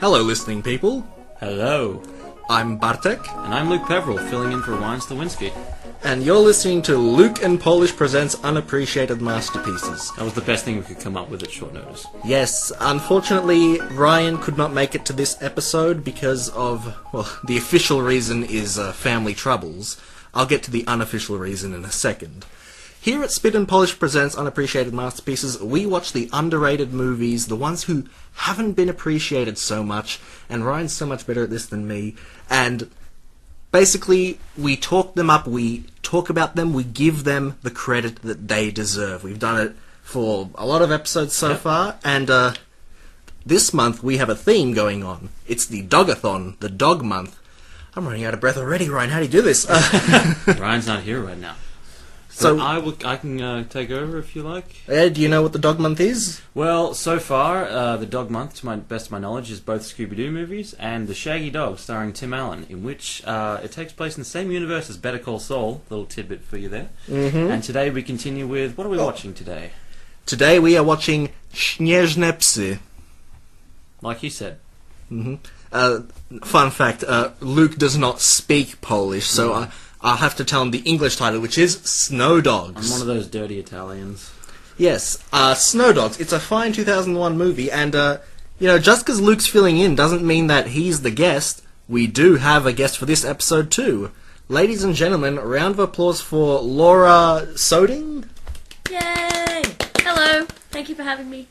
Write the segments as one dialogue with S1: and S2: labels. S1: Hello, listening people.
S2: Hello,
S1: I'm Bartek,
S2: and I'm Luke Peveril, filling in for Juan Stawinski.
S1: and you're listening to Luke and Polish Presents Unappreciated Masterpieces.
S2: That was the best thing we could come up with at short notice.
S1: Yes, unfortunately, Ryan could not make it to this episode because of, well, the official reason is uh, family troubles. I'll get to the unofficial reason in a second. Here at Spit and Polish Presents Unappreciated Masterpieces, we watch the underrated movies, the ones who haven't been appreciated so much, and Ryan's so much better at this than me, and basically we talk them up we talk about them we give them the credit that they deserve we've done it for a lot of episodes so far and uh, this month we have a theme going on it's the dogathon the dog month i'm running out of breath already ryan how do you do this uh,
S2: Ryan's not here right now. So
S1: so
S2: I will. I can uh, take over if you like.
S1: Ed, do you know what the dog month is
S2: Well, so far, uh, the Dog Month, to my best of my knowledge, is both Scooby Doo movies and The Shaggy Dog, starring Tim Allen, in which uh, it takes place in the same universe as Better Call Saul. Little tidbit for you there.
S1: mm-hmm.
S2: And today we continue with what are we watching today?
S1: today we are watching śnieżne psy
S2: Like you said,
S1: hmm Uh, fun fact: uh, Luke does not speak Polish, so I, I'll have to tell him the English title, which is Snow
S2: I'm
S1: Dogs.
S2: one of those dirty Italians.
S1: yes, uh, Snow Dogs. It's a fine 2001 movie, and uh, you know, just because Luke's filling in doesn't mean that he's the guest. We do have a guest for this episode too, ladies and gentlemen. Round of applause for Laura Soding.
S3: Yay! Hello. Thank you for having me.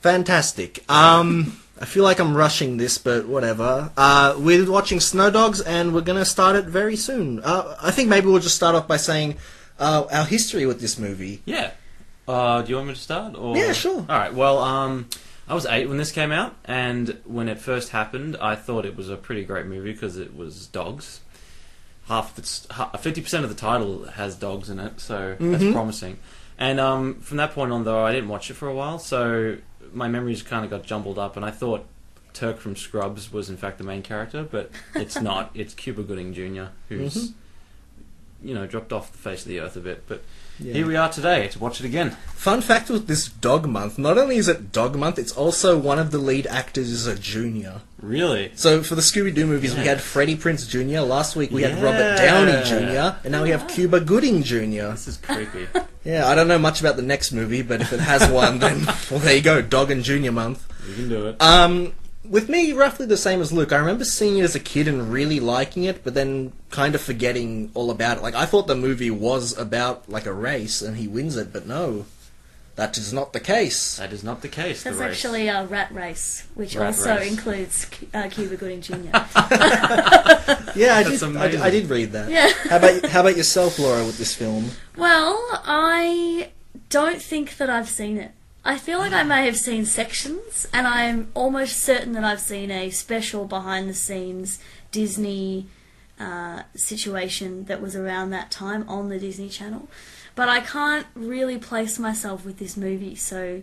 S1: Fantastic. Um, I feel like I'm rushing this, but whatever. Uh, we're watching Snow Dogs, and we're gonna start it very soon. Uh, I think maybe we'll just start off by saying uh, our history with this movie.
S2: Yeah. Uh, do you want me to start? Or...
S1: Yeah, sure.
S2: All right. Well, um, I was eight when this came out, and when it first happened, I thought it was a pretty great movie because it was dogs. Half its fifty percent of the title has dogs in it, so that's
S1: Mhm.
S2: promising. And um, from that point on, though, I didn't watch it for a while, so my memories kind of got jumbled up, and I thought. Turk from Scrubs was in fact the main character, but it's not. It's Cuba Gooding Jr., who's,
S1: Mm-hmm.
S2: you know, dropped off the face of the earth a bit. But here we are today to watch it again.
S1: Fun fact with this Dog Month: not only is it Dog Month, it's also one of the lead actors is a junior.
S2: Really?
S1: So for the Scooby Doo movies, we
S2: Yeah.
S1: had Freddie Prince Jr. Last week we had Robert
S2: Yeah.
S1: Downey Jr. And now we have Cuba Gooding Jr.
S2: This is creepy.
S1: Yeah, I don't know much about the next movie, but if it has one, then well, there you go, Dog and Junior Month.
S2: you can do it.
S1: Um, with me, roughly the same as Luke. I remember seeing it as a kid and really liking it, but then kind of forgetting all about it. Like I thought the movie was about like a race and he wins it, but no, that is not the case.
S2: That is not the case.
S3: That's
S2: the race.
S3: actually a rat race, which
S2: Rat
S3: also
S2: race.
S3: includes C- uh, Cuba Gooding Jr.
S1: Yeah, I
S2: That's
S1: did. I,
S2: amazing.
S1: I did read that.
S3: yeah.
S1: How about how about yourself, Laura, with this film?
S3: Well, I don't think that I've seen it. I feel like I may have seen sections, and I'm almost certain that I've seen a special behind the scenes Disney uh, situation that was around that time on the Disney Channel. But I can't really place myself with this movie, so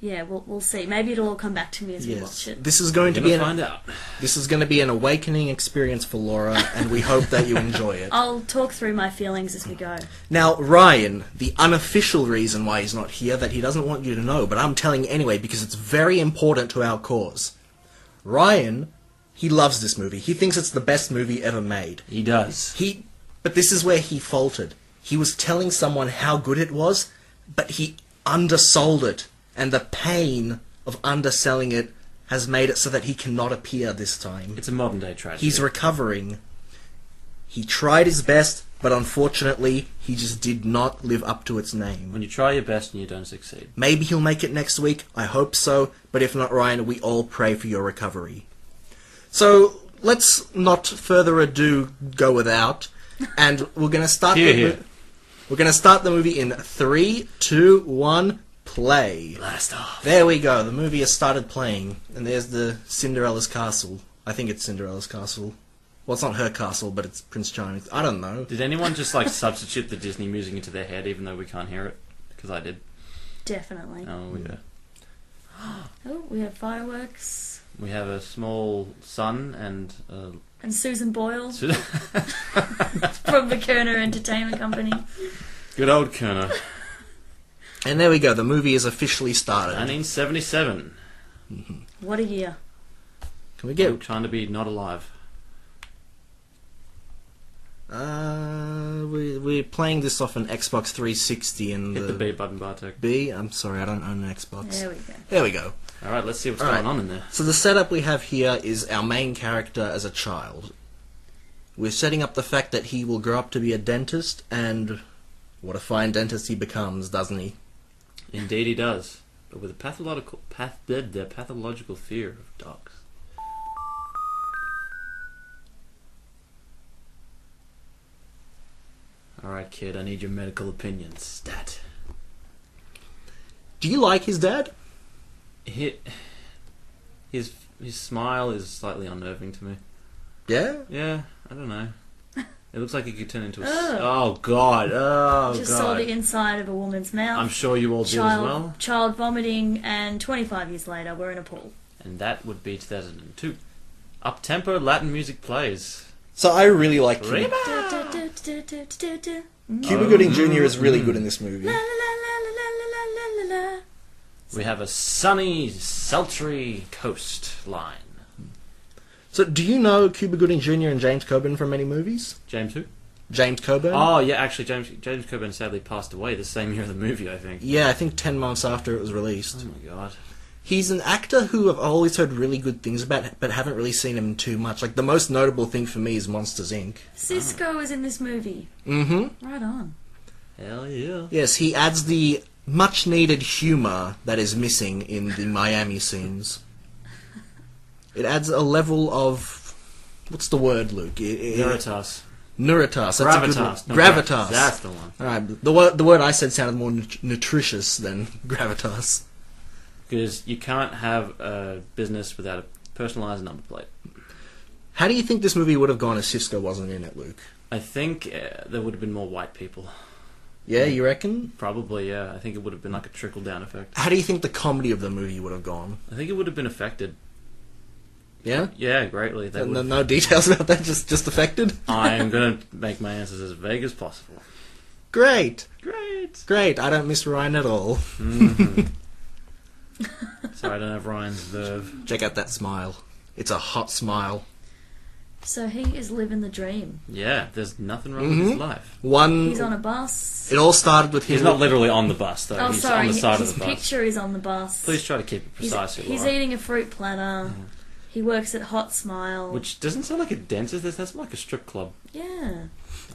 S3: yeah, we'll, we'll see. Maybe it'll all come back to me as we watch it.
S1: This is going to
S2: We're
S1: be
S2: gonna
S1: an,
S2: find out.
S1: this is going to be an awakening experience for Laura, and we hope that you enjoy it.
S3: I'll talk through my feelings as we go.
S1: Now, Ryan, the unofficial reason why he's not here that he doesn't want you to know, but I'm telling you anyway because it's very important to our cause. Ryan, he loves this movie. He thinks it's the best movie ever made.
S2: He does.
S1: He but this is where he faltered. He was telling someone how good it was, but he undersold it, and the pain of underselling it has made it so that he cannot appear this time.
S2: It's a modern day tragedy.
S1: He's recovering. He tried his best, but unfortunately, he just did not live up to its name.
S2: when you try your best and you don't succeed.
S1: Maybe he'll make it next week. I hope so. But if not, Ryan, we all pray for your recovery. So let's not further ado go without, and we're going to start.
S2: Hear,
S1: the mo-
S2: hear.
S1: We're going to start the movie in three, two, one, play.
S2: Blast off.
S1: There we go. The movie has started playing, and there's the Cinderella's castle. I think it's Cinderella's castle. Well, it's not her castle, but it's Prince Charming's. I don't know.
S2: Did anyone just like substitute the Disney music into their head, even though we can't hear it? Because I did.
S3: Definitely.
S2: Oh yeah.
S3: Oh, we have fireworks.
S2: We have a small sun and. Uh,
S3: And Susan Boyle
S2: Su-
S3: from the Kerner Entertainment Company.
S2: Good old Kerner.
S1: And there we go. The movie is officially started.
S2: 1977.
S3: What a year.
S1: Can we get
S2: I'm trying to be not alive.
S1: Uh, we, we're playing this off an Xbox 360 and
S2: Hit the B button, Bartek.
S1: B. I'm sorry, I don't own an Xbox.
S3: There we go.
S1: There we go.
S2: All right, let's see what's
S1: All
S2: going
S1: right.
S2: on in there.
S1: So the setup we have here is our main character as a child. We're setting up the fact that he will grow up to be a dentist, and what a fine dentist he becomes, doesn't he?
S2: Indeed, he does, but with a pathological path, the, the pathological fear of dogs. All right, kid, I need your medical opinion. Stat.
S1: Do you like his dad?
S2: His his, his smile is slightly unnerving to me.
S1: Yeah.
S2: Yeah, I don't know. It looks like it could turn into a. s-
S3: Oh.
S2: Oh God! Oh
S3: Just saw the
S2: God!
S3: inside of a woman's mouth.
S2: I'm sure you all do as
S3: child,
S2: well.
S3: child vomiting, and 25 years later, we're in a pool.
S2: And that would be 2002. Up tempo Latin music plays.
S1: So I really like Cuba.
S2: Reba!
S3: Da, da, da, da, da, da, da.
S1: Cuba Gooding Jr. is really good in this movie.
S3: La, la, la, la, la, la, la, la, la.
S2: We have a sunny, sultry coastline.
S1: So do you know Cuba Gooding Jr. and James Coburn from any movies?
S2: James who?
S1: James Coburn.
S2: Oh yeah, actually James James Coburn sadly passed away the same year of the movie, I think.
S1: Yeah, I think ten months after it was
S2: Oh
S1: released.
S2: my god.
S1: He's an actor who I've always heard really good things about, but haven't really seen him too much. Like the most notable thing for me is Monsters Inc.
S2: Ah.
S3: Cisco is in this movie.
S1: Mm-hmm.
S3: Right on.
S2: Hell yeah.
S1: Yes, he adds the much-needed humor that is missing in the Miami scenes. It adds a level of what's the word, Luke? It, it-
S2: Veritas.
S1: Nuritas. That's a good
S2: Gravitas.
S1: one.
S2: No, gra-
S1: gravitas.
S2: That's the one.
S1: All right, the word the word I said sounded more nut- nutritious than gravitas.
S2: Because you can't have a business without a personalized number plate.
S1: How do you think this movie would have gone if Cisco wasn't in it, Luke?
S2: I think uh, there would have been more white people.
S1: Yeah, you reckon?
S2: Probably, yeah. I think it would have been like a trickle down effect.
S1: How do you think the comedy of the movie would have gone?
S2: I think it would have been affected.
S1: Yeah?
S2: Yeah, greatly. They
S1: No,
S2: would
S1: no,
S2: have-
S1: no details about that, just just affected?
S2: I am going to make my answers as vague as possible.
S1: Great!
S2: Great.
S1: Great, I don't miss Ryan at all.
S2: Sorry, I don't have Ryan's verve.
S1: Check out that smile. It's a hot smile.
S3: So he is living the dream.
S2: Yeah, there's nothing wrong with his life.
S1: One.
S3: He's on a bus.
S1: it all started with him.
S2: Mm-hmm. He's not literally on the bus though.
S3: Oh,
S2: he's
S3: sorry.
S2: on the side
S3: his
S2: of the bus.
S3: picture is on the bus.
S2: Please try to keep it
S3: he's,
S2: precise. here,
S3: he's
S2: Laura.
S3: eating a fruit platter. He works at Hot Smile.
S2: Mm-hmm. Which doesn't sound like a dentist. That sounds more like a strip club.
S3: yeah.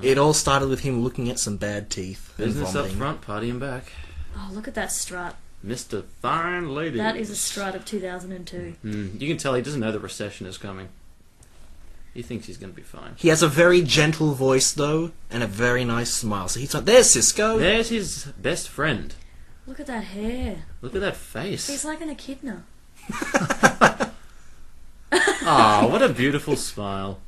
S1: it all started with him looking at some bad teeth and
S2: Business up
S1: vomiting.
S2: front, party and back.
S3: Oh, look at that strut.
S2: Mr. Fine Lady.
S3: That is a strut of 2002.
S2: Mm, you can tell he doesn't know the recession is coming. He thinks he's going to be fine.
S1: He has a very gentle voice though, and a very nice smile. So he's like, "There's Cisco."
S2: There's his best friend. Mm-hmm.
S3: Look at that hair.
S2: Look at that face.
S3: He's like an echidna.
S2: Ah, what a beautiful smile.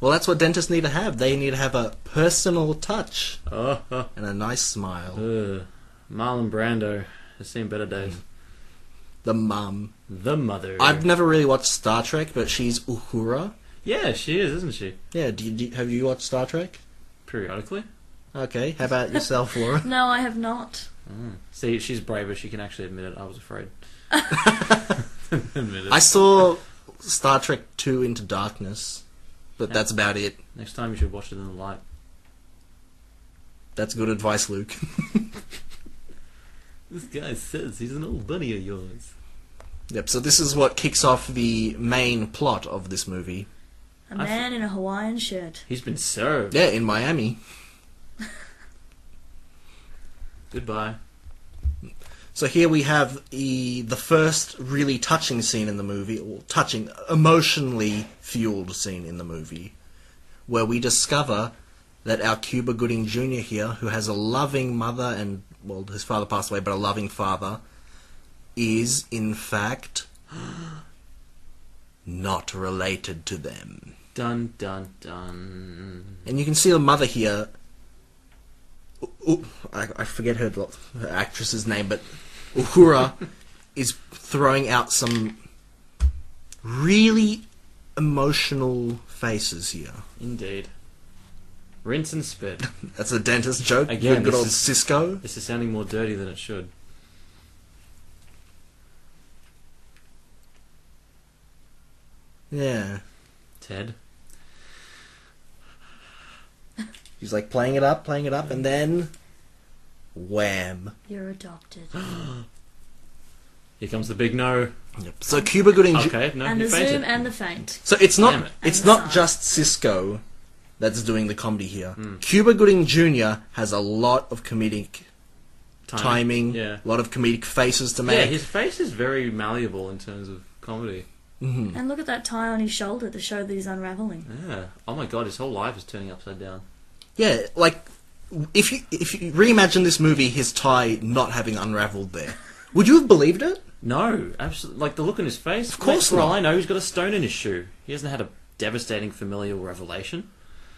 S1: Well, that's what dentists need to have. They need to have a personal touch
S2: Oh, oh.
S1: and a nice smile.
S2: Ugh. Marlon Brando has seen better days.
S1: The mum.
S2: The mother.
S1: I've never really watched Star Trek, but she's Uhura.
S2: Yeah, she is, isn't she?
S1: Yeah. Do you, do you- have you watched Star Trek?
S2: Periodically.
S1: Okay. How about yourself, Laura?
S3: No, I have not.
S2: See, she's braver. She can actually admit it. I was afraid. admit it.
S1: I saw Star Trek Two Into Darkness, but that's about it.
S2: Next time you should watch it in the light.
S1: That's good advice, Luke.
S2: This guy says he's an old buddy of yours.
S1: yep. So this is what kicks off the main plot of this movie.
S3: A
S2: I've-
S3: man in a Hawaiian shirt.
S2: He's been served.
S1: Yeah, in Miami.
S2: Goodbye.
S1: So here we have the, the first really touching scene in the movie, or touching, emotionally fueled scene in the movie, where we discover that our Cuba Gooding Jr. here, who has a loving mother and, well, his father passed away, but a loving father, is in fact not related to them.
S2: Dun dun dun.
S1: And you can see the mother here. Ooh, ooh, I, I forget her, her actress's name, but Uhura is throwing out some really emotional faces here.
S2: Indeed. Rinse and spit.
S1: That's a dentist joke.
S2: Again,
S1: good, good
S2: this
S1: old
S2: is-
S1: Cisco.
S2: This is sounding more dirty than it should.
S1: Yeah.
S2: Ted.
S1: He's like playing it up, playing it up, and then. Wham.
S3: You're adopted.
S2: Here comes the big no.
S1: Yep. So Cuba Gooding Jr.
S2: Okay, no,
S3: and
S2: he
S3: the
S2: fainted.
S3: zoom and the faint.
S1: So it's
S2: Damn
S1: not
S2: it.
S1: it's
S3: And
S1: not
S3: Assad.
S1: just Cisco that's doing the comedy here.
S2: Hmm.
S1: Cuba Gooding Jr. has a lot of comedic timing,
S2: Yeah.
S1: a lot of comedic faces to
S2: Yeah,
S1: make.
S2: his face is very malleable in terms of comedy. Hmm.
S3: And look at that tie on his shoulder to show that he's unraveling.
S2: Yeah. Oh my god, his whole life is turning upside down.
S1: Yeah, like if you if you reimagine this movie, his tie not having unraveled there, would you have believed it?
S2: No, absolutely. Like the look on his face. Of
S1: course
S2: for all
S1: not.
S2: I know, he's got a stone in his shoe. He hasn't had a devastating familial revelation.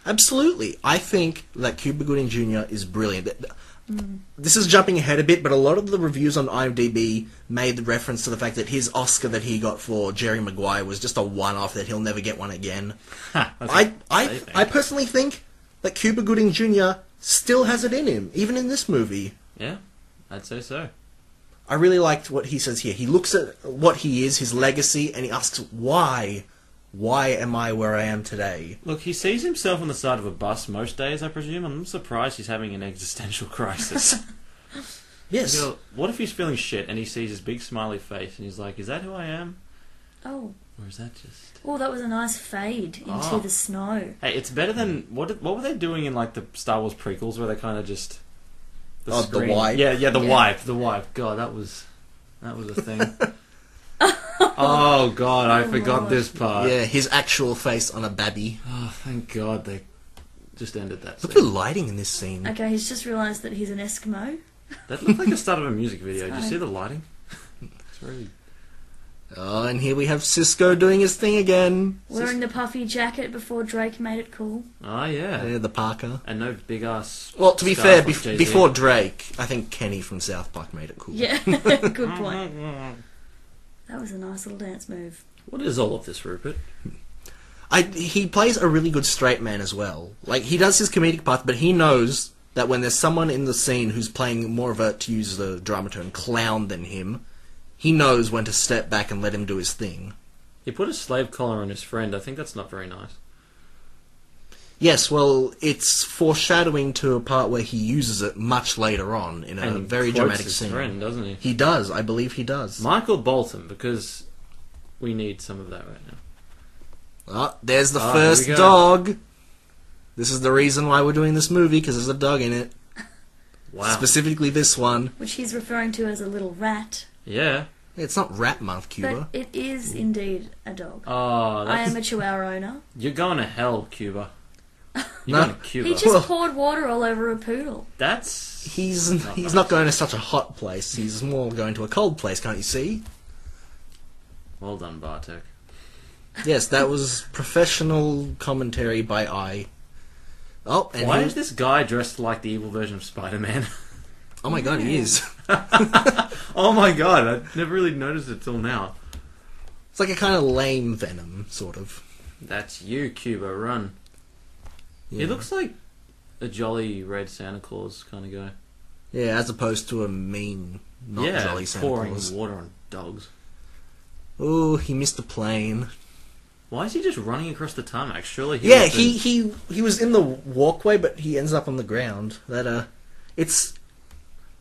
S1: Absolutely, I think that Cuba Gooding Jr. is brilliant. Th- th- This is jumping ahead a bit, but a lot of the reviews on IMDb made the reference to the fact that his Oscar that he got for Jerry Maguire was just a one-off that he'll never get one again.
S2: That's
S1: I,
S2: what they
S1: I,
S2: think.
S1: I personally think that Cuba Gooding Jr. still has it in him, even in this movie.
S2: Yeah, I'd say so.
S1: I really liked what he says here. He looks at what he is, his legacy, and he asks, why? Why am I where I am today?
S2: Look, he sees himself on the side of a bus most days, I presume. and I'm surprised he's having an existential crisis.
S1: Yes.
S2: You know, what if he's feeling shit and he sees his big smiley face and he's like, "Is that who I am,
S3: Oh,
S2: or is that just?"
S3: oh, that was a nice fade into
S2: Ah.
S3: the snow.
S2: Hey, it's better than what? did- What were they doing in like the Star Wars prequels where they kind of just
S1: Oh, the
S2: screen-
S1: wipe.
S2: Yeah, yeah, the
S3: Yeah.
S2: wipe, the wipe. God, that was that was a thing. oh God, I
S3: Oh,
S2: forgot
S3: Lord.
S2: this part.
S1: yeah, his actual face on a babby.
S2: Oh, thank God they just ended that.
S1: Look at the
S2: scene.
S1: lighting in this
S2: Hmm.
S1: scene.
S3: Okay, he's just realised that he's an Eskimo.
S2: That looked like the start of a music video. Did you
S3: Sorry.
S2: see the lighting? It's really
S1: Oh, and here we have Cisco doing his thing again.
S3: Wearing the puffy jacket before Drake made it cool.
S2: Ah, yeah.
S1: Yeah, Uh, the Parker.
S2: And no big ass.
S1: Well, to be
S2: scarf
S1: fair,
S2: like
S1: bef-
S2: Jay-Z.
S1: before Drake, I think Kenny from South Park made it cool.
S3: Yeah, good point. That was a nice little dance move.
S2: What is all of this, Rupert?
S1: I, he plays a really good straight man as well. Like he does his comedic part, but he knows that when there's someone in the scene who's playing more of a, to use the drama term, clown than him, he knows when to step back and let him do his thing.
S2: He put a slave collar on his friend. I think that's not very nice.
S1: Yes, well, it's foreshadowing to a part where he uses it much later on in a
S2: And
S1: Uh, very
S2: quotes
S1: dramatic
S2: his
S1: scene.
S2: friend, doesn't he?
S1: He does, I believe he does.
S2: Michael Bolton, because we need some of that right now.
S1: Ah, there's the
S2: Ah, here
S1: first
S2: we go.
S1: dog. This is the reason why we're doing this movie because there's a dog in it.
S2: Wow.
S1: Specifically, this one.
S3: Which he's referring to as a little rat,
S2: yeah.
S1: It's not Rat Month, Cuba.
S3: but it is indeed a dog.
S2: Oh,
S3: I
S2: that's,
S3: am a Chihuahua owner.
S2: you're going to hell, Cuba. You're
S1: No.
S2: going to Cuba.
S3: He just
S1: Well-
S3: poured water all over a poodle.
S2: That's
S1: He's he's not going to such a hot place. He's more going to a cold place, can't you see?
S2: well done, Bartek.
S1: Yes, that was professional commentary by I. Oh, and
S2: Why
S1: he-
S2: is this guy dressed like the evil version of Spider-Man?
S1: oh my god, he is.
S2: oh my god, I never really noticed it till now.
S1: It's like a kind of lame Venom, sort of.
S2: That's you, Cuba. Run. He
S1: Yeah.
S2: looks like a jolly red Santa Claus kind of guy.
S1: Yeah, as opposed to a mean, not
S2: yeah,
S1: jolly Santa
S2: pouring
S1: Claus.
S2: water on dogs.
S1: Oh, he missed the plane.
S2: Why is he just running across the tarmac? Surely he
S1: yeah,
S2: must
S1: he,
S2: be-
S1: he he was in the walkway, but he ends up on the ground. That uh, it's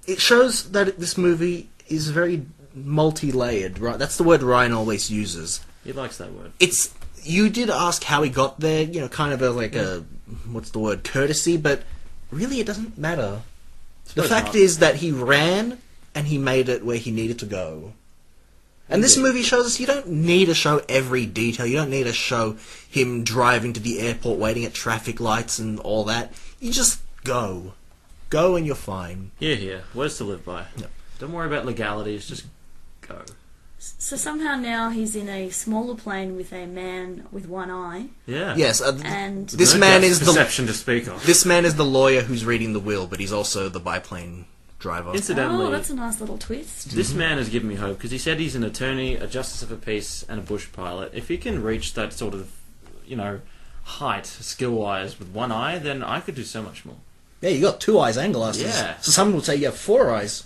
S1: it shows that this movie is very multi-layered. Right, that's the word Ryan always uses.
S2: he likes that word.
S1: it's you did ask how he got there, you know, kind of a, like a what's the word courtesy, but really it doesn't matter. The
S2: Suppose
S1: fact
S2: not.
S1: is that he ran and he made it where he needed to go. And this
S2: Yeah.
S1: movie shows us you don't need to show every detail. You don't need to show him driving to the airport, waiting at traffic lights and all that. You just go. Go and you're fine.
S2: Here, here. Words to live by.
S1: Yep.
S2: Don't worry about legalities. Just go.
S3: So somehow now he's in a smaller plane with a man with one eye.
S2: Yeah.
S1: Yes, uh, th-
S3: And
S1: This man is the-
S2: perception to speak of.
S1: this man is the lawyer who's reading the will, but he's also the biplane driver.
S2: Incidentally,
S3: oh, that's a nice little twist.
S2: this man has given me hope because he said he's an attorney, a justice of the peace, and a bush pilot. If he can reach that sort of, you know, height skill-wise with one eye, then I could do so much more.
S1: Yeah, you got two eyes and glasses.
S2: Yeah.
S1: So some will say you have four eyes.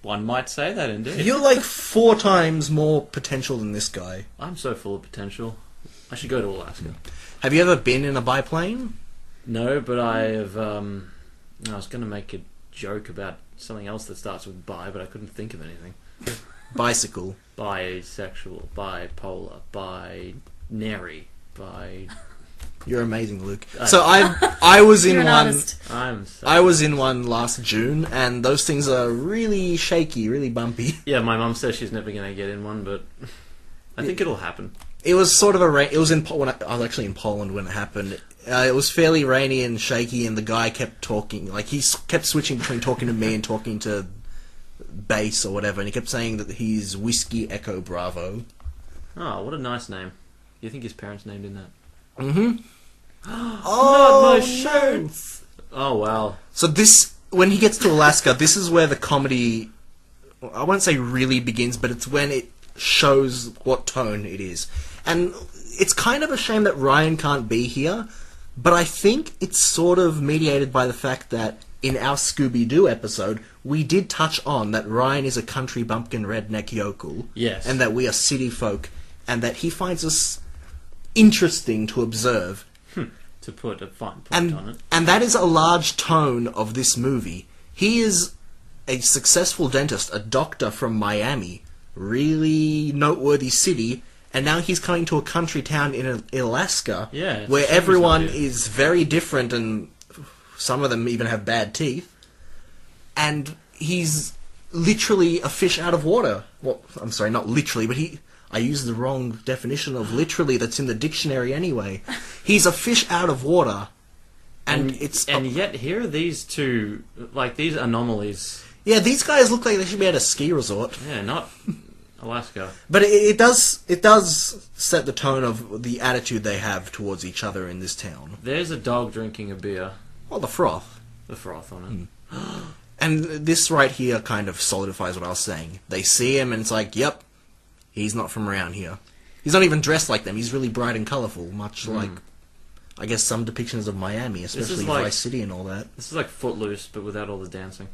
S2: One might say that indeed.
S1: You're like four times more potential than this guy.
S2: I'm so full of potential. I should go to Alaska.
S1: Have you ever been in a biplane?
S2: No, but I have. Um, I was going to make a joke about something else that starts with bi, but I couldn't think of anything.
S1: Bicycle.
S2: Bisexual, bipolar, binary, bi.
S1: You're amazing, Luke.
S2: I-
S1: So I I was in
S3: You're an
S1: one
S3: artist.
S2: I'm. So-
S1: I was in one last June and those things are really shaky, really bumpy.
S2: yeah, my mum says she's never going to get in one, but I think it'll happen.
S1: It was sort of a ra- it was in Po- when I, I was actually in Poland when it happened. Uh, it was fairly rainy and shaky and the guy kept talking like he s- kept switching between talking to me and talking to bass or whatever and he kept saying that he's whiskey echo bravo.
S2: Oh, what a nice name. You think his parents named him that?
S1: Mhm.
S2: Not my
S1: no.
S2: shirts! Oh, wow.
S1: So this, when he gets to Alaska, this is where the comedy, I won't say really begins, but it's when it shows what tone it is. And it's kind of a shame that Ryan can't be here, but I think it's sort of mediated by the fact that in our Scooby Doo episode, we did touch on that Ryan is a country bumpkin redneck yokel.
S2: Yes.
S1: And that we are city folk, and that he finds us interesting to observe
S2: To put a fine point on
S1: and
S2: it.
S1: and that is a large tone of this movie. He is a successful dentist, a doctor from Miami, really noteworthy city, and now he's coming to a country town in, Al- in Alaska,
S2: Yeah, it's a
S1: where
S2: shame he's
S1: everyone
S2: not here.
S1: is very different, and some of them even have bad teeth, and he's literally a fish out of water. Well, I'm sorry, not literally, but he. I used the wrong definition of literally that's in the dictionary anyway. He's a fish out of water, and, it's
S2: and yet here are these two like these anomalies
S1: yeah. These guys look like they should be at a ski resort,
S2: yeah not alaska
S1: but it, it does it does set the tone of the attitude they have towards each other in this town.
S2: there's a dog drinking a beer
S1: Well, the froth.
S2: the froth on it
S1: And this right here kind of solidifies what I was saying. They see him and it's like, yep, he's not from around here. He's not even dressed like them. He's really bright and colourful,
S2: Hmm.
S1: much like, I guess, some depictions of Miami, especially
S2: like-
S1: Vice City and all that.
S2: this is like footloose but without all the dancing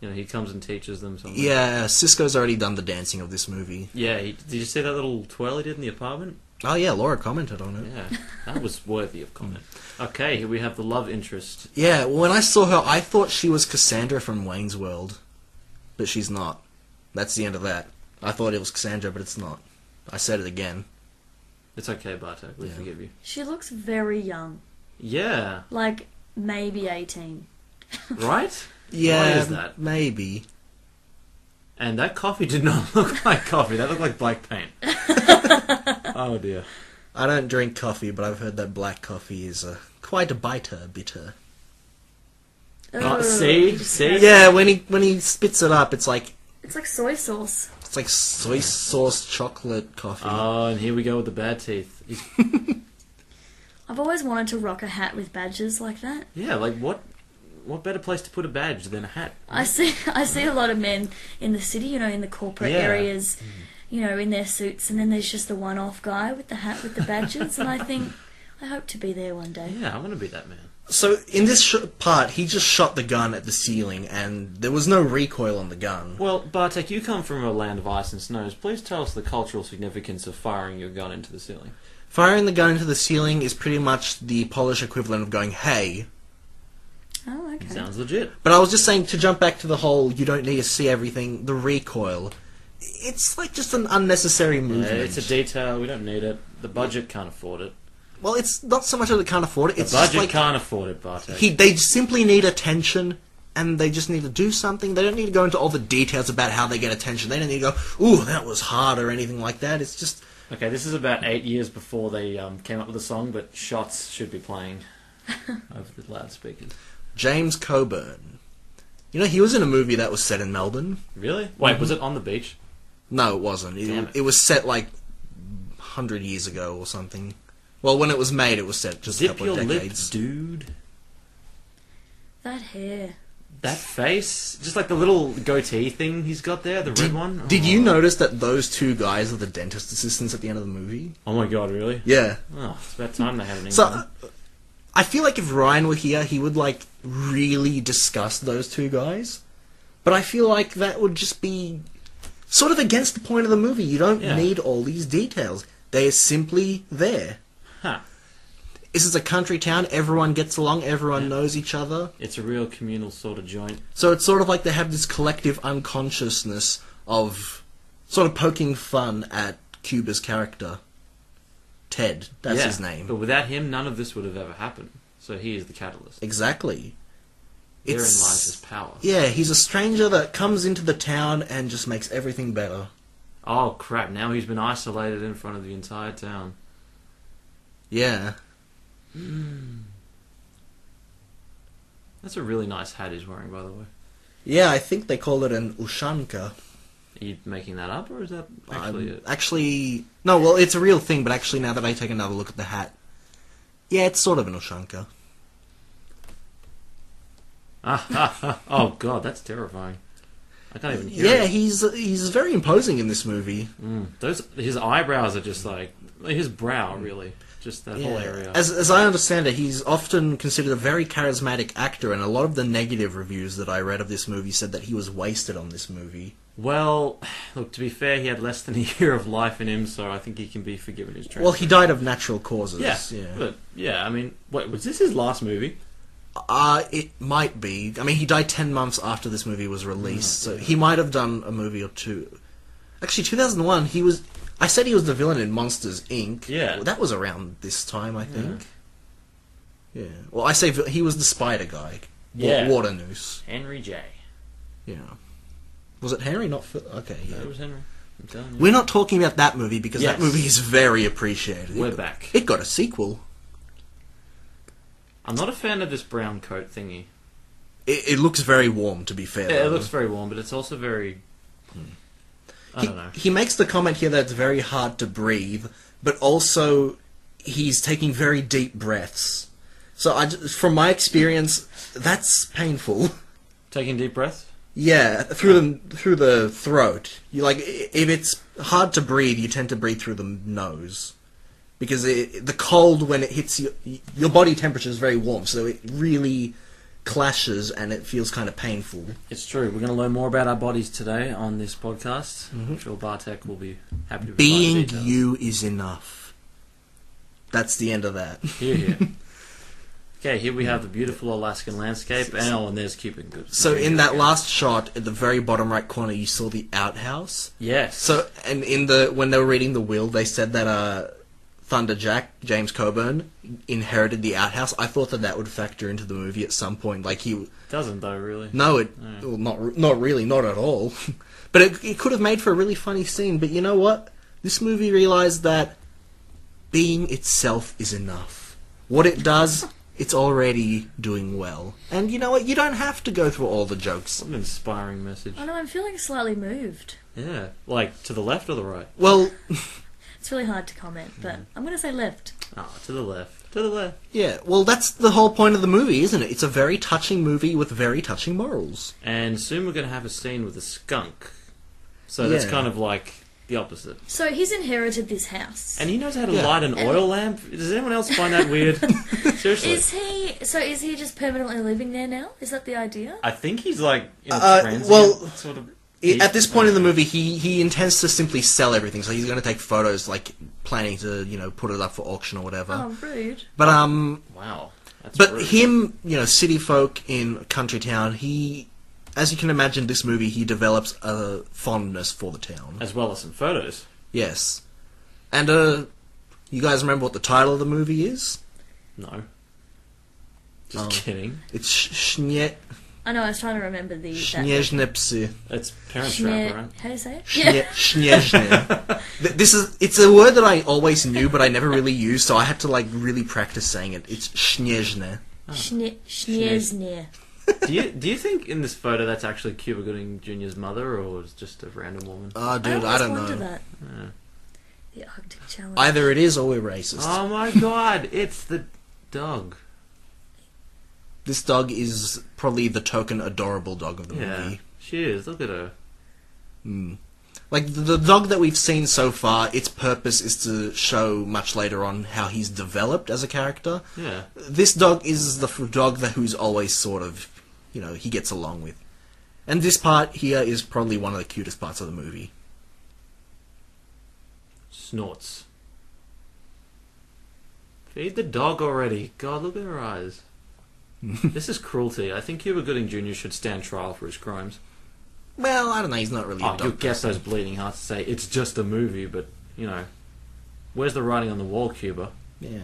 S2: you know he comes and teaches them something
S1: Yeah, Cisco's already done the dancing of this movie.
S2: yeah he, did you see that little twirl he did in the apartment
S1: Oh, yeah, Laura commented on it.
S2: yeah that was worthy of comment okay here we have the love interest
S1: Yeah, when I saw her, I thought she was Cassandra from Wayne's World, but she's not. That's the end of that. I thought it was Cassandra, but it's not. I said it again.
S2: it's okay bartek we
S1: Yeah.
S2: forgive you
S3: She looks very young,
S2: yeah
S3: like maybe 18.
S2: right
S1: Yeah,
S2: is that?
S1: maybe.
S2: and that coffee did not look like coffee that looked like black paint oh dear
S1: I don't drink coffee, but I've heard that black coffee is uh, quite a biter, bitter.
S2: Oh,
S3: Ugh.
S2: see? See?
S1: Yeah, when he when he spits it up, it's like
S3: It's like soy sauce.
S1: it's like soy sauce chocolate coffee.
S2: Oh, and here we go with the bad teeth. He's-
S3: I've always wanted to rock a hat with badges like that.
S2: yeah, like what? What better place to put a badge than a hat?
S3: I see I see a lot of men in the city, you know, in the corporate
S2: Yeah. Mm.
S3: areas, you know, in their suits and then there's just the one off guy with the hat with the badges and I think I hope to be there one day.
S2: Yeah, I want to be that man.
S1: so in this sh- part, he just shot the gun at the ceiling, and there was no recoil on the gun.
S2: Well, Bartek, you come from a land of ice and snows. Please tell us the cultural significance of firing your gun into the ceiling.
S1: Firing the gun into the ceiling is pretty much the Polish equivalent of going "Hey."
S3: Oh, okay.
S2: Sounds legit.
S1: But I was just saying to jump back to the whole "you don't need to see everything." The recoil, it's like just an unnecessary
S2: Uh,
S1: movement.
S2: it's a detail. We don't need it. The budget can't afford it.
S1: well, it's not so much that they can't afford it.
S2: The
S1: It's just
S2: budget
S1: like
S2: can't afford it, Bartek.
S1: He, they simply need attention, and they just need to do something. They don't need to go into all the details about how they get attention. They don't need to go, "Ooh, that was hard" or anything like that. It's just
S2: Okay, this is about eight years before they um, came up with the song, but shots should be playing over the loudspeakers.
S1: James Coburn. You know, he was in a movie that was set in Melbourne.
S2: Really?
S1: Mm-hmm.
S2: Wait, was it on the beach?
S1: No, it wasn't. It,
S2: Damn it.
S1: it was set like hundred years ago or something. Well, when it was made, it was set just a
S2: Zip
S1: couple
S2: your
S1: of
S2: lip,
S1: decades.
S2: dude.
S3: That hair.
S2: That face, just like the little goatee thing he's got there, the red
S1: Did,
S2: one.
S1: did
S2: Oh.
S1: you notice that those two guys are the dentist assistants at the end of the movie?
S2: Oh my god, really?
S1: Yeah.
S2: Oh, it's about time they had an
S1: So,
S2: England.
S1: uh, I feel like if Ryan were here, he would like really discuss those two guys. But I feel like that would just be sort of against the point of the movie. You don't
S2: Yeah.
S1: need all these details. They are simply there.
S2: Huh.
S1: This is a country town. Everyone gets along. Everyone knows each other.
S2: It's a real communal sort of joint.
S1: So it's sort of like they have this collective unconsciousness of sort of poking fun at Cuba's character. Ted, that's
S2: Yeah,
S1: his name.
S2: But without him, none of this would have ever happened. So he is the catalyst.
S1: Exactly.
S2: Therein
S1: It's-
S2: lies his power.
S1: Yeah, he's a stranger that comes into the town and just makes everything better.
S2: Oh crap! Now he's been isolated in front of the entire town.
S1: Yeah.
S2: That's a really nice hat he's wearing, by the way.
S1: Yeah, I think they call it an ushanka.
S2: Are you making that up, or is that actually
S1: Actually,
S2: it?
S1: actually, no, well, it's a real thing, but actually, now that I take another look at the hat, yeah, it's sort of an ushanka.
S2: oh god, that's terrifying. I can't even hear
S1: Yeah,
S2: it.
S1: he's he's very imposing in this movie.
S2: Mm. Those his eyebrows are just like his brow, really. Just that whole area.
S1: As as I understand it, he's often considered a very charismatic actor, and a lot of the negative reviews that I read of this movie said that he was wasted on this movie.
S2: well, look. To be fair, he had less than a year of life in him, so I think he can be forgiven his training.
S1: Well, he died of natural causes.
S2: yeah,
S1: yeah.
S2: but yeah. I mean, wait, was this his last movie?
S1: Uh, it might be. I mean, he died 10 months after this movie was
S2: Mm,
S1: released, so he might have done a movie or two. Actually, 2001, he was. I said he was the villain in Monsters, Inc.
S2: Yeah.
S1: that was around this time, I think. Yeah. Well, I say vi- he was the spider guy. Wa-
S2: Yeah.
S1: Water noose.
S2: Henry J.
S1: Yeah. Was it Henry? Not. Fi- okay, yeah.
S2: No, it was Henry. I'm telling you.
S1: We're not talking about that movie because that
S2: Yes.
S1: movie is very appreciated.
S2: We're
S1: it,
S2: back.
S1: It got a sequel.
S2: I'm not a fan of this brown coat thingy.
S1: It, it looks very warm, to be fair.
S2: Yeah, it
S1: though.
S2: looks very warm, but it's also very. I
S1: he,
S2: don't know.
S1: he makes the comment here that it's very hard to breathe, but also he's taking very deep breaths. So I, ju- from my experience, that's painful.
S2: Taking deep breaths.
S1: Yeah, through the through the throat. You like i- if it's hard to breathe, you tend to breathe through the nose because it, the cold when it hits you, your body temperature is very warm, so it really clashes and it feels kind of painful.
S2: It's true. We're going to learn more about our bodies today on this podcast. I'm sure Bartek will be happy to provide
S1: Being
S2: details.
S1: you is enough. That's the end of that.
S2: Here, here. okay, here we have the beautiful Alaskan landscape, and oh, and there's Cuban goods.
S1: So in that last shot at the very bottom right corner, you saw the outhouse.
S2: yes.
S1: So and in the when they were reading the will, they said that uh, Thunder Jack James Coburn inherited the outhouse. I thought that that would factor into the movie at some point. Like he
S2: doesn't though really.
S1: no, it
S2: Yeah.
S1: well, not re- not really, not at all. but it, it could have made for a really funny scene. But you know what? This movie realized that being itself is enough. What it does. It's already doing well. And you know what? You don't have to go through all the jokes.
S2: What an inspiring message.
S3: I know, Oh, I'm feeling slightly moved.
S2: Yeah, like to the left or the right?
S1: Well,
S3: It's really hard to comment, but
S2: Mm.
S3: I'm going to say left.
S2: Ah, to the left. To the left.
S1: Yeah, well, that's the whole point of the movie, isn't it? It's a very touching movie with very touching morals.
S2: And soon we're going to have a scene with a skunk. So that's
S1: Yeah.
S2: kind of like the opposite.
S3: So he's inherited this house.
S2: And he knows how to
S1: Yeah.
S2: light an oil lamp. Does anyone else find that weird? Seriously.
S3: is he? So is he just permanently living there now? Is that the idea?
S2: I think he's like in a
S1: Uh,
S2: transient
S1: well,
S2: sort of.
S1: I at this point in the movie, he, he intends to simply sell everything, so he's going to take photos, like planning to you know put it up for auction or whatever.
S2: Uh,
S3: Oh, rude.
S1: But um,
S2: Wow. That's
S1: but
S2: rude.
S1: him, you know, city folk in country town, he, as you can imagine, this movie he develops a fondness for the town.
S2: as well as some photos.
S1: Yes, and uh, you guys remember what the title of the movie is?
S2: No. Just
S1: Oh.
S2: kidding.
S1: It's Shnie
S3: I know. I was trying to remember the. that-
S1: Shnieżne
S2: It's Parent
S3: Schne-
S2: Trap, right?
S3: How do you say it?
S1: Schnie- Schnieżny. Th- this is it's a word that I always knew but I never really used, so I had to like really practice saying it. It's Schnieżny.
S2: Oh.
S3: Schne- Schneesnir.
S1: Ah,
S2: do you do you think in this photo that's actually Cuba Gooding Jr.'s mother or was just a random woman?
S1: Oh, dude, I,
S3: always
S1: don't
S3: wonder
S1: know.
S3: That.
S2: Yeah.
S3: The Arctic Challenge.
S1: Either it is or we're racist.
S2: Oh my god, it's the dog.
S1: This dog is probably the token adorable dog of the
S2: Yeah.
S1: movie.
S2: She is. Look at her.
S1: Mm. Like the the dog that we've seen so far, its purpose is to show much later on how he's developed as a character.
S2: Yeah.
S1: this dog is the f- dog that who's always sort of, you know, he gets along with. And this part here is probably one of the cutest parts of the movie.
S2: Snorts. Feed the dog already. God, look at her eyes. this is cruelty. I think Cuba Gooding Jr. should stand trial for his crimes.
S1: Well, I don't know. He's not really.
S2: Oh,
S1: a
S2: you'll
S1: dog.
S2: get those bleeding hearts to say it's just a movie, but you know, where's the writing on the wall, Cuba?
S1: Yeah,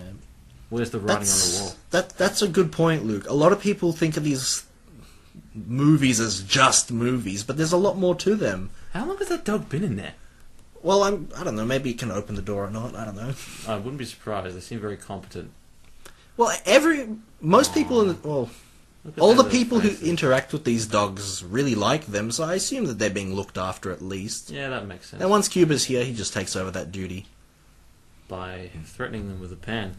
S2: Where's the writing
S1: that's
S2: on the wall?
S1: that. That's a good point, Luke. A lot of people think of these movies as just movies, but there's a lot more to them.
S2: How long has that dog been in there?
S1: Well, I'm. I don't know. Maybe you can open the door or not. I don't know.
S2: I wouldn't be surprised. They seem very competent.
S1: Well, every most people in the, well,
S2: Look at
S1: all the
S2: their
S1: people
S2: faces.
S1: who interact with these dogs really like them, so I assume that they're being looked after at least.
S2: yeah, that makes sense.
S1: And once Cuba's here, he just takes over that duty.
S2: By threatening them with a pen,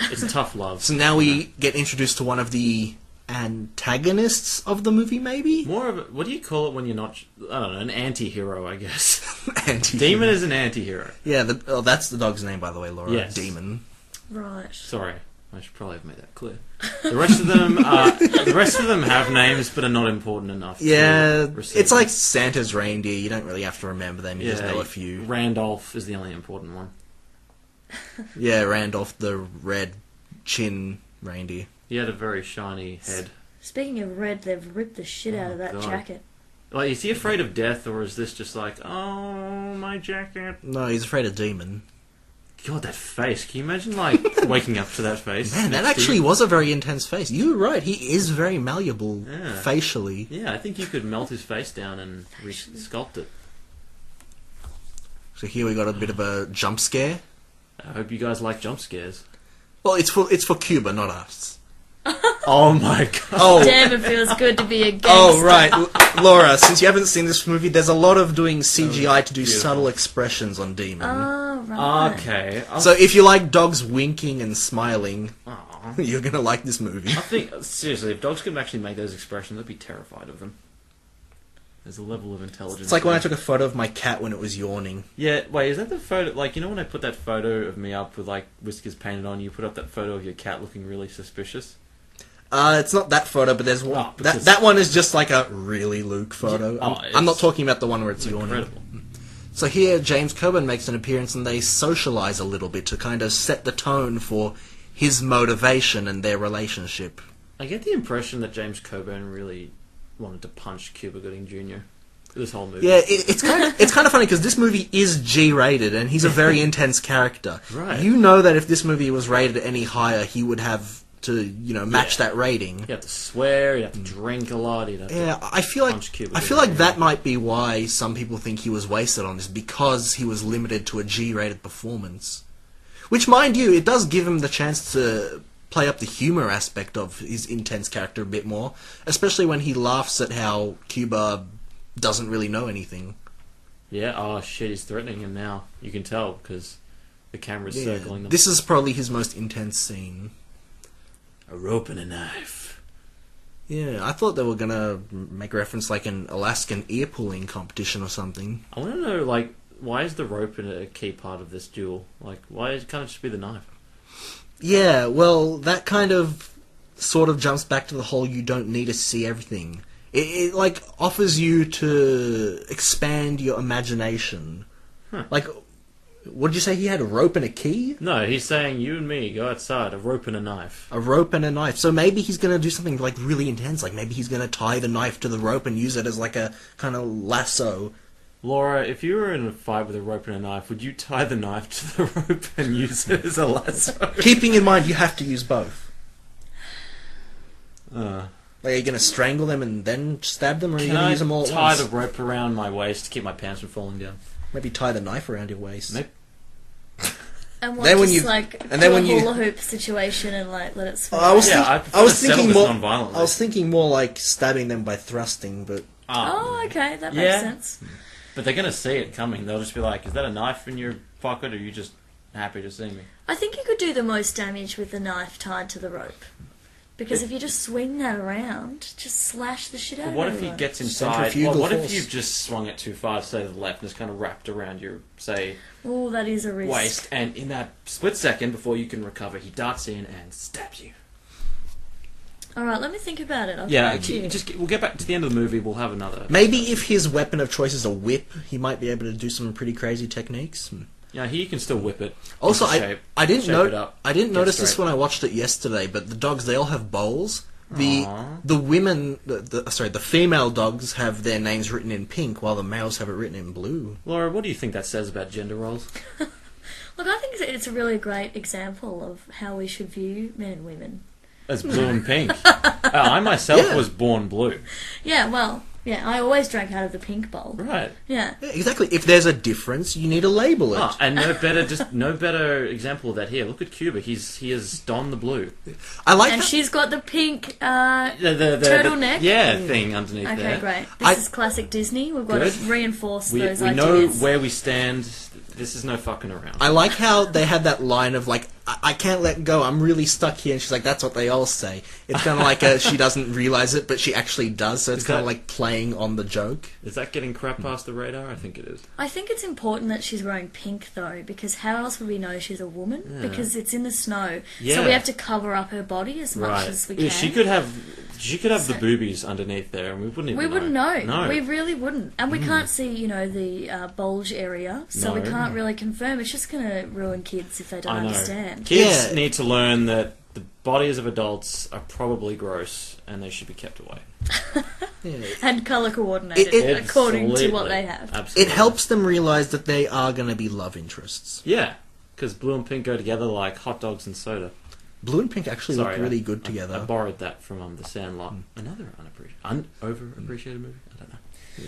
S2: it's tough love.
S1: So now we get introduced to one of the antagonists of the movie, maybe.
S2: More of a, what do you call it when you're not? I don't know, an anti-hero, I guess.
S1: Anti-
S2: Demon is an anti-hero.
S1: Yeah, the, oh, that's the dog's name, by the way, Laura.
S2: Yes.
S1: Demon.
S3: Right.
S2: Sorry, I should probably have made that clear. The rest of them, are, the rest of them have names, but are not important enough. to
S1: Yeah,
S2: receive
S1: it's like
S2: them.
S1: Santa's reindeer. You don't really have to remember them. You just know a few.
S2: Randolph is the only important one.
S1: Yeah, Randolph the red chin reindeer.
S2: He had a very shiny head.
S3: Speaking of red, they've ripped the shit out
S2: Oh,
S3: of that
S2: God.
S3: jacket.
S2: Like, is he afraid of death, or is this just like, oh, my jacket?
S1: No, he's afraid of demon.
S2: God, that face! Can you imagine like waking up to that face?
S1: Man, that actually was a very intense face. You were right. He is very malleable
S2: Yeah.
S1: facially.
S2: Yeah, I think you could melt his face down and re-sculpt it.
S1: So here we got a bit of a jump scare.
S2: I hope you guys like jump scares.
S1: Well, it's for it's for Cuba, not us.
S2: Oh my god!
S1: Oh,
S3: Damn, it feels good to be a gangster.
S1: oh, right, L- Laura. Since you haven't seen this movie, there's a lot of doing CGI to do
S2: beautiful.
S1: subtle expressions on demon.
S3: Oh, right.
S2: Okay. I'll-
S1: so if you like dogs winking and smiling,
S2: Aw.
S1: you're gonna like this movie.
S2: I think seriously, if dogs could actually make those expressions, I'd be terrified of them. There's a level of intelligence.
S1: It's like when I
S2: there.
S1: took a photo of my cat when it was yawning.
S2: Yeah, wait, is that the photo? Like, you know when I put that photo of me up with like whiskers painted on, you put up that photo of your cat looking really suspicious.
S1: Uh, it's not that photo, but there's one.
S2: Oh,
S1: that
S2: because-
S1: that one is just like a really Luke photo.
S2: Yeah, oh,
S1: I'm, I'm not
S2: it's-
S1: talking about the one where it's
S2: It's
S1: yawning.
S2: incredible.
S1: So here, James Coburn makes an appearance, and they socialize a little bit to kind of set the tone for his motivation and their relationship.
S2: I get the impression that James Coburn really wanted to punch Cuba Gooding Jr. This whole movie.
S1: Yeah, it, it's kind of it's kind of funny because this movie is G-rated, and he's a very intense character.
S2: Right.
S1: You know that if this movie was rated any higher, he would have to you know match
S2: Yeah.
S1: that rating.
S2: You have to swear. You have to drink a lot. You have to.
S1: Yeah, I feel like
S2: Punch Cuba
S1: I feel
S2: Gooding
S1: like that might be why some people think he was wasted on this because he was limited to a G-rated performance. Which, mind you, it does give him the chance to play up the humor aspect of his intense character a bit more, especially when he laughs at how Cuba doesn't really know anything.
S2: Yeah. Oh shit! He's threatening him now. You can tell because the camera's circling them.
S1: This is probably his most intense scene.
S2: a rope and a knife.
S1: Yeah, I thought they were gonna make reference like an Alaskan ear pulling competition or something.
S2: I want to know, like, why is the rope in a key part of this duel? Like, why is, can't it just be the knife?
S1: Yeah, well, that kind of sort of jumps back to the whole you don't need to see everything. It, it like offers you to expand your imagination.
S2: Huh.
S1: Like, what did you say? He had a rope and a key,
S2: No, he's saying you and me go outside, a rope and a knife.
S1: a rope and a knife. So maybe he's gonna do something like really intense. Like maybe he's gonna tie the knife to the rope and use it as like a kind of lasso.
S2: Laura, if you were in a fight with a rope and a knife, would you tie the knife to the rope and use it as a lasso?
S1: Keeping in mind you have to use both.
S2: Uh,
S1: Like, are you gonna strangle them and then stab them, or are you
S2: can
S1: gonna
S2: I
S1: use them all at
S2: tie
S1: once?
S2: the rope around my waist to keep my pants from falling down?
S1: Maybe tie the knife around your waist.
S2: Maybe-
S3: And what,
S1: Then when
S3: just
S1: you-
S3: like
S1: and then
S3: do
S1: when
S3: a
S1: you- Oh,
S3: hula hoop situation and like let it swing.
S1: I was,
S2: Yeah,
S1: think-
S2: I
S1: I
S2: prefer
S1: was
S2: to settle
S1: thinking
S2: this
S1: more.
S2: non-violently.
S1: I was thinking more like stabbing them by thrusting, but
S2: Ah,
S3: oh, okay, that makes
S2: Yeah.
S3: sense.
S2: But they're going to see it coming. They'll just be like, is that a knife in your pocket or are you just happy to see me?
S3: I think you could do the most damage with the knife tied to the rope. Because if you just swing that around, just slash the shit out
S2: But what
S3: of
S2: if he
S3: everyone.
S2: gets inside?
S1: Centrifugal
S2: Well, what
S1: force.
S2: if you've just swung it too far, say to the left, and it's kind of wrapped around your, say,
S3: Oh, that is a risk.
S2: waist, and in that split second before you can recover, he darts in and stabs you.
S3: Alright, let me think about it. I'll
S2: Yeah,
S3: come back to you.
S2: just we'll get back to the end of the movie. We'll have another.
S1: maybe if his weapon of choice is a whip, he might be able to do some pretty crazy techniques. Hmm.
S2: Yeah, he can still whip it.
S1: Also,
S2: Just
S1: I,
S2: shape-
S1: I didn't
S2: shape it
S1: know
S2: up.
S1: I didn't
S2: Get
S1: notice this
S2: straight.
S1: when I watched it yesterday, but the dogs they all have bowls. The
S2: Aw.
S1: the women, the, the, sorry, the female dogs have their names written in pink, while the males have it written in blue.
S2: Laura, what do you think that says about gender roles?
S3: Look, I think it's a really great example of how we should view men and women.
S2: That's blue and pink. Uh, I myself
S1: Yeah.
S2: was born blue.
S3: Yeah, well, yeah, I always drank out of the pink bowl.
S2: Right.
S3: Yeah.
S1: Yeah, exactly. If there's a difference, you need to label it.
S2: Ah, and no better just no better example of that here. Look at Cuba. He's he has donned the blue.
S1: I like.
S3: And
S1: how-
S3: she's got the pink, uh,
S2: The, the, the,
S3: Turtleneck?
S2: The, yeah, thing underneath there.
S3: okay, great. This
S1: I-
S3: is classic Disney. We've got
S2: Good.
S3: to reinforce
S2: We,
S3: those
S2: we know
S3: ideas.
S2: where we stand. This is no fucking around.
S1: I like how they had that line of like, I, I can't let go. I'm really stuck here, and she's like, "That's what they all say." It's kind of like a, she doesn't realize it, but she actually does. So it's
S2: Is
S1: kind of
S2: that-
S1: like playing on the joke.
S2: Is that getting crap past the radar? I think it is.
S3: I think it's important that she's wearing pink though, because how else would we know she's a woman?
S2: Yeah.
S3: Because it's in the snow, so
S2: Yeah.
S3: we have to cover up her body as much
S2: Right.
S3: as we
S2: Yeah,
S3: can.
S2: She could have she could have the
S3: So-
S2: boobies underneath there, and we wouldn't even.
S3: we wouldn't know.
S2: No. Mm.
S3: We really wouldn't, and we can't see, you know, the uh, bulge area, so we
S2: No. Mm.
S3: can't really confirm. It's just going to ruin kids if they don't
S2: I know.
S3: understand.
S2: Kids
S1: Yeah.
S2: need to learn that the bodies of adults are probably gross, and they should be kept away.
S1: Yeah.
S3: And color coordinated
S1: It- it-
S3: according to what
S2: Absolutely.
S3: they have.
S1: It
S2: Absolutely.
S1: helps them realize that they are going to be love interests.
S2: Yeah, because blue and pink go together like hot dogs and soda.
S1: Blue and pink actually
S2: Sorry,
S1: look really
S2: I-
S1: good
S2: I- I
S1: together. Hmm.
S2: borrowed that from um, The Sandlot. Another unappreciated, un- overappreciated movie. I don't know.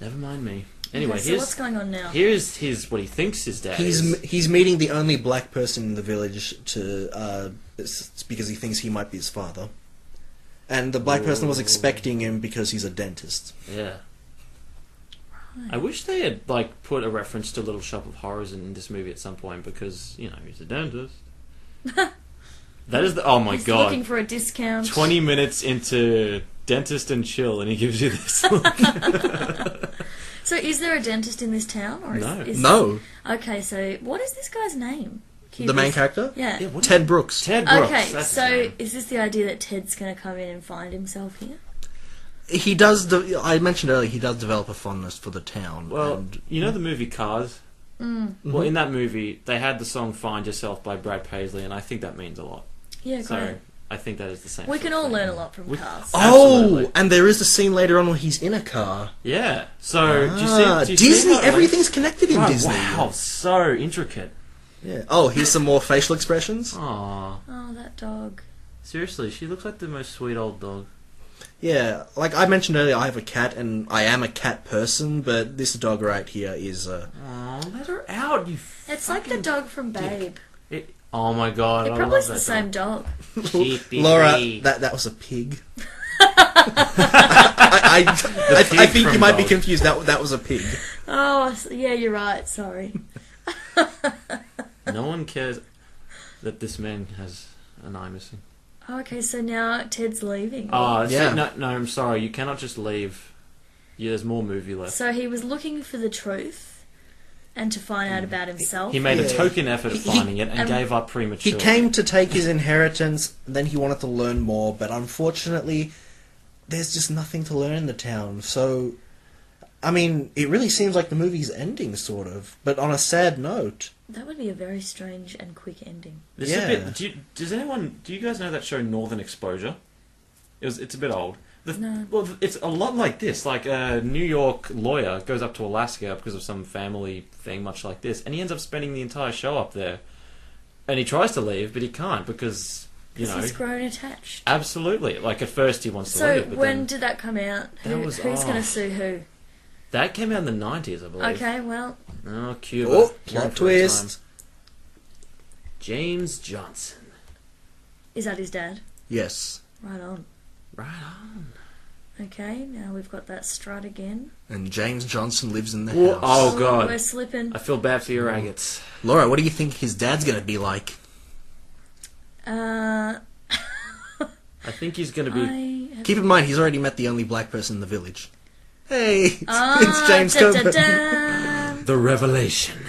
S2: Never mind me. Anyway,
S3: okay, so what's
S2: here's
S3: going on now?
S2: here's his what he thinks his dad
S1: He's
S2: is.
S1: m- he's meeting the only black person in the village to uh, it's it's because he thinks he might be his father, and the black person was
S2: Ooh.
S1: expecting him because he's a dentist.
S2: yeah. I wish they had like put a reference to Little Shop of Horrors in this movie at some point because you know he's a dentist. that is the oh my
S3: He's
S2: god.
S3: looking for a discount.
S2: 20 minutes into dentist and chill and he gives you this
S3: So, is there a dentist in this town? Or is,
S2: No.
S3: Is,
S1: No,
S3: Okay, so what is this guy's name?
S1: the main
S3: Cubist-
S1: character,
S3: Yeah.
S2: Yeah, what-
S1: Ted Brooks.
S2: Ted Brooks.
S3: Okay,
S2: that's his
S3: so
S2: name.
S3: is this the idea that Ted's going to come in and find himself here?
S1: He does. De- I mentioned earlier he does develop a fondness for the town.
S2: well,
S1: and Mhm.
S2: you know the movie Cars?
S3: Hmm.
S1: Mm-hmm.
S2: Well, in that movie, they had the song Find Yourself by Brad Paisley, and I think that means a lot.
S3: Yeah,
S2: So
S3: great.
S2: I think that is the same.
S3: We
S2: sort
S3: can
S2: of
S3: all
S2: thing.
S3: learn a lot from
S2: We-
S3: Cars.
S1: oh,
S2: absolutely.
S1: and there is a scene later on where he's in a car.
S2: Yeah. So, Oh, do you
S1: Ah,
S2: see? Do you see
S1: Disney,
S2: how, like-
S1: everything's connected in
S2: Oh,
S1: Disney.
S2: Wow, so intricate.
S1: Yeah. Oh, here's some more facial expressions.
S2: Aw.
S3: Oh, that dog.
S2: Seriously, she looks like the most sweet old dog.
S1: Yeah, like I mentioned earlier, I have a cat and I am a cat person, but this dog right here is. Uh,
S2: Aw, let her out, you
S3: It's like the
S2: fucking
S3: dog from Babe.
S2: It, oh my god.
S3: It
S2: I
S3: probably
S2: love
S3: is the same dog.
S1: Laura, that that was a pig. I, I, I, I
S2: pig
S1: think you
S2: from
S1: might be
S2: Vogue.
S1: confused. That that was a pig.
S3: Oh, I s- yeah, you're right. Sorry.
S2: no one cares that this man has an eye missing.
S3: Oh, Okay, so now Ted's leaving.
S2: Oh,
S1: Yeah.
S2: so, no, no, I'm sorry. You cannot just leave. Yeah, there's more movie left.
S3: So he was looking for the truth and to find out about himself.
S2: Mm. he made a
S1: Yeah.
S2: token effort of
S1: He- he-
S2: finding it and
S3: um,
S2: gave up
S1: He
S2: prematurely.
S1: came to take his inheritance, then he wanted to learn more, but unfortunately, there's just nothing to learn in the town. So, I mean, it really seems like the movie's ending, sort of, but on a sad note.
S3: That would be a very strange and quick ending.
S2: This is a
S1: Yeah.
S2: bit. Do you, does anyone? Do you guys know that show Northern Exposure? It was. It's a bit old. The,
S3: No.
S2: Well, th- it's a lot like this. Like a New York lawyer goes up to Alaska because of some family thing, much like this, and he ends up spending the entire show up there. And he tries to leave, but he can't because you
S3: 'Cause
S2: know.
S3: he's grown attached.
S2: Absolutely. Like at first he wants to
S3: So
S2: leave, but
S3: when
S2: then
S3: did that come out?
S2: That
S3: Who,
S2: was-
S3: who's going
S2: oh.
S3: to sue who?
S2: that came out in the nineties, I believe.
S3: Okay, well,
S2: Oh, Cuba.
S1: Oh,
S2: You're in
S1: plot
S2: for a
S1: twist!
S2: time. James Johnson.
S3: is that his dad?
S1: Yes,
S3: Right on.
S2: Right on.
S3: Okay, now we've got that strut again.
S1: and James Johnson lives in the
S2: Wha-
S1: house.
S2: oh, God.
S3: we're slipping.
S2: I feel bad for your
S1: Hmm.
S2: aggots.
S1: Laura, what do you think his dad's gonna be like?
S3: Uh,
S2: I think he's going to be.
S3: I have...
S1: Keep in mind, he's already met the only black person in the village. Hey, it's,
S3: Ah,
S1: it's James
S3: da, da,
S1: Coburn.
S3: da.
S2: The revelation.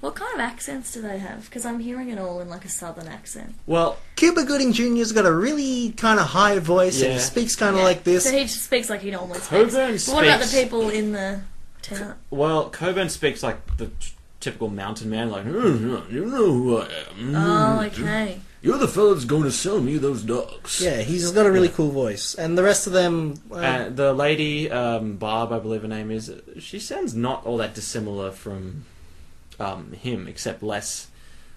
S3: What kind of accents do they have? Because I'm hearing it all in like a southern accent.
S2: Well,
S1: Cuba Gooding Jr.'s got a really kind of high voice and he
S2: Yeah.
S1: speaks kind of
S3: Yeah.
S1: like this.
S3: So he just speaks like he normally speaks.
S2: Coburn
S3: But what about the
S2: speaks-
S3: people in the watch out.
S2: Well, Coburn speaks like the t- typical mountain man, like, "Hmm, you know who I am.
S3: Oh, okay.
S2: You're the fellow that's going to sell me those dogs.
S1: Yeah, he's got a really cool voice, and the rest of them. uh,
S2: Uh, the lady, um, Barb, I believe her name is, she sounds not all that dissimilar from um, him, except less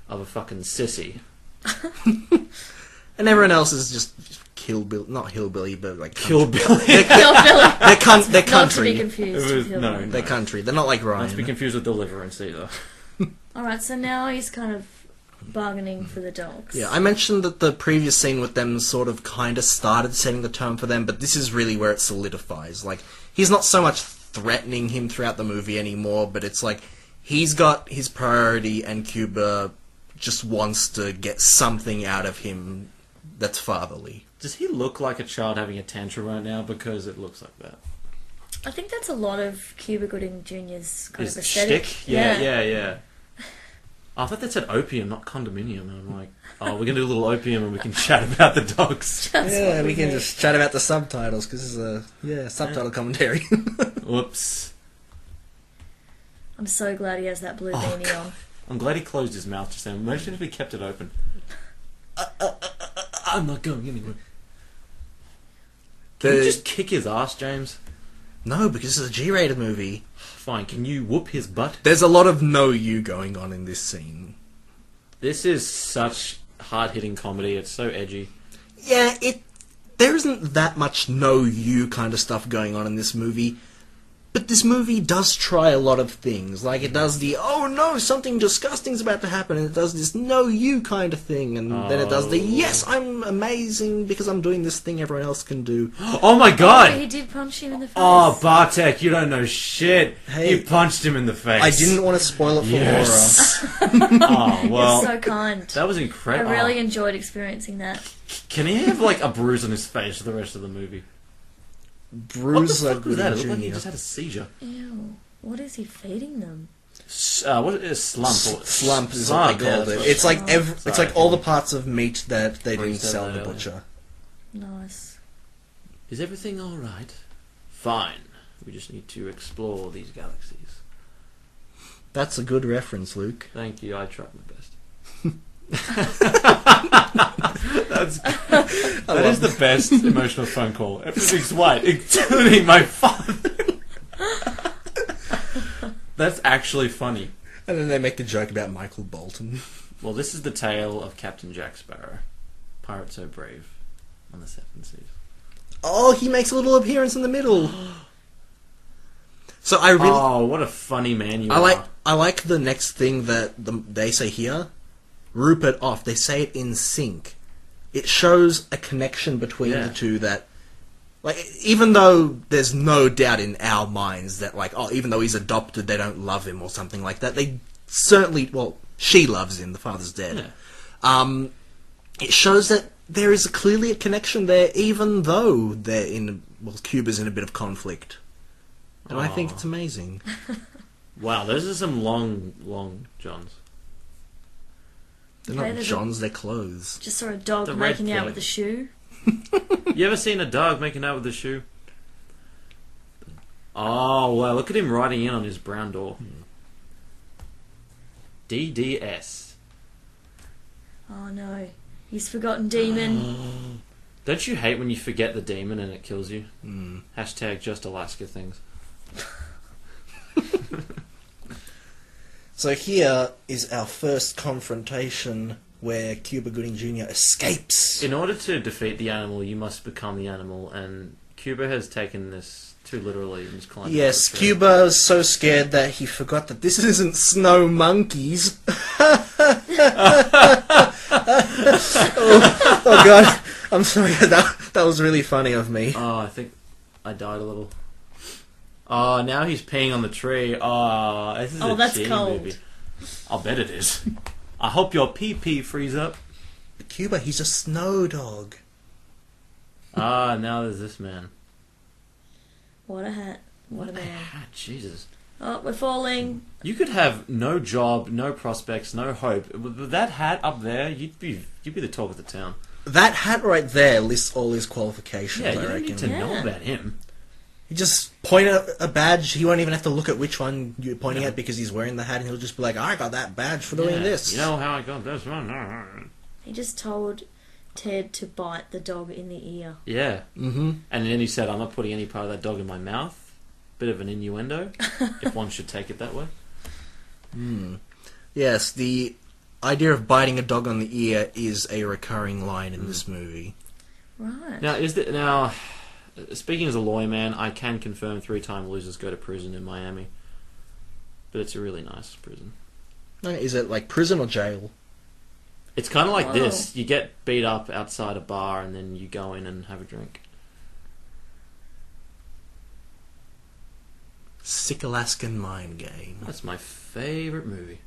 S2: of a fucking sissy.
S1: and everyone else is just hillbilly, not hillbilly, but like
S2: Kill Billy.
S3: Your Philip,
S1: They're, con- they're
S3: not to
S1: country.
S3: be confused.
S2: It was-
S3: with Hill.
S2: no.
S1: They're country. They're not like
S2: Not
S1: Ryan.
S2: to be confused with Deliverance either.
S3: All right, so now he's kind of bargaining for the dogs.
S1: Yeah, I mentioned that the previous scene with them sort of kind of started setting the tone for them, but this is really where it solidifies. Like, he's not so much threatening him throughout the movie anymore, but it's like he's got his priority, and Cuba just wants to get something out of him that's fatherly.
S2: Does he look like a child having a tantrum right now? Because it looks like that.
S3: I think that's a lot of Cuba Gooding Jr.'s kind
S2: His
S3: of aesthetic.
S2: shtick? Yeah, yeah, yeah. I thought that said opium, not condominium. And I'm like, oh, we're gonna do a little opium and we can chat about the dogs.
S3: That's what need.
S1: chat about the subtitles because this is a yeah subtitle commentary.
S2: Whoops.
S3: I'm so glad he has that blue
S2: Oh,
S3: beanie
S2: God.
S3: on.
S2: I'm glad he closed his mouth just then. Imagine if he kept it open. Uh, uh, uh, uh, uh, I'm not going anywhere. Can you
S1: The-
S2: just kick his ass, James?
S1: no, because this is a G-rated movie.
S2: Fine. Can you whoop his butt?
S1: There's a lot of no you going on in this scene.
S2: This is such hard-hitting comedy. It's so edgy.
S1: yeah, it there isn't that much no you kind of stuff going on in this movie. But this movie does try a lot of things. Like it does the oh no, something disgusting's about to happen and it does this no you kind of thing and then it does the
S2: Oh.
S1: yes, I'm amazing because I'm doing this thing everyone else can do.
S2: Oh my
S3: But
S2: god!
S3: he did punch him in the face.
S2: Oh, Bartek, you don't know shit.
S1: Hey.
S2: you punched him in the face.
S1: I didn't want to spoil it for Laura.
S2: Yes. oh well,
S3: so kind.
S2: that was
S3: I
S2: incredible. Oh,
S3: really enjoyed experiencing that.
S2: Can he have like a bruise on his face for the rest of the movie?
S1: Bruce
S2: what the fuck was that? It looked like he
S1: Jr.
S2: just had a seizure.
S3: Ew. What is he feeding them?
S2: S- Uh, what is slump? Or,
S1: slump is what they
S2: yeah,
S1: called
S2: that's
S1: it.
S2: what-
S1: It's like ev- it's
S2: Sorry.
S1: like all the parts of meat that they didn't
S2: Bruce said
S1: sell in
S2: that
S1: the
S2: earlier.
S1: butcher.
S3: Nice.
S2: Is everything all right? Fine. We just need to explore these galaxies.
S1: That's a good reference, Luke.
S2: Thank you. I tried my best. That's that is the best emotional phone call. Everything's white, including my father. That's actually funny.
S1: And then they make the joke about Michael Bolton.
S2: Well, this is the tale of Captain Jack Sparrow, pirate so brave, on the seven seas.
S1: Oh, he makes a little appearance in the middle. So I really,
S2: Oh, what a funny man you
S1: I
S2: are!
S1: like, I like the next thing that the, they say here. Rupert off. They say it in sync. It shows a connection between
S2: Yeah.
S1: the two that, like, even though there's no doubt in our minds that, like, oh, even though he's adopted, they don't love him or something like that. They certainly, well, she loves him. The father's dead.
S2: Yeah.
S1: Um, it shows that there is clearly a connection there, even though they're in well, Cuba's in a bit of conflict, and I think
S2: Aw.
S1: it's amazing.
S2: Wow, those are some long, long johns.
S1: They're
S3: Okay,
S1: not
S3: there's a-
S1: John's, they're clothes.
S3: Just saw a dog
S2: The red
S3: making out
S2: thing.
S3: with a shoe.
S2: You ever seen a dog making out with a shoe? Oh wow! Look at him riding in on his brown door. DDS.
S3: Oh no. He's forgotten demon.
S2: Don't you hate when you forget the demon and it kills you?
S1: Mm.
S2: Hashtag just Alaska things.
S1: So here is our first confrontation where Cuba Gooding Jr. escapes.
S2: In order to defeat the animal, you must become the animal, and Cuba has taken this too literally and is climbing.
S1: Yes,
S2: up a tree.
S1: Cuba is so scared that he forgot that this isn't snow monkeys. oh, oh god, I'm sorry. That that was really funny of me.
S2: Oh, I think I died a little. Oh, now he's peeing on the tree. Oh, this is
S3: Oh,
S2: a
S3: that's
S2: cheating
S3: cold.
S2: movie. I'll bet it is. I hope your pee pee frees up.
S1: Cuba, he's a snow dog.
S2: Ah, now there's this man.
S3: What a hat. What a man.
S2: Ah, Jesus.
S3: Oh, we're falling.
S2: You could have no job, no prospects, no hope. With with that hat up there, you'd be you'd be the talk of the town.
S1: That hat right there lists all his qualifications.
S2: Yeah,
S1: I
S2: you don't
S1: reckon.
S2: need to know
S3: Yeah.
S2: about him.
S1: You just point at a badge. He won't even have to look at which one you're pointing at because he's wearing the hat, and he'll just be like, "I got that badge for doing
S2: Yeah,
S1: this."
S2: You know how I got this one?
S3: He just told Ted to bite the dog in the ear.
S2: Yeah.
S1: Mm-hmm.
S2: And then he said, I'm not putting any part of that dog in my mouth. Bit of an innuendo, if one should take it that way.
S1: Yes, the idea of biting a dog on the ear is a recurring line in this movie.
S3: Right.
S2: Now, is that now? Speaking as a lawyer, man, I can confirm three-time losers go to prison in Miami, but it's a really nice prison.
S1: No, Is it like prison or jail?
S2: It's kind of like
S3: Wow.
S2: this: you get beat up outside a bar, and then you go in and have a drink.
S1: Sick Alaskan mind game.
S2: That's my favorite movie.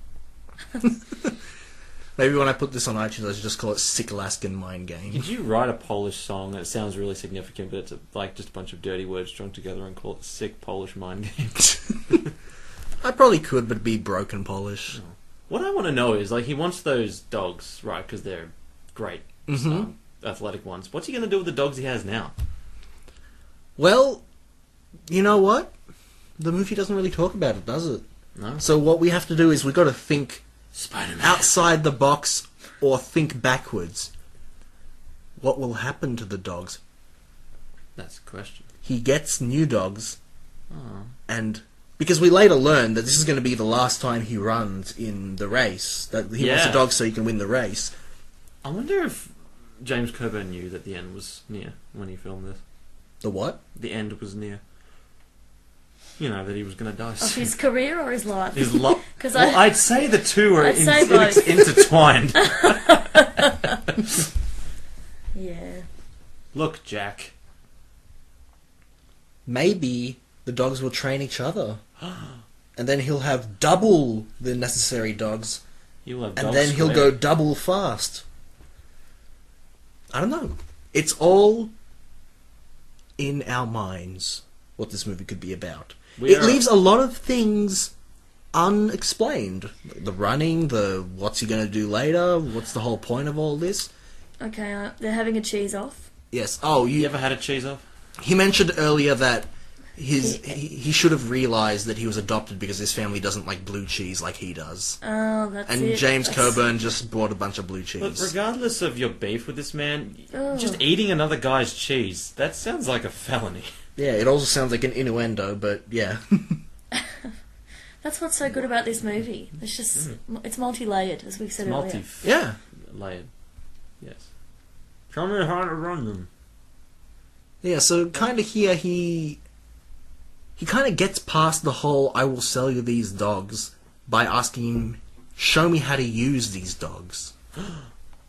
S1: Maybe when I put this on iTunes, I should just call it Sick Alaskan mind game.
S2: Did you write a Polish song that sounds really significant, but it's a, like just a bunch of dirty words strung together and call it "Sick Polish Mind Game"?
S1: I probably could, but it'd be broken Polish.
S2: What I want to know is like he wants those dogs, right? Because they're great,
S1: Mhm.
S2: um, athletic ones. What's he going to do with the dogs he has now?
S1: Well, you know what? The movie doesn't really talk about it, does it?
S2: No,
S1: So what we have to do is we got to think
S2: Spider-Man.
S1: outside the box or think backwards. What will happen to the dogs?
S2: That's the question.
S1: He gets new dogs,
S2: Oh.
S1: and because we later learn that this is going to be the last time he runs in the race, that he wants a
S2: Yeah.
S1: dog so he can win the race.
S2: I wonder if James Coburn knew that the end was near when he filmed this.
S1: The what?
S2: The end was near. You know that he was going to die.
S3: Of
S2: Soon.
S3: his career or his life?
S2: His love.
S3: 'Cause
S2: well,
S3: I-
S2: I'd say the two are
S3: I'd
S2: in-
S3: say both.
S2: intertwined.
S3: yeah.
S2: Look, Jack.
S1: Maybe the dogs will train each other, and then he'll have double the necessary dogs
S2: You'll have
S1: and
S2: dogs
S1: then he'll go
S2: square.
S1: double fast. I don't know. It's all in our minds what this movie could be about.
S2: We
S1: it
S2: are-
S1: leaves a lot of things unexplained. The running, the what's he going to do later, what's the whole point of all this?
S3: Okay, uh, they're having a cheese off.
S1: Yes. Oh, you,
S2: You ever had a cheese off?
S1: he mentioned earlier that his he, he should have realized that he was adopted because his family doesn't like blue cheese like he does.
S3: Oh, that's
S1: And
S3: it.
S1: James
S3: That's-
S1: Coburn just bought a bunch of blue
S2: Look,
S1: cheese.
S2: regardless of your beef with this man,
S3: Ugh.
S2: just eating another guy's cheese—that sounds like a felony.
S1: Yeah, it also sounds like an innuendo, but yeah.
S3: That's what's so good about this movie. It's just
S2: Mm.
S3: it's multi-layered, as we said earlier.
S2: Multi-layered.
S1: yeah.
S2: Yes. Tell me how to run them.
S1: Yeah, so kind of here he he kind of gets past the whole I will sell you these dogs by asking him show me how to use these dogs.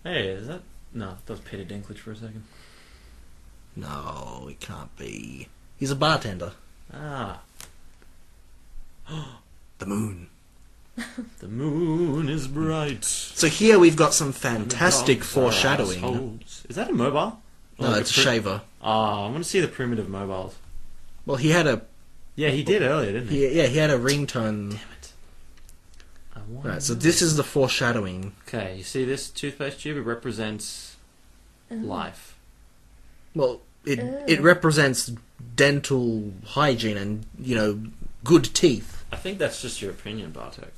S2: Hey, is that? No, that was Peter Dinklage for a second.
S1: No, it can't be. He's a bartender.
S2: Ah,
S1: The moon.
S2: the moon is bright.
S1: So here we've got some fantastic
S2: The dogs are
S1: foreshadowing.
S2: assholes. Is that a mobile?
S1: No,
S2: Like
S1: it's a
S2: pri-
S1: shaver.
S2: Ah, I want to see the primitive mobiles.
S1: Well, he had a
S2: Yeah, he did earlier, didn't he?
S1: he, yeah, he had a ringtone.
S2: Damn it. I want.
S1: Right, so this is the foreshadowing.
S2: Okay, you see this toothpaste tube? It represents Mm-hmm. life.
S1: Well, it it
S3: Oh.
S1: represents dental hygiene and, you know, good teeth.
S2: I think that's just your opinion, Bartek.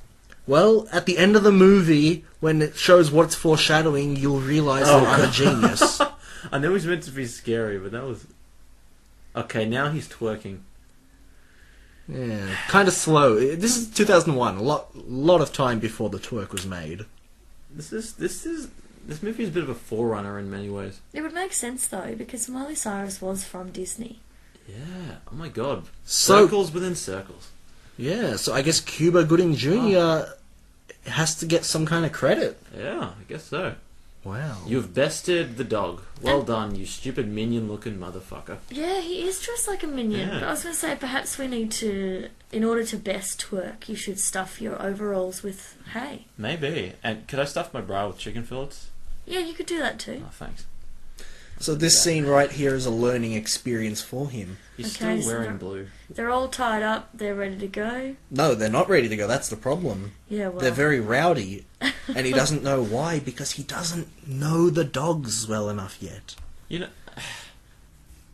S1: Well, at the end of the movie, when it shows what it's foreshadowing, you'll realize
S2: Oh,
S1: that I'm a genius.
S2: I know he's meant to be scary, but that was. Okay, now he's twerking.
S1: yeah, kind of slow. This is 2001, a lot, lot of time before the twerk was made.
S2: This is this is this movie is a bit of a forerunner in many ways.
S3: It would make sense though, because Miley Cyrus was from Disney.
S2: Yeah. Oh my god.
S1: So-
S2: circles within circles.
S1: Yeah, so I guess Cuba Gooding Jr. has to get some kind of credit.
S2: Yeah, I guess so.
S1: Wow.
S2: You've bested the dog. Well done, you stupid minion-looking motherfucker.
S3: Yeah, he is dressed like a minion.
S2: Yeah.
S3: But I was going to say, perhaps we need to, in order to best twerk, you should stuff your overalls with hay.
S2: Maybe. And could I stuff my bra with chicken fillets?
S3: Yeah, you could do that too.
S2: Oh, thanks.
S1: so this scene right here is a learning experience for him.
S2: He's
S3: Okay,
S2: still
S3: so
S2: wearing
S3: that-
S2: blue.
S3: They're all tied up. They're ready to go.
S1: No, they're not ready to go. That's the problem.
S3: Yeah, well,
S1: They're very rowdy, and he doesn't know why because he doesn't know the dogs well enough yet.
S2: You know,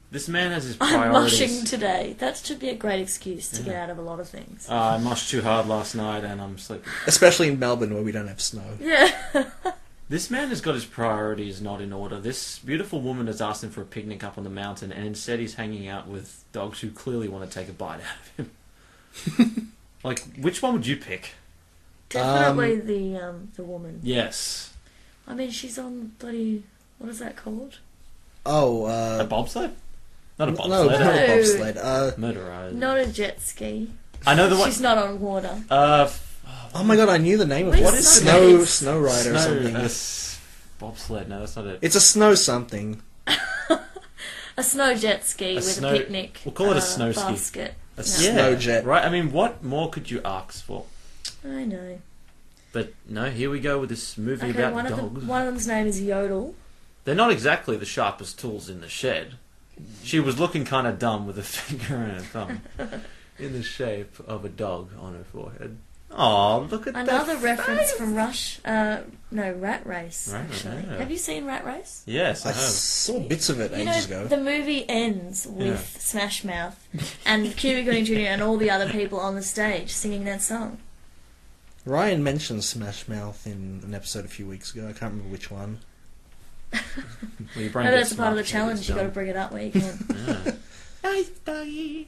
S2: This man has his
S3: I'm
S2: priorities.
S3: mushing today. That should be a great excuse to get out of a lot of things.
S2: Uh, I mushed too hard last night and I'm sleeping.
S1: Especially in Melbourne where we don't have snow.
S3: Yeah.
S2: This man has got his priorities not in order. This beautiful woman has asked him for a picnic up on the mountain, and instead he's hanging out with dogs who clearly want to take a bite out of him. like, which one would you pick?
S3: Definitely the um, the woman.
S2: Yes,
S3: I mean, she's on bloody what is that called?
S1: Oh,
S2: a
S1: uh.
S2: bobsled? Not a
S1: n- no, not
S2: bobsled.
S1: a
S3: No.
S1: bobsled. Uh,
S2: Murderer.
S3: Not a jet ski.
S2: I know the one.
S3: She's not on water.
S2: Uh, f-
S1: oh my god, I knew the name of
S3: What
S1: it.
S2: is
S1: snow,
S3: that?
S1: snow rider or
S2: snow,
S1: something?
S2: uh, s- bobsled. No, that's not it.
S1: It's a snow something.
S3: A snow jet ski
S2: A
S3: with
S2: snow-
S3: a picnic.
S2: we'll call it a
S3: uh,
S2: snow ski.
S3: basket.
S2: A
S1: Yeah. snow jet.
S2: Right. I mean, what more could you ask for?
S3: I know.
S2: But no, here we go with this movie
S3: Okay,
S2: about
S3: one of,
S2: dogs.
S3: the, one of them's name is Yodel.
S2: They're not exactly the sharpest tools in the shed. She was looking kind of dumb with a finger and a thumb in the shape of a dog on her forehead. Oh, look at
S3: Another
S2: that.
S3: reference from Rush. Uh, no, Rat Race.
S2: Right,
S3: actually,
S2: yeah.
S3: have you seen Rat Race?
S2: Yes, I
S1: I
S2: have.
S1: saw bits of it
S3: You
S1: ages
S3: know,
S1: ago.
S3: the movie ends with
S2: Yeah.
S3: Smash Mouth and Cuba Gooding Jr. and all the other people on the stage singing that song.
S1: Ryan mentioned Smash Mouth in an episode a few weeks ago. I can't remember which one.
S2: Well, your brain
S3: Maybe
S2: gets
S3: that's a part of
S2: smart,
S3: the challenge.
S2: it
S3: you got to
S2: gets
S3: bring it up where you can.
S2: dumb. Yeah.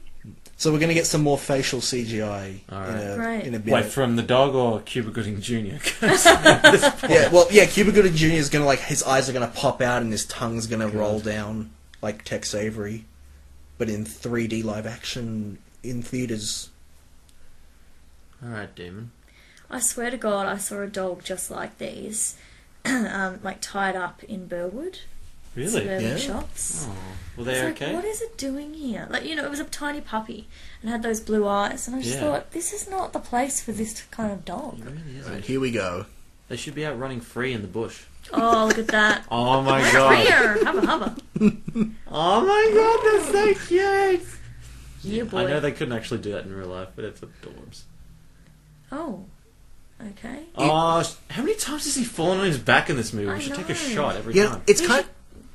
S1: So we're going to get some more facial CGI
S2: All
S1: in, a,
S3: Great.
S1: in a bit.
S2: Wait, from the dog or Cuba Gooding Jr.?
S1: yeah, well, yeah, Cuba Gooding Jr. is going to, like, his eyes are going to pop out and his tongue's going to roll down like Tex Avery, but in 3D live action in theaters.
S2: All right, Demon.
S3: I swear to God, I saw a dog just like these, um, like tied up in Burwood
S2: Really?
S3: suburban
S1: Yeah.
S3: shops.
S2: Oh, well,
S3: It's
S2: they're
S3: like,
S2: okay.
S3: what is it doing here? Like, you know, it was a tiny puppy and had those blue eyes, and I just
S2: Yeah.
S3: thought, this is not the place for this kind of dog.
S2: It really isn't.
S1: Alright, here we go.
S2: They should be out running free in the bush.
S3: Oh, look at that.
S2: Oh my god!
S3: Here, hubba hubba.
S2: oh my god, they're so cute.
S3: Yeah, boy.
S2: I know they couldn't actually do that in real life, but it's adorbs.
S3: Oh, okay.
S2: Oh, sh- how many times has he fallen on his back in this movie?
S3: I
S2: We should take
S3: know.
S2: a shot every
S1: Yeah,
S2: time.
S1: it's kind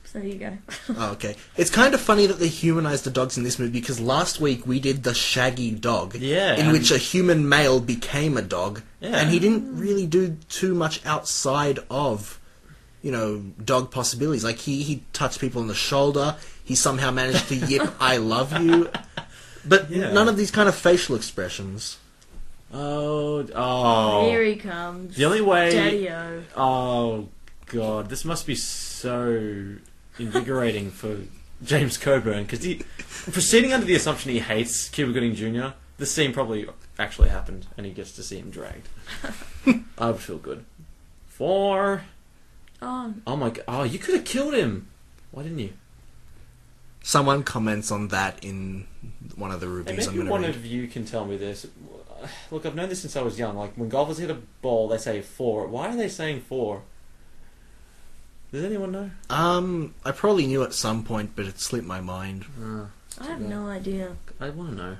S3: So there you go.
S1: Oh, okay. It's kind of funny that they humanized the dogs in this movie because last week we did the Shaggy dog,
S2: Yeah,
S1: in
S2: and-
S1: which a human male became a dog,
S2: Yeah.
S1: and he didn't really do too much outside of, you know, dog possibilities. Like he he touched people on the shoulder. He somehow managed to yip "I love you," but
S2: Yeah.
S1: none of these kind of facial expressions.
S2: Oh, oh.
S3: Here he comes.
S2: the only way.
S3: Daddy-o.
S2: Oh god, this must be so invigorating for James Coburn because he, proceeding under the assumption he hates Cuba Gooding Jr., this scene probably actually happened, and he gets to see him dragged. I would feel good. Four.
S3: Oh,
S2: Oh my god! Oh, you could have killed him. Why didn't you?
S1: Someone comments on that in one of the
S2: Hey,
S1: reviews
S2: maybe
S1: I'm
S2: one
S1: going to read.
S2: of you can tell me this. Look, I've known this since I was young. Like when golfers hit a ball, they say four. Why are they saying four? Does anyone know?
S1: Um, I probably knew at some point, but it slipped my mind.
S3: I have no idea.
S2: Uh, I want to know.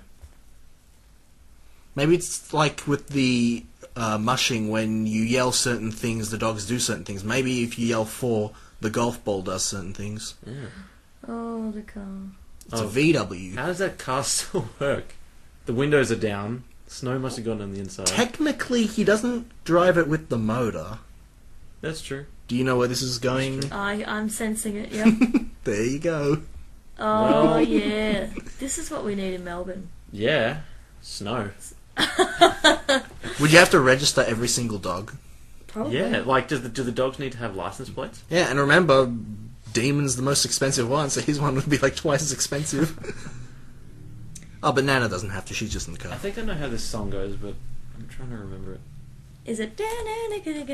S1: Maybe it's like with the uh, mushing when you yell certain things, the dogs do certain things. Maybe if you yell four, the golf ball does certain things.
S3: Oh, the car.
S1: It's
S2: Oh.
S1: a VW.
S2: How does that car still work? The windows are down. Snow must have gone on the inside.
S1: Technically, he doesn't drive it with the motor.
S2: That's true.
S1: Do you know where this is going?
S3: I, I'm sensing it, yep.
S1: There you go.
S3: Oh,
S2: Well-
S3: yeah. This is what we need in Melbourne.
S2: Yeah, snow.
S1: Would you have to register every single dog?
S3: Probably.
S2: Yeah, like does the do the dogs need to have license plates?
S1: Yeah, and remember, Demon's the most expensive one, so his one would be like twice as expensive. oh, but Nana doesn't have to. She's just in the
S2: I
S1: car.
S2: think I know how this song goes, but I'm trying to remember it.
S3: Is it... Because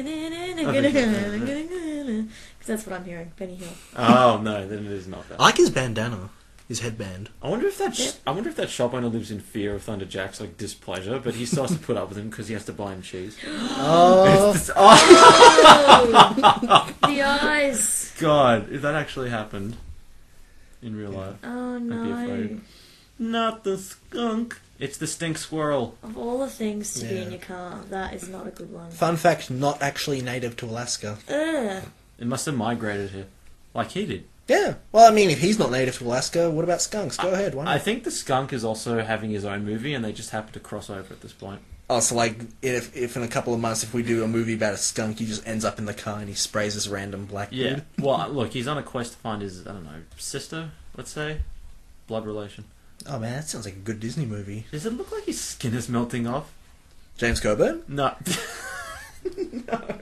S3: that's what I'm hearing. Benny Hill.
S2: Oh no, then it is not that.
S1: I like his bandana, his headband.
S2: I wonder if that sh- I wonder if that shop owner lives in fear of Thunder Jack's like displeasure, but he starts to put up with him because he has to buy him cheese.
S1: Oh,
S3: the eyes.
S2: God, if that actually happened in real life,
S3: Oh,
S2: I'd be
S3: no.
S2: afraid. Not the skunk. It's the stink squirrel.
S3: Of all the things to be in
S1: Yeah.
S3: your car, that is not a good one.
S1: fun fact: not actually native to Alaska.
S3: Ugh.
S2: It must have migrated here, like he did.
S1: Yeah. Well, I mean, if he's not native to Alaska, what about skunks? Go ahead. Why not?
S2: I think the skunk is also having his own movie, and they just happen to cross over at this point.
S1: oh, so like, if, if in a couple of months, if we do a movie about a skunk, he just ends up in the car and he sprays this random black dude.
S2: well, look, he's on a quest to find his I don't know sister. Let's say, blood relation.
S1: Oh man, that sounds like a good Disney movie.
S2: Does it look like his skin is melting off?
S1: James Coburn?
S2: No.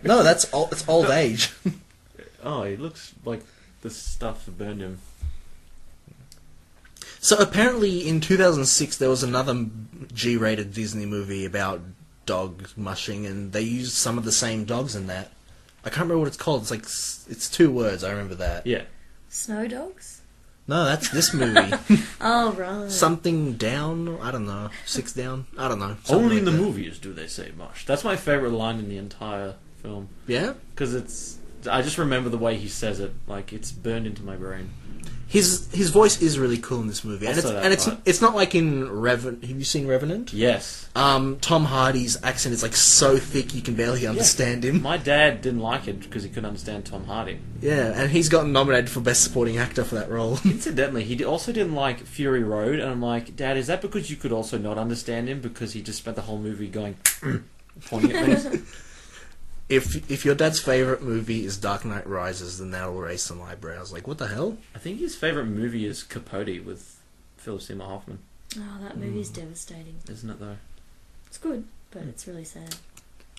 S1: No, that's old, it's old age.
S2: oh, he looks like the stuff that burned him.
S1: So apparently, in 2006, there was another G-rated Disney movie about dog mushing, and they used some of the same dogs in that. I can't remember what it's called. It's like s- it's two words. I remember that.
S2: Yeah.
S3: Snow dogs?
S1: No, that's this movie.
S3: Oh, right.
S1: Something down. I don't know. Six down. I don't know. Something
S2: Only in the
S1: like that.
S2: movies do they say mush. That's my favorite line in the entire film
S1: Yeah.
S2: because it's. I just remember the way he says it. Like it's burned into my brain.
S1: His his voice is really cool in this movie, and
S2: Also
S1: it's
S2: that
S1: and it's
S2: part.
S1: it's not like in Revenant. Have you seen Revenant?
S2: Yes.
S1: Um, Tom Hardy's accent is like so thick you can barely understand him.
S2: My dad didn't like it because he couldn't understand Tom Hardy.
S1: Yeah, and he's gotten nominated for Best Supporting Actor for that role.
S2: Incidentally, he d- also didn't like Fury Road, and I'm like, Dad, is that because you could also not understand him because he just spent the whole movie going pointing at things?
S1: if if your dad's favorite movie is Dark Knight Rises, then that'll raise some eyebrows. Like, what the hell?
S2: I think his favorite movie is Capote with Philip Seymour Hoffman,
S3: Oh, that movie's devastating.
S2: isn't it? Though.
S3: It's good, but it's really sad.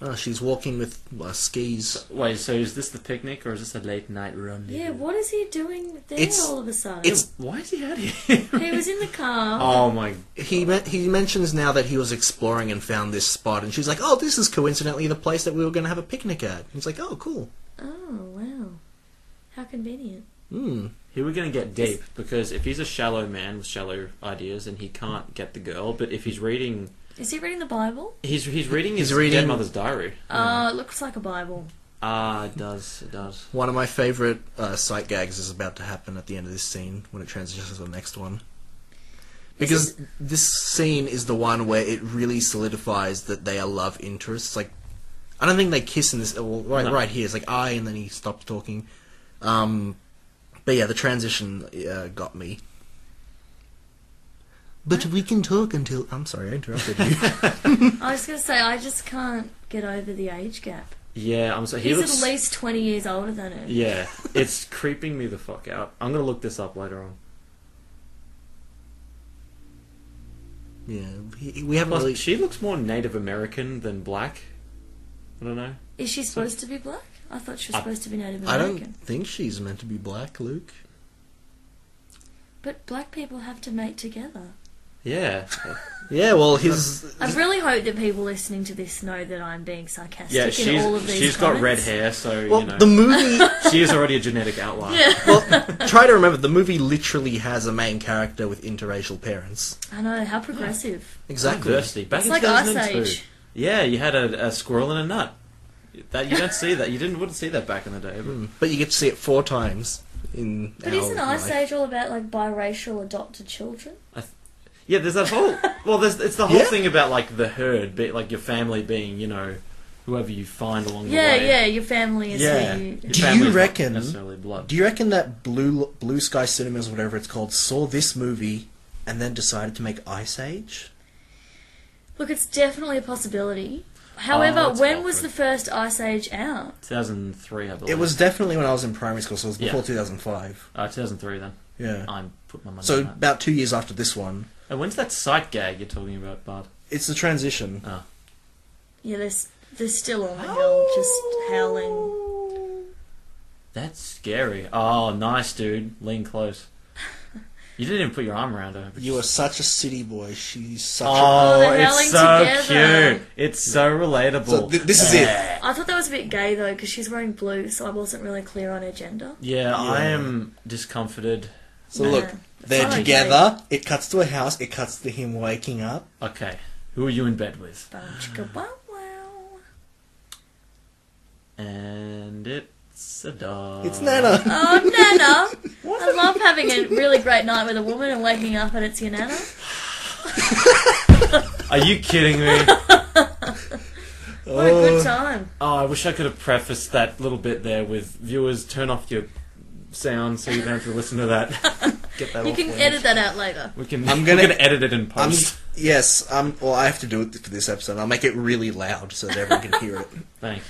S1: Oh, she's walking with uh, skis.
S2: Wait, so is this the picnic or is this a late night run?
S3: Yeah, what is he doing there
S1: It's-
S3: all of a sudden?
S1: it's-
S2: Why is he out here?
S3: he was in the car.
S2: oh my!
S1: He men- he mentions now that he was exploring and found this spot, and she's like, "Oh, this is coincidentally the place that we were going to have a picnic at." He's like, "Oh, cool."
S3: Oh, wow. How convenient.
S1: Hmm.
S2: Here we're gonna get deep because if he's a shallow man with shallow ideas and he can't get the girl, but if he's reading,
S3: Is he reading the Bible?
S2: he's he's reading
S1: He's
S2: his
S1: reading-
S2: dead mother's diary.
S3: Oh, it looks like a Bible.
S2: Ah, it does. It does.
S1: One of my favorite uh, sight gags is about to happen at the end of this scene when it transitions to the next one. Because this scene is the one where it really solidifies that they are love interests. Like, I don't think they kiss in this. Well, right,
S2: No.
S1: right here, it's like I, and then he stops talking. Um, but yeah, the transition uh, got me. But we can talk until. I'm sorry, I interrupted you.
S3: I was going to say, I just can't get over the age gap.
S2: Yeah, I'm so he
S3: He's
S2: looks.
S3: at least 20 years older than her.
S2: Yeah, it's creeping me the fuck out. I'm gonna look this up later on.
S1: yeah, we, we haven't
S2: Plus,
S1: really.
S2: she looks more Native American than black. I don't know.
S3: Is she supposed to be black? I thought she was
S2: I-
S3: supposed to be Native
S1: I
S3: American.
S1: don't think she's meant to be black, Luke.
S3: But black people have to mate together.
S2: Yeah,
S1: Yeah, well, his
S3: I really hope that people listening to this know that I'm being sarcastic
S2: yeah.
S3: in
S2: She's
S3: all of these
S2: she's got red
S3: comments.
S2: hair, so
S1: Well,
S2: you know
S1: the movie.
S2: she is already a genetic outlier.
S1: well, try to remember. The movie literally has a main character with interracial parents.
S3: I know, how progressive.
S2: Diversity. Back
S3: It's
S2: in
S3: like Ice
S2: 2002.
S3: Age.
S2: Yeah, you had a, a squirrel and a nut. That you don't see that. You didn't wouldn't see that back in the day. But
S1: Hmm. But you get to see it four times in.
S3: But
S1: our
S3: isn't Ice
S1: life.
S3: Age all about like biracial adopted children?
S2: yeah, there's that whole. Well, there's it's the whole
S1: Yeah.
S2: thing about like the herd, be, like your family being, you know, whoever you find along
S3: Yeah,
S2: the way.
S3: yeah, your family is
S1: Yeah.
S3: who you...
S2: Your
S1: Do you
S2: family's not
S1: reckon-
S2: necessarily blood?
S1: Do you reckon that Blue Blue Sky Cinemas, whatever it's called, saw this movie and then decided to make Ice Age?
S3: Look, it's definitely a possibility. However,
S2: Oh, that's
S3: when was the
S2: awkward.
S3: first Ice Age out?
S2: 2003, I believe.
S1: It was definitely when I was in primary school, so it was before
S2: Yeah. Oh,
S1: 2005.
S2: uh, 2003 then.
S1: Yeah.
S2: I'm put my money
S1: so
S2: on that.
S1: about two years after this one,
S2: And when's that sight gag you're talking about, Bart?
S1: it's the transition.
S2: Ah.
S3: Yeah, they're, s- they're still on the hill,
S2: Oh.
S3: just howling.
S2: That's scary. Oh, nice, dude. Lean close. You didn't even put your arm around her.
S1: You are such a city boy. She's such. a...
S2: Oh,
S3: Oh, they're
S2: it's so
S3: howling together.
S2: cute. It's so relatable.
S1: So th- this is it.
S3: I thought that was a bit gay though, because she's wearing blue, so I wasn't really clear on her gender.
S2: Yeah, I
S1: Yeah.
S2: am discomforted.
S1: So
S3: Nah.
S1: look, they're
S3: Sorry,
S1: together. It cuts to a house. It cuts to him waking up.
S2: Okay, who are you in bed with?
S3: Bow chicka wow wow.
S2: And it's a dog.
S1: It's Nana.
S3: Oh, Nana! I love having a really great night with a woman and waking up and it's your Nana.
S2: Are you kidding me?
S3: What a good time.
S2: Oh, I wish I could have prefaced that little bit there with viewers turn off your sound, so you don't have to listen to that. Get that
S3: You
S2: off
S3: can
S2: when-
S3: edit that out later.
S2: We can.
S1: I'm
S2: I'm
S1: gonna-
S2: gonna, edit it in
S1: I'm,
S2: post.
S1: yes, um, well, I have to do it for this episode. I'll make it really loud so that everyone can hear it.
S2: Thank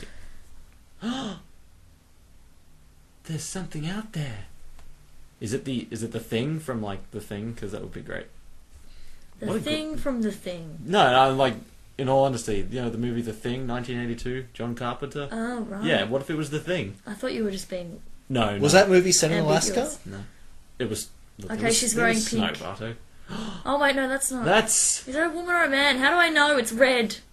S2: you. There's something out there. Is it the is it the thing from like the thing? Because that would be great. What a
S3: The
S2: good-
S3: thing from the thing.
S2: No, no, like in all honesty, you know the movie The Thing, 1982, John Carpenter.
S3: Oh right.
S2: yeah, what if it was the thing?
S3: I thought you were just being.
S2: No,
S1: Was
S2: no,
S1: that movie set in Alaska?
S3: Ambiguous.
S2: no? It was. look, it
S3: Okay,
S2: was-
S3: she's
S2: it
S3: wearing
S2: was snow,
S3: pink.
S2: Barto.
S3: Oh wait, no, that's not.
S2: That's
S3: Is that a woman or a man? How do I know? It's red.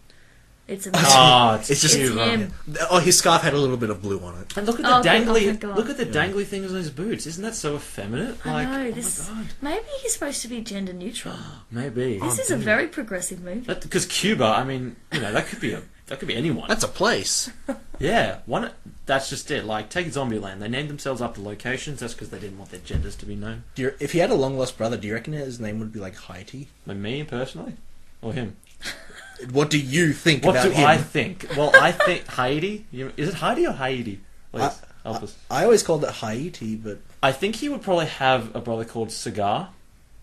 S3: It's a man.
S2: ah, it's,
S1: It's just
S3: It's
S2: Cuba.
S3: him.
S1: Oh, his scarf had a little bit of blue on it.
S2: And look at
S3: Oh,
S2: the
S3: thank- oh,
S2: dangly,
S3: thank God.
S2: look at the dangly things on his boots. Isn't that so effeminate?
S3: I
S2: Like,
S3: know,
S2: oh
S3: this is-
S2: my god,
S3: Maybe he's supposed to be gender neutral.
S2: maybe
S3: This is a very progressive movie.
S2: because Cuba. I mean, you know, that could be a that could be anyone.
S1: That's a place.
S2: yeah, one. That's just it. Like, take Zombieland. They named themselves after locations. That's because they didn't want their genders to be known.
S1: Do you, if he had a long lost brother, do you reckon his name would be like Heidi?
S2: Like me personally, or him.
S1: What do you think
S2: What
S1: about
S2: do
S1: him?
S2: I think? Well, I think Heidi. You, is it Heidi or Heidi? Please
S1: I-
S2: help us.
S1: I always called it Haiti, but
S2: I think he would probably have a brother called Cigar,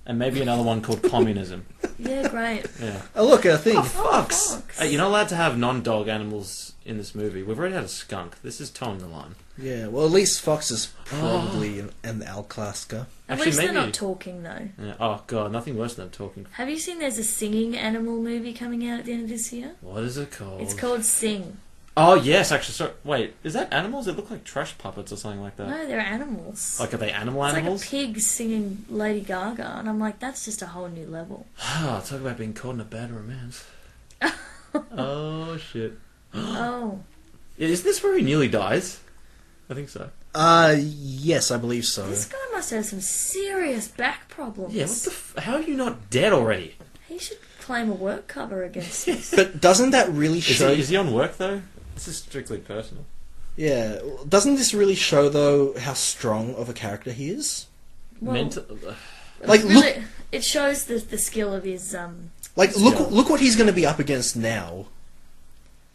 S2: and maybe another one called Communism.
S3: Yeah, great.
S2: Yeah.
S1: oh look, a thing.
S2: Fox. Uh, Hey, you're not allowed to have non-dog animals in this movie. We've already had a skunk. This is towing the line.
S1: Yeah, well, at least Fox is probably in, in Alaska.
S3: At
S2: Actually,
S3: least they're
S2: maybe-
S3: not talking though.
S2: Yeah. Oh god, nothing worse than them talking.
S3: Have you seen there's a singing animal movie coming out at the end of this year?
S2: What is it called?
S3: It's called Sing.
S2: Oh yes, actually. Sorry. Wait, is that animals? They look like trash puppets or something like that.
S3: No, they're animals.
S2: uh, Like are they animal
S3: it's
S2: animals?
S3: like a pig singing Lady Gaga, and I'm like, that's just a whole new level.
S2: oh, talk about being caught in a bad romance. oh shit!
S3: oh,
S2: Is this where he nearly dies? I think so.
S1: Uh, yes, I believe so.
S3: this guy must have some serious back problems.
S2: Yeah. What the? F- how are you not dead already?
S3: he should claim a work cover against this.
S1: But doesn't that really
S2: Is
S1: show?
S2: he, is he on work though? This is strictly personal.
S1: yeah, doesn't this really show though how strong of a character he is?
S3: Well,
S2: Mental.
S1: Like,
S3: really,
S1: look,
S3: it shows the the skill of his um
S1: like look,
S2: Yeah.
S1: look what he's going to be up against now.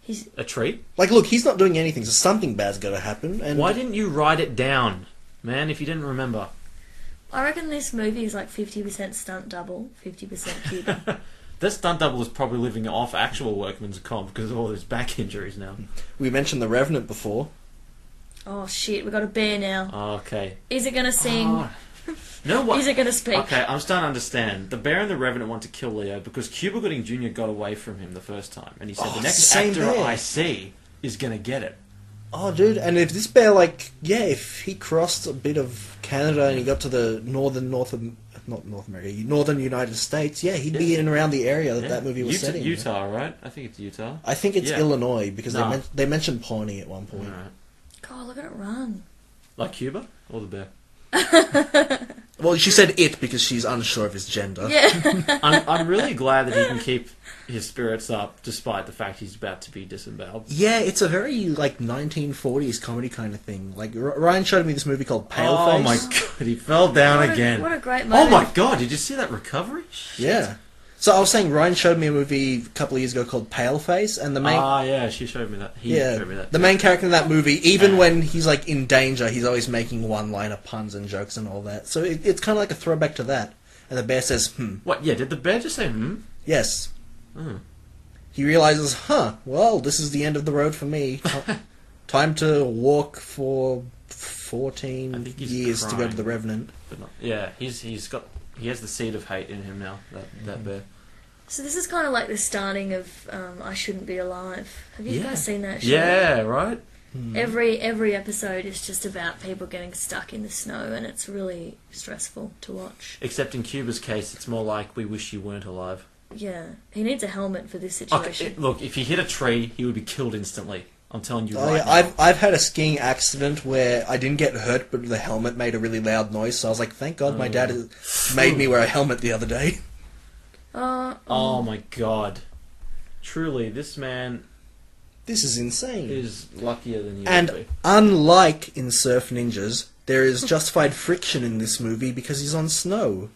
S3: his
S2: A treat.
S1: Like, look, he's not doing anything, so something bad's going to happen. And
S2: Why didn't you write it down, man? If you didn't remember,
S3: I reckon this movie is like 50% stunt double, 50% Cuba.
S2: this stunt double is probably living off actual workman's comp because of all his back injuries now.
S1: we mentioned the Revenant before?
S3: oh shit, we got a bear now.
S2: Oh, Okay.
S3: Is it gonna sing?
S2: Oh. No what?
S3: Is it gonna speak?
S2: Okay, I'm starting to understand. The Bear and the Revenant want to kill Leo because Cuba Gooding Jr. got away from him the first time, and he said
S1: Oh,
S2: the
S1: it's
S2: next
S1: the same
S2: actor
S1: bear."
S2: I see is gonna get it.
S1: Oh, dude, and if this bear, like, yeah, if he crossed a bit of Canada and he got to the northern North, Am- not North America, northern United States, yeah, he'd be
S2: Yeah.
S1: in and around the area that
S2: Yeah.
S1: that movie was
S2: Utah,
S1: set in.
S2: Utah, right? I think it's Utah.
S1: I think it's
S2: Yeah.
S1: Illinois because
S2: Nah.
S1: they, men- they mentioned Pawnee at one point.
S2: Alright.
S3: God, look at it run.
S2: Like Cuba or the Bear?
S1: Well, she said it because she's unsure of his gender.
S3: Yeah.
S2: I'm, I'm really glad that he can keep his spirits up despite the fact he's about to be disemboweled.
S1: Yeah, it's a very like 1940s comedy kind of thing. Like R- Ryan showed me this movie called Paleface.
S2: Oh my god, he fell down
S3: what
S2: again.
S3: A, what a great
S2: oh
S3: moment.
S2: my god, did you see that recovery?
S1: Yeah. So I was saying Ryan showed me a movie a couple of years ago called Paleface, and the main
S2: Ah, yeah, she showed me that. He
S1: yeah
S2: showed me that.
S1: the main character in that movie, even when he's like in danger, he's always making one-liner puns and jokes and all that. So it, it's kind of like a throwback to that. And the bear says, "Hmm,
S2: what? Yeah, did the bear just say hmm?
S1: yes."
S2: Hmm.
S1: He realizes, "Huh, well, this is the end of the road for me. Ti- Time to walk for
S2: I
S1: fourteen
S2: think he's
S1: years to go to
S2: crying.
S1: the Revenant."
S2: But not. Yeah, he's he's got he has the seed of hate in him now. That that bear.
S3: So this is kind of like the starting of um, I shouldn't be alive. Have you
S2: Yeah.
S3: guys seen that show? Mm.
S2: Yeah, right.
S3: Every every episode is just about people getting stuck in the snow and it's really stressful to watch.
S2: Except in Cuba's case, it's more like we wish you weren't alive.
S3: Yeah. He needs a helmet for this
S2: Okay,
S3: situation.
S2: it- look, if he hit a tree, he would be killed instantly. I'm telling you
S1: Oh,
S2: right
S1: yeah,
S2: now.
S1: I've I've had a skiing accident where I didn't get hurt, but the helmet made a really loud noise. So I was like, "Thank God, my
S2: Oh.
S1: dad made me wear a helmet the other day."
S3: Oh,
S2: Oh my god. Truly, this man
S1: This is insane.
S2: is luckier than you would
S1: Hmm. And
S2: be.
S1: unlike in Surf Ninjas, there is justified friction in this movie because he's on snow.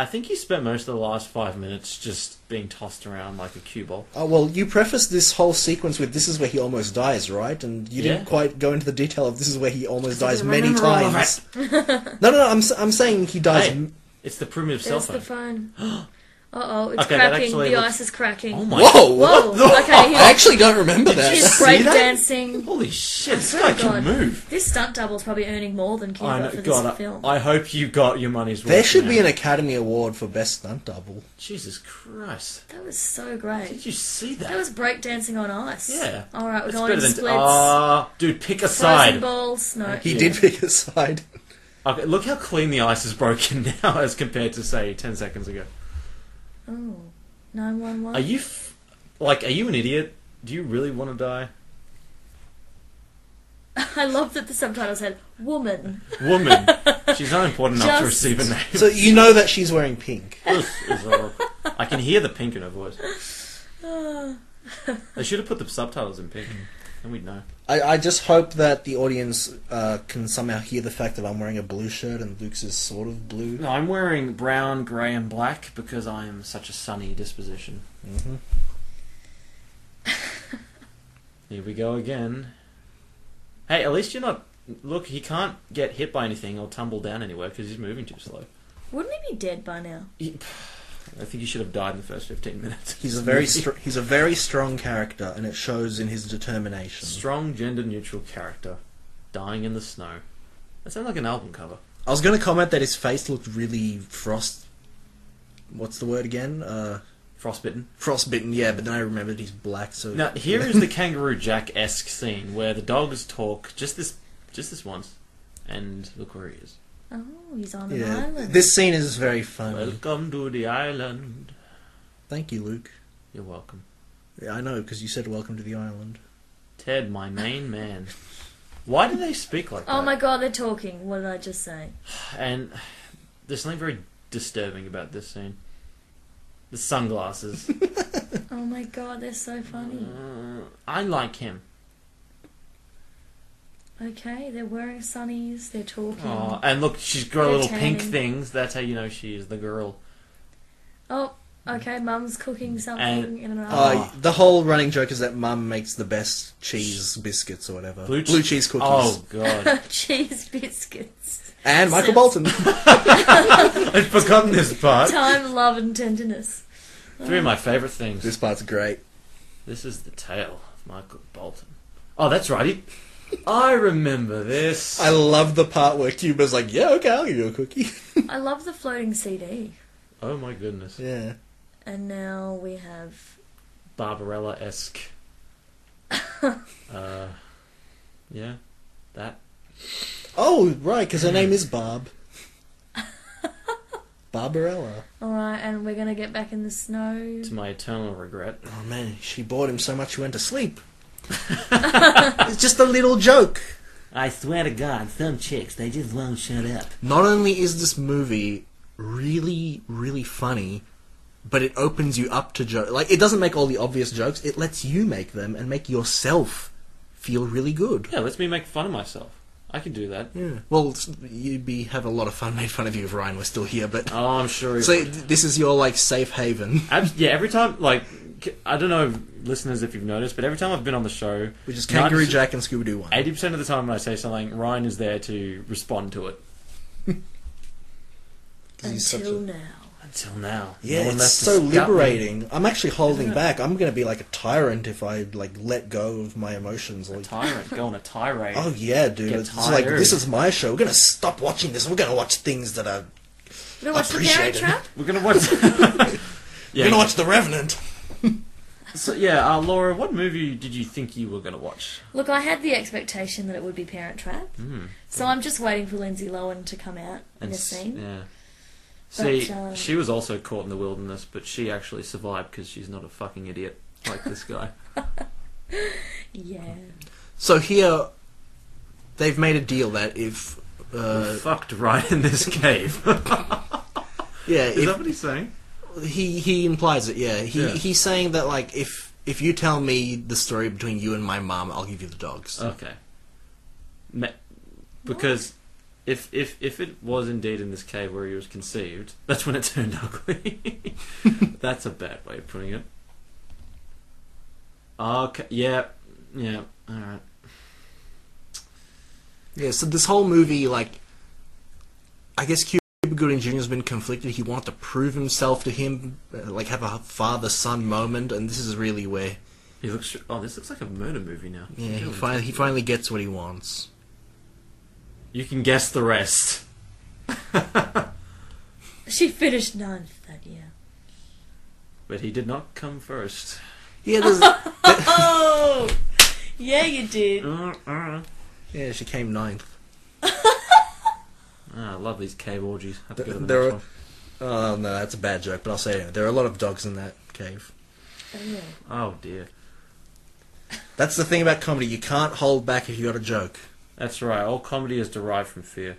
S2: I think he spent most of the last five minutes just being tossed around like a cue ball.
S1: Oh, well, you prefaced this whole sequence with this is where he almost dies, right? And you
S2: Yeah.
S1: didn't quite go into the detail of this is where he almost dies
S2: didn't
S1: many
S2: remember all of
S1: times. no, no, no, I'm, s- I'm saying he dies.
S2: Hey.
S1: m-
S2: It's the primitive cell
S3: There's the
S2: phone.
S3: phone. Uh oh, it's
S2: Okay, that
S3: cracking. The
S2: actually looks-
S3: ice is cracking.
S2: Oh my!
S1: Whoa!
S3: Whoa,
S1: What the-
S3: okay, he-
S1: I actually don't remember that.
S3: She's
S2: see that?
S3: breakdancing.
S2: Holy shit! This
S3: swear
S2: guy
S3: to
S2: can
S3: God.
S2: move.
S3: This stunt double's probably earning more than Cuba
S2: I know,
S3: for this
S2: God,
S3: film.
S2: I, I hope you got your money's worth.
S1: There should
S2: man.
S1: be an Academy Award for Best Stunt Double.
S2: Jesus Christ!
S3: that was so
S2: Did
S3: great.
S2: you see that?
S3: That was breakdancing on ice.
S2: yeah.
S3: All right, we're
S2: It's
S3: going in
S2: better than-
S3: splits.
S2: Ah, dude, pick a
S3: Frozen
S2: side.
S3: balls. No.
S1: He
S2: Yeah.
S1: did pick a side.
S2: Okay, look how clean the ice is broken now, as compared to say ten seconds ago.
S3: Oh. 911.
S2: Are you, f- like, are you an idiot? Do you really want to die,
S3: I love that the subtitle said woman.
S2: woman? she's not important enough to
S3: Just-
S2: receive a name.
S1: So you know that she's wearing pink.
S2: This is horrible. I can hear the pink in her voice.
S3: Ah.
S2: They should have put the subtitles in pink, and we'd know.
S1: I, I just hope that the audience uh, can somehow hear the fact that I'm wearing a blue shirt and Luke's is sort of blue.
S2: No, I'm wearing brown, grey, and black because I am such a sunny disposition.
S1: hmm
S2: Here we go again. Hey, at least you're not. Look, he can't get hit by anything or tumble down anywhere because he's moving too slow.
S3: Wouldn't he be dead by now?
S2: He- I think he should have died in the first 15 minutes.
S1: He's a very str- he's a very strong character, and it shows in his determination.
S2: strong, gender neutral character dying in the snow. That sounds like an album cover.
S1: I was going to comment that his face looked really frost. What's the word again? Uh,
S2: Frostbitten.
S1: frostbitten. Yeah, but then I remembered he's black. So
S2: Now here is the Kangaroo Jack esque scene where the dogs talk just this just this once, and look where he is.
S3: Oh, he's on an
S1: yeah,
S3: island.
S1: this scene is very funny.
S2: Welcome to the island.
S1: Thank you, Luke.
S2: You're welcome,
S1: Yeah, I know because you said welcome to the island.
S2: Ted, my main man. Why do they speak like that?
S3: Oh my god, they're talking. What did I just say?
S2: And there's something very disturbing about this scene. The sunglasses.
S3: Oh my god, they're so funny.
S2: Uh, I like him.
S3: Okay, they're wearing sunnies, they're talking.
S2: Aw, and look, she's got
S3: They're
S2: little pink
S3: tanning.
S2: things. That's how you know she is the girl.
S3: Oh, okay, mum's cooking something
S2: And- oh
S3: in an oven.
S1: Uh, the whole running joke is that Mum makes the best cheese biscuits or whatever. Blue,
S2: che-
S1: cheese cookies.
S2: Oh god,
S3: Cheese biscuits.
S1: and Michael
S3: Sounds-
S1: Bolton.
S2: I'd forgotten this part.
S3: Time, love, and tenderness.
S2: Three of my favorite things.
S1: this part's great.
S2: This is the tale of Michael Bolton. Oh, that's right. He... I remember this.
S1: I love the part where Cuba's like, "Yeah, okay, I'll give you a cookie."
S3: I love the floating CD.
S2: Oh my goodness.
S1: yeah.
S3: And now we have.
S2: Barbarella esque. uh, yeah, that.
S1: Oh, right, because her name is Barb. Barbarella.
S3: Alright, and we're gonna get back in the snow.
S2: To my eternal regret.
S1: Oh man, she bored him so much he went to sleep. it's just a little joke.
S2: I swear to God, some chicks, they just won't shut up.
S1: Not only is this movie really, really funny, but it opens you up to jokes. Like, it doesn't make all the obvious jokes, it lets you make them and make yourself feel really good.
S2: Yeah, let's me make fun of myself. I can do that.
S1: Yeah. Well, s- you'd be have a lot of fun made fun of you if Ryan was still here, but.
S2: Oh, I'm sure. he
S1: So,
S2: would.
S1: th- this is your, like, safe haven.
S2: Ab- yeah, every time, like, c- I don't know, listeners, if you've noticed, but every time I've been on the show,
S1: Which is Kangaroo
S2: Not-
S1: Jack and Scooby Doo 1.
S2: Eighty percent of the time when I say something, Ryan is there to respond to it.
S1: 'Cause he's such a-
S3: Until now.
S2: Until now,
S1: Yeah,
S2: No one
S1: it's
S2: left to
S1: so
S2: scout me.
S1: liberating. I'm actually holding
S2: Isn't it?
S1: back. I'm going to be like a tyrant if I like let go of my emotions. Like,
S2: Tyrant, go on a tirade.
S1: oh yeah, dude,
S2: Get
S1: it's like
S2: tired.
S1: this is my show. We're going to stop watching this. We're going to watch things that are.
S3: You gonna watch The
S1: Appreciate
S3: Parent
S1: it.
S3: Trap?
S2: We're gonna watch.
S1: We're
S2: yeah,
S1: going to watch The Revenant.
S2: so, yeah, uh, Laura, what movie did you think you were gonna watch?
S3: Look, I had the expectation that it would be Parent Trap.
S2: Hmm.
S3: So I'm just waiting for Lindsay Lohan to come out in this
S2: s-
S3: scene.
S2: yeah. See,
S3: uh,
S2: she was also caught in the wilderness, but she actually survived because she's not a fucking idiot like this guy.
S3: Yeah.
S1: So here, they've made a deal that if, uh,
S2: Fucked right in this cave.
S1: yeah,
S2: Is
S1: if,
S2: that what he's saying?
S1: he he implies it. Yeah, he
S2: Yeah.
S1: he's saying that like if if you tell me the story between you and my mom, I'll give you the dogs.
S2: Okay. Me- because If if if it was indeed in this cave where he was conceived, that's when it turned ugly. that's a bad way of putting it. Okay. Yeah. Yeah. All right.
S1: Yeah, so this whole movie, like, I guess Cuba Gooding Jr. has been conflicted. He wanted to prove himself to him, uh, like, have a father son moment, and this is really where
S2: He looks. Oh, this looks like a murder movie now.
S1: yeah, he, fi- he finally gets what he wants.
S2: You can guess the rest.
S3: She finished ninth that year.
S2: But he did not come first.
S1: Yeah, there's,
S3: Oh, yeah, you did.
S2: Uh, uh.
S1: yeah, she came ninth.
S2: Ah, I love these cave orgies. Have to go to the
S1: There
S2: next
S1: are- Oh, no, that's a bad joke, but I'll say it. There are a lot of dogs in that cave.
S2: one. Oh dear.
S1: That's the thing about comedy. You can't hold back if you got a joke.
S2: That's right. All comedy is derived from fear.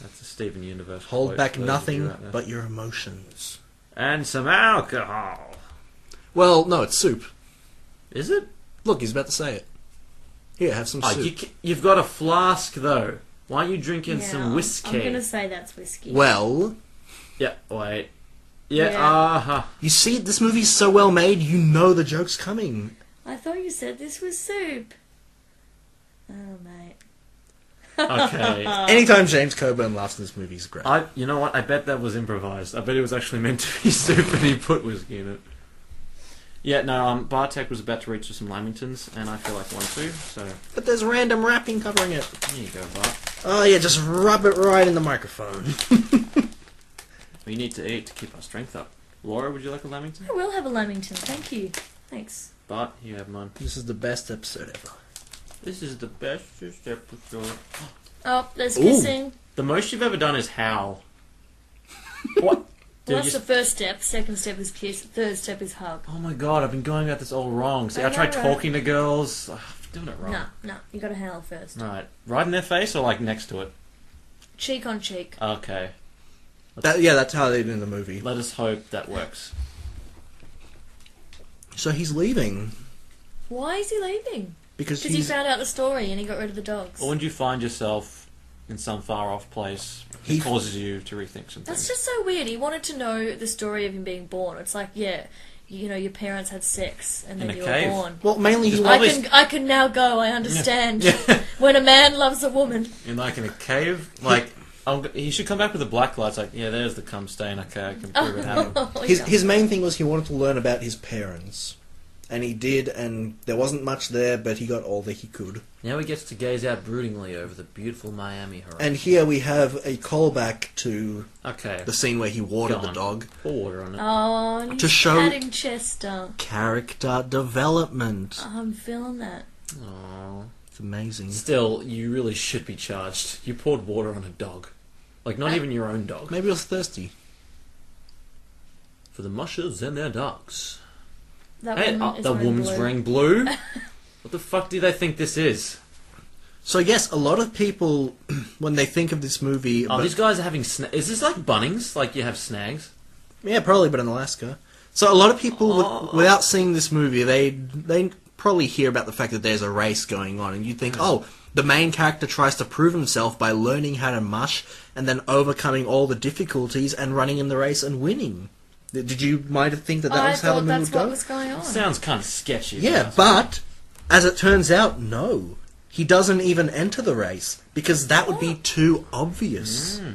S2: That's a Stephen Universe.
S1: Hold
S2: quote
S1: back
S2: for those of you
S1: nothing
S2: out there.
S1: but your emotions.
S2: and some alcohol.
S1: Well, no, it's soup.
S2: Is it?
S1: Look, he's about to say it. Here, have some
S2: Oh,
S1: soup.
S2: you, ca- you've got a flask though. Why aren't you drinking
S3: Yeah,
S2: some whiskey?
S3: I'm gonna say that's whiskey.
S1: Well,
S2: Yeah. Wait. Yeah.
S3: Yeah.
S2: Uh-huh.
S1: you see, this movie's so well made, you know the joke's coming.
S3: I thought you said this was soup. Oh mate.
S2: Okay.
S1: Anytime James Coburn laughs in this movie is great.
S2: I. You know what? I bet that was improvised. I bet it was actually meant to be soup, and he put whiskey in it. Yeah. No. Um. Bartek was about to reach for some lamingtons, and I feel like one too. So
S1: But there's random wrapping covering it.
S2: here you go, Bart.
S1: Oh, yeah, just rub it right in the microphone.
S2: We need to eat to keep our strength up. Laura, would you like a lamington?
S3: I will have a Lamington, thank you. Thanks.
S2: Bart, you have mine.
S1: this is the best episode ever.
S2: This is the best episode.
S3: Oh, there's
S1: Ooh.
S3: kissing.
S2: The most you've ever done is howl. what? Dude,
S3: Well, that's
S2: just-
S3: the first step. Second step is kiss. Third step is hug.
S2: Oh my god, I've been going about this all wrong. See,
S3: I
S2: I, tried
S3: know, right?
S2: talking to girls. Ugh, I'm doing it wrong.
S3: No, no, you gotta howl first.
S2: Right. Right in their face or like next to it?
S3: Cheek on cheek.
S2: Okay.
S1: That, yeah, that's how they did in the movie.
S2: Let us hope that works.
S1: So he's leaving
S3: Why is he leaving?
S1: because
S3: Because he
S1: he's,
S3: found out the story and he got rid of the dogs.
S2: Or when you find yourself in some far off place,
S1: He-
S2: it causes you to rethink some
S3: That's
S2: things.
S3: just so weird. He wanted to know the story of him being born. It's like, yeah, you know, your parents had sex and
S2: In
S3: then
S2: a
S3: you
S2: cave.
S3: were born.
S1: well, mainly he
S2: Just
S1: wa-
S3: I
S2: Probably-
S3: can, I can now go. I understand
S2: Yeah.
S3: when a man loves a woman.
S2: in like in a cave, like. I'm, g- he should come back with a black light. It's like, yeah, there's the cum stain. Okay, I can prove it happened.
S3: Oh,
S1: his his main thing was he wanted to learn about his parents, and he did, and there wasn't much there, but he got all that he could.
S2: Now he gets to gaze out broodingly over the beautiful Miami horizon.
S1: And here we have a callback to
S2: okay,
S1: the scene where he watered
S2: Go
S1: the
S2: on.
S1: dog.
S2: pour water on it.
S3: Oh, and
S1: To
S3: he's
S1: show-
S3: patting Chester.
S1: Character development.
S3: I'm feeling that.
S2: Aw.
S1: It's amazing.
S2: Still, you really should be charged. You poured water on a dog, like not even your own dog.
S1: Maybe I was thirsty.
S2: For the mushers and their dogs.
S3: That
S2: Hey,
S3: woman
S2: uh,
S3: is
S2: the
S3: wearing
S2: woman's
S3: blue.
S2: wearing blue. what the fuck do they think this is?
S1: So yes, a lot of people, when they think of this movie,
S2: Oh,
S1: but-
S2: these guys are having. Sna- is this like Bunnings? Like you have snags?
S1: yeah, probably, but in Alaska. So a lot of people, with-
S2: Oh.
S1: without seeing this movie, they they probably hear about the fact that there's a race going on, and you think, oh, the main character tries to prove himself by learning how to mush and then overcoming all the difficulties and running in the race and winning. Th- Did you might have think that that
S3: I
S1: was how the
S3: thought
S1: movie
S3: that's
S1: would
S3: what
S1: go?
S3: was going on.
S2: Sounds kind of sketchy.
S1: Yeah,
S2: doesn't it?
S1: but as it turns out, no. He doesn't even enter the race because that would be too obvious.
S2: Hmm.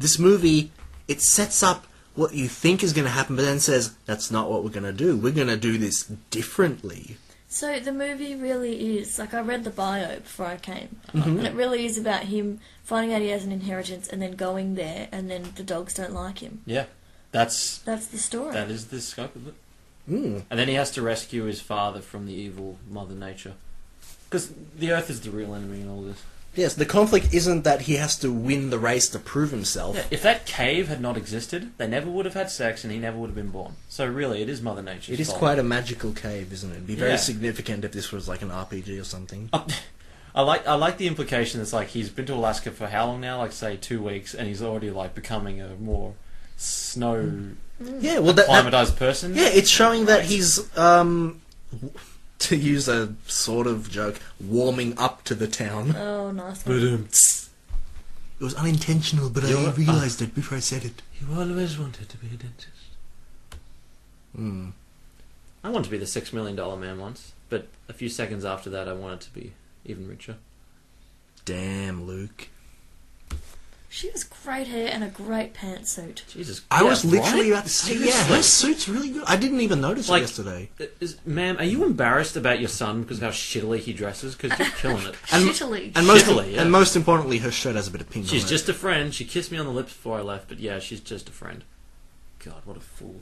S1: This movie, it sets up what you think is going to happen, but then says, that's not what we're going to do. We're going to do this differently.
S3: So the movie really is like I read the bio before I came, and it really is about him finding out he has an inheritance and then going there, and then the dogs don't like him.
S2: yeah, that's
S3: That's the story.
S2: that is the scope of it.
S1: Mm.
S2: And then he has to rescue his father from the evil Mother Nature. Because the Earth is the real enemy in all this.
S1: Yes, the conflict isn't that he has to win the race to prove himself.
S2: Yeah, if that cave had not existed, they never would have had sex and he never would have been born. So really, it is Mother Nature's
S1: It is
S2: fault.
S1: quite a magical cave, isn't it? It'd be very
S2: Yeah.
S1: significant if this was like an RPG or something.
S2: I like I like the implication that's like he's been to Alaska for how long now? Like say two weeks, and he's already like becoming a more snow
S1: yeah, well, that, that,
S2: climatized person.
S1: Mm. Yeah, it's showing that he's, um, w- to use a sort of joke, warming up to the town.
S3: oh, nice one.
S2: Ba-dum.
S1: It was unintentional, but
S2: You're-
S1: I realized it before I said it.
S2: You always wanted to be a dentist. Hmm.
S1: Mm.
S2: I wanted to be the six million dollar man once, but a few seconds after that, I wanted to be even richer.
S1: Damn, Luke.
S3: She has great hair and a great pantsuit.
S2: Jesus,
S1: I
S2: yeah,
S1: was literally
S2: right?
S1: about to say, yeah, her suit's really good. I didn't even notice
S2: Like-
S1: it yesterday.
S2: Uh, Is, ma'am, are you embarrassed about your son because of how shittily he dresses? Because you're killing it.
S1: And-
S3: Shittily.
S1: And most,
S2: Shittily, yeah.
S1: and most importantly, her shirt has a bit of pink
S2: She's
S1: on
S2: just
S1: it.
S2: a friend. She kissed me on the lips before I left, but yeah, she's just a friend. God, what a fool.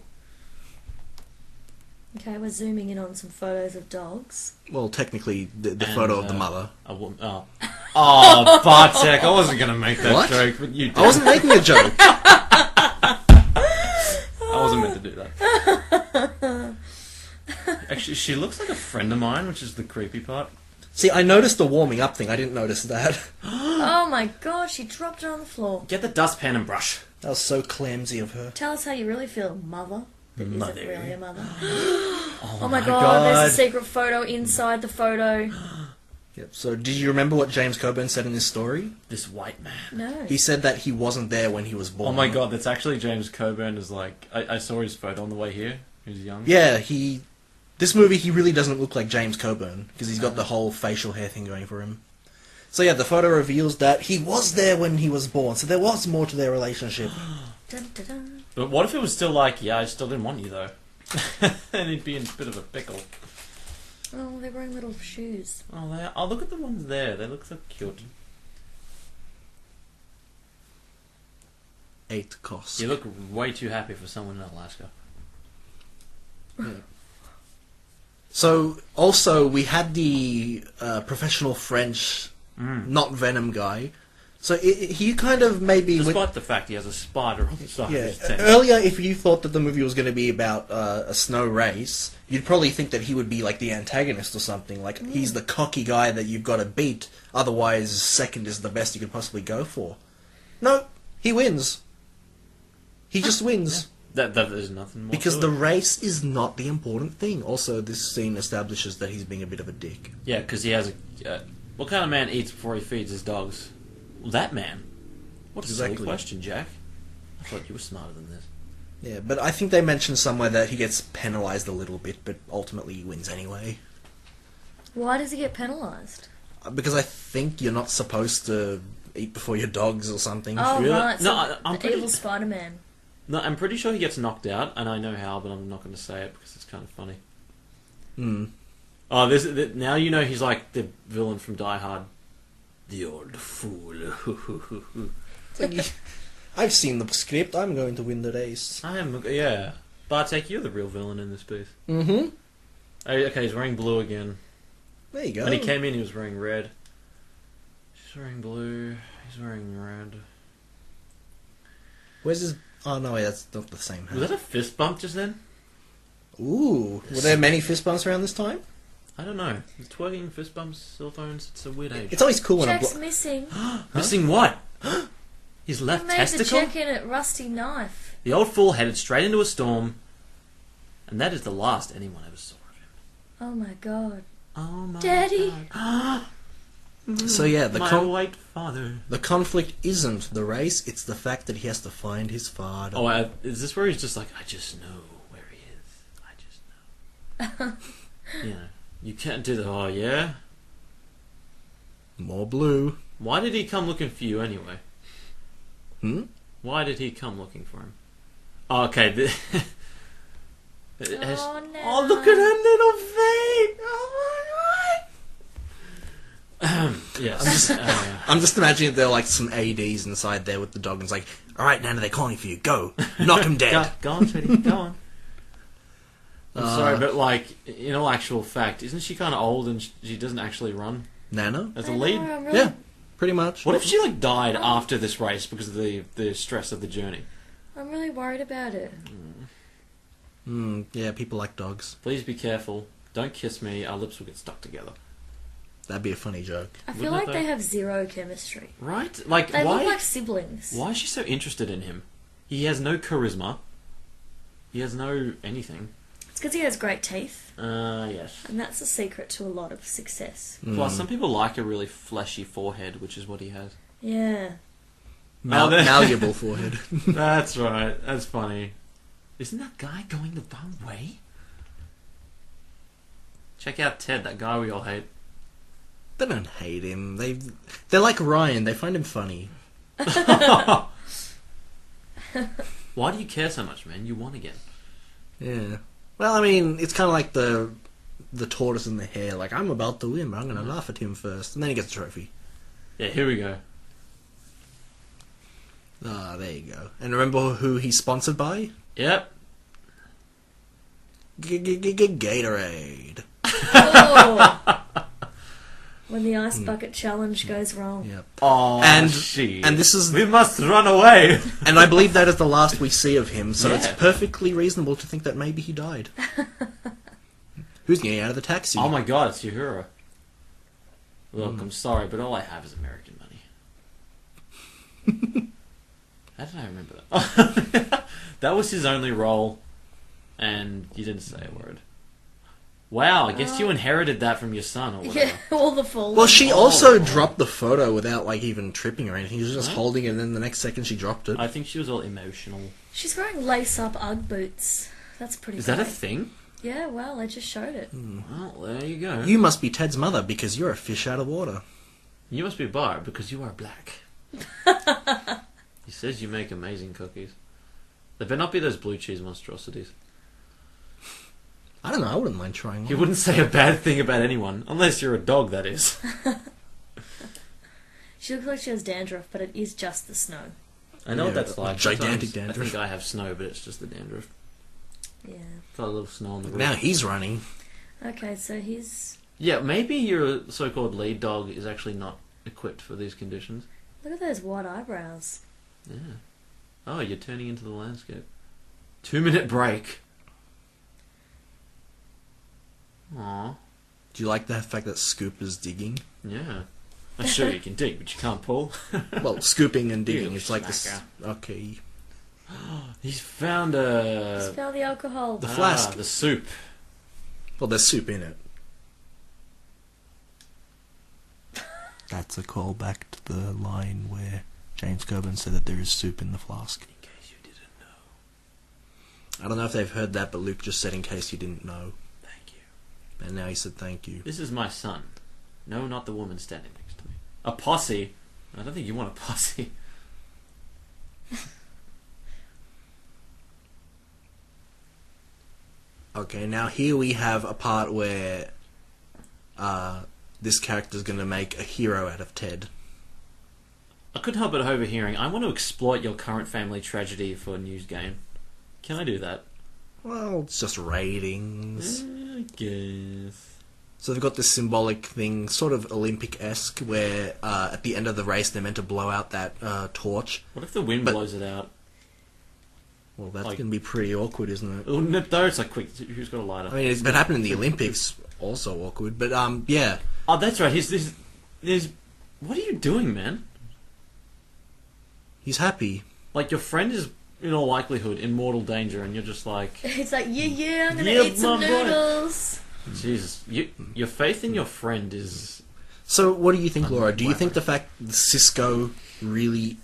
S3: okay, we're zooming in on some photos of dogs.
S1: Well, technically, the, the
S2: And,
S1: photo of the
S2: uh,
S1: mother.
S2: A woman. Oh, oh, Bartek! I wasn't gonna make that
S1: What?
S2: joke, but you. Did.
S1: I wasn't making a joke.
S2: I wasn't meant to do that. Actually, she looks like a friend of mine, which is the creepy part.
S1: See, I noticed the warming up thing. I didn't notice that.
S3: oh my god, she dropped it on the floor.
S2: Get the dustpan and brush.
S1: That was so clumsy of her.
S3: Tell us how you really feel, mother. That isn't
S2: Mother.
S3: really a mother. oh my god, there's a secret photo inside the photo.
S1: Yep. So, did you remember what James Coburn said in his story?
S2: This white man.
S3: No.
S1: He said that he wasn't there when he was born.
S2: Oh my god, that's actually James Coburn. Is like I, I saw his photo on the way here. He was young.
S1: Yeah, he. This movie, he really doesn't look like James Coburn because he's
S2: Uh-huh.
S1: got the whole facial hair thing going for him. So yeah, the photo reveals that he was there when he was born. So there was more to their relationship.
S3: Dun, dun, dun.
S2: But what if it was still like, yeah, I still didn't want you though. and he'd be in a bit of a pickle.
S3: Oh, they're wearing little shoes.
S2: Oh, they are. oh, look at the ones there. They look so cute.
S1: Eight costs.
S2: You look way too happy for someone in Alaska.
S1: So also we had the uh, professional French,
S2: Mm.
S1: not Venom guy. So i i he kind of maybe went-
S2: Despite the fact he has a spider on the side of
S1: Yeah.
S2: his tent.
S1: Earlier, if you thought that the movie was going to be about uh, a snow race, you'd probably think that he would be like the antagonist or something. Like he's the cocky guy that you've got to beat. Otherwise, second is the best you could possibly go for. No, he wins. He just wins
S2: That, that there's nothing more.
S1: because
S2: to
S1: the
S2: it.
S1: race is not the important thing. Also, this scene establishes that he's being a bit of a dick.
S2: yeah, because he has a. Uh, what kind of man eats before he feeds his dogs? Well, that man. What a
S1: Exactly.
S2: silly question, Jack. I thought you were smarter than this.
S1: Yeah, but I think they mentioned somewhere that he gets penalized a little bit, but ultimately he wins anyway.
S3: Why does he get penalised?
S1: Because I think you're not supposed to eat before your dogs or something.
S3: Oh,
S2: Really?
S3: right. So
S2: No, I- I'm
S3: the
S2: pretty-
S3: evil Spider Man.
S2: No, I'm pretty sure he gets knocked out, and I know how, but I'm not going to say it because it's kind of funny.
S1: Mm.
S2: Oh, this, th now you know he's like the villain from Die Hard. The old fool.
S1: I've seen the script. I'm going to win the race.
S2: I am, yeah. Bartek, you're the real villain in this piece.
S1: Mm-hmm.
S2: Oh, Okay, he's wearing blue again.
S1: There you go.
S2: When he came in, he was wearing red. She's wearing blue. He's wearing red.
S1: Where's his? Oh no, wait, that's not the same hat.
S2: Was that a fist bump just then?
S1: Ooh, were there many fist bumps around this time?
S2: I don't know. Twerking, fist bumps, cell phones. It's a weird age.
S1: It's always cool when a
S3: Jack's
S1: blo-
S3: missing.
S2: Missing what? His
S3: He
S2: left
S3: made the
S2: testicle?
S3: check in at Rusty Knife.
S2: The old fool headed straight into a storm, and that is the last anyone ever saw of him.
S3: Oh my god.
S2: Oh my
S3: Daddy.
S2: God.
S1: So yeah, the
S2: my
S1: con-
S2: white father.
S1: the conflict isn't the race. It's the fact that he has to find his father.
S2: Oh, I, is this where he's just like, I just know where he is. I just know. you know, you can't do the oh yeah.
S1: More blue.
S2: Why did he come looking for you anyway?
S1: Hmm.
S2: Why did he come looking for him? Oh, okay. The, It has-
S3: Oh, no.
S2: oh, look at her little feet! Oh my god! yes. uh,
S1: I'm just imagining there are like some ads inside there with the dog, and it's like, all right, Nana, they're calling for you. Go, knock him
S2: Go,
S1: dead.
S2: go on, sweetie. Go on. I'm
S1: Uh,
S2: sorry, but like, in all actual fact, isn't she kind of old and she, she doesn't actually run
S1: Nana.
S2: as a
S3: I know,
S2: lead?
S3: I'm really-
S1: Yeah, pretty much.
S2: What if she like died after this race because of the the stress of the journey?
S3: I'm really worried about it.
S1: Mm, yeah, people like dogs.
S2: Please be careful. Don't kiss me. Our lips will get stuck together.
S1: That'd be a funny joke.
S3: I feel
S2: Wouldn't
S3: like
S2: it
S3: they
S2: though?
S3: have zero chemistry.
S2: Right? Like
S3: They
S2: why?
S3: look like siblings.
S2: Why is she so interested in him? He has no charisma. He has no anything.
S3: It's because he has great teeth,
S2: Uh, yes.
S3: and that's the secret to a lot of success.
S2: Hmm. Plus, some people like a really fleshy forehead, which is what he has.
S3: Yeah.
S1: Mal-
S2: Oh, there-
S1: malleable forehead.
S2: That's right. That's funny. Isn't that guy going the wrong way? Check out Ted, that guy we all hate.
S1: They don't hate him. They they're like Ryan. They find him funny.
S2: Why do you care so much, man? You won again.
S1: Yeah. Well, I mean, it's kind of like the the tortoise and the hare. Like I'm about to win, but I'm going to laugh at him first, and then he gets a trophy.
S2: Yeah, here we go.
S1: Ah, there you go. And remember who he's sponsored by?
S2: Yep.
S1: G- g- g- g- Gatorade.
S3: Oh. when the ice bucket challenge goes wrong.
S1: Yep.
S2: Oh,
S1: And-
S2: she.
S1: and this is-
S2: we must run away.
S1: And I believe that is the last we see of him, so it's
S2: Yeah.
S1: perfectly reasonable to think that maybe he died. Who's getting out of the taxi?
S2: oh my God, it's Uhura. Look, I'm sorry, but all I have is American money. How did I remember that? that was his only role, and you didn't say a word. Wow, I guess you inherited that from your son or whatever.
S3: Yeah, all the fall.
S1: Well, she
S2: Oh.
S1: also dropped the photo without like even tripping or anything. She was just
S2: Huh?
S1: holding it, and then the next second she dropped it.
S2: I think she was all emotional.
S3: She's wearing lace up UGG boots. That's pretty
S2: Is that a Hmm.
S3: great.
S2: thing?
S3: Yeah, well, I just showed it.
S2: Well, there you go. You,
S1: You must be Ted's mother because you're a fish out of water.
S2: must be Barb because you are black. he says you make amazing cookies. They better not be those blue cheese monstrosities.
S1: I don't know. I wouldn't mind trying
S2: He
S1: one.
S2: wouldn't say a bad thing about anyone, unless you're a dog, that is.
S3: She looks like she has dandruff, but it is just the snow.
S2: I know what
S1: Yeah,
S2: that's like.
S1: gigantic
S2: Sometimes I
S1: dandruff.
S2: think I have snow, but it's just the dandruff.
S3: Yeah.
S2: Got a little snow on the roof.
S1: Now he's running.
S3: Okay, so he's.
S2: yeah, maybe your so-called lead dog is actually not equipped for these conditions.
S3: Look at those wide eyebrows.
S2: Yeah. Oh, you're turning into the landscape. Two minute break. Aw.
S1: Do you like the fact that Scoop is digging?
S2: Yeah. I'm sure you can dig, but you can't pull.
S1: Well, scooping and digging.
S2: You
S1: It's like this.
S2: slacker.
S1: Okay.
S2: He's found a. Ah,
S3: Spell the alcohol.
S1: The flask.
S2: Uh, the soup.
S1: Well, there's soup in it. That's a callback to the line where James Coburn said that there is soup in the flask.
S2: In case you didn't know.
S1: I don't know if they've heard that, but Luke just said, "In case you didn't know,"
S2: Thank you.
S1: and now he said, "Thank you."
S2: This is my son. No, not the woman standing next to me. A posse. I don't think you want a posse.
S1: Okay, now here we have a part where uh, this character's going to make a hero out of Ted.
S2: I couldn't help but overhearing. I want to exploit your current family tragedy for a news game. Can I do that? Eh,
S1: Well, it's just ratings.
S2: I guess.
S1: So they've got this symbolic thing, sort of Olympic esque, where uh, at the end of the race they're meant to blow out that uh, torch.
S2: What if the wind
S1: But-
S2: blows it out?
S1: Well, that's
S2: Like-
S1: going to be pretty awkward, isn't it?
S2: It'll nip though. It's like quick. Who's got a lighter?
S1: I mean, it's been happening in the Olympics, also awkward. But um, yeah,
S2: oh, that's right. He's this. There's. What are you doing, man?
S1: he's happy.
S2: Like your friend is in all likelihood in mortal danger, and you're just like,
S3: It's like, yeah, yeah, I'm gonna
S2: Yeah,
S3: eat some
S2: my boy.
S3: noodles.
S1: Mm.
S2: Jesus, you, your faith in your friend is.
S1: So, what do you think,
S2: I'm
S1: Laura? Do you think
S2: wacky.
S1: the fact that Cisco really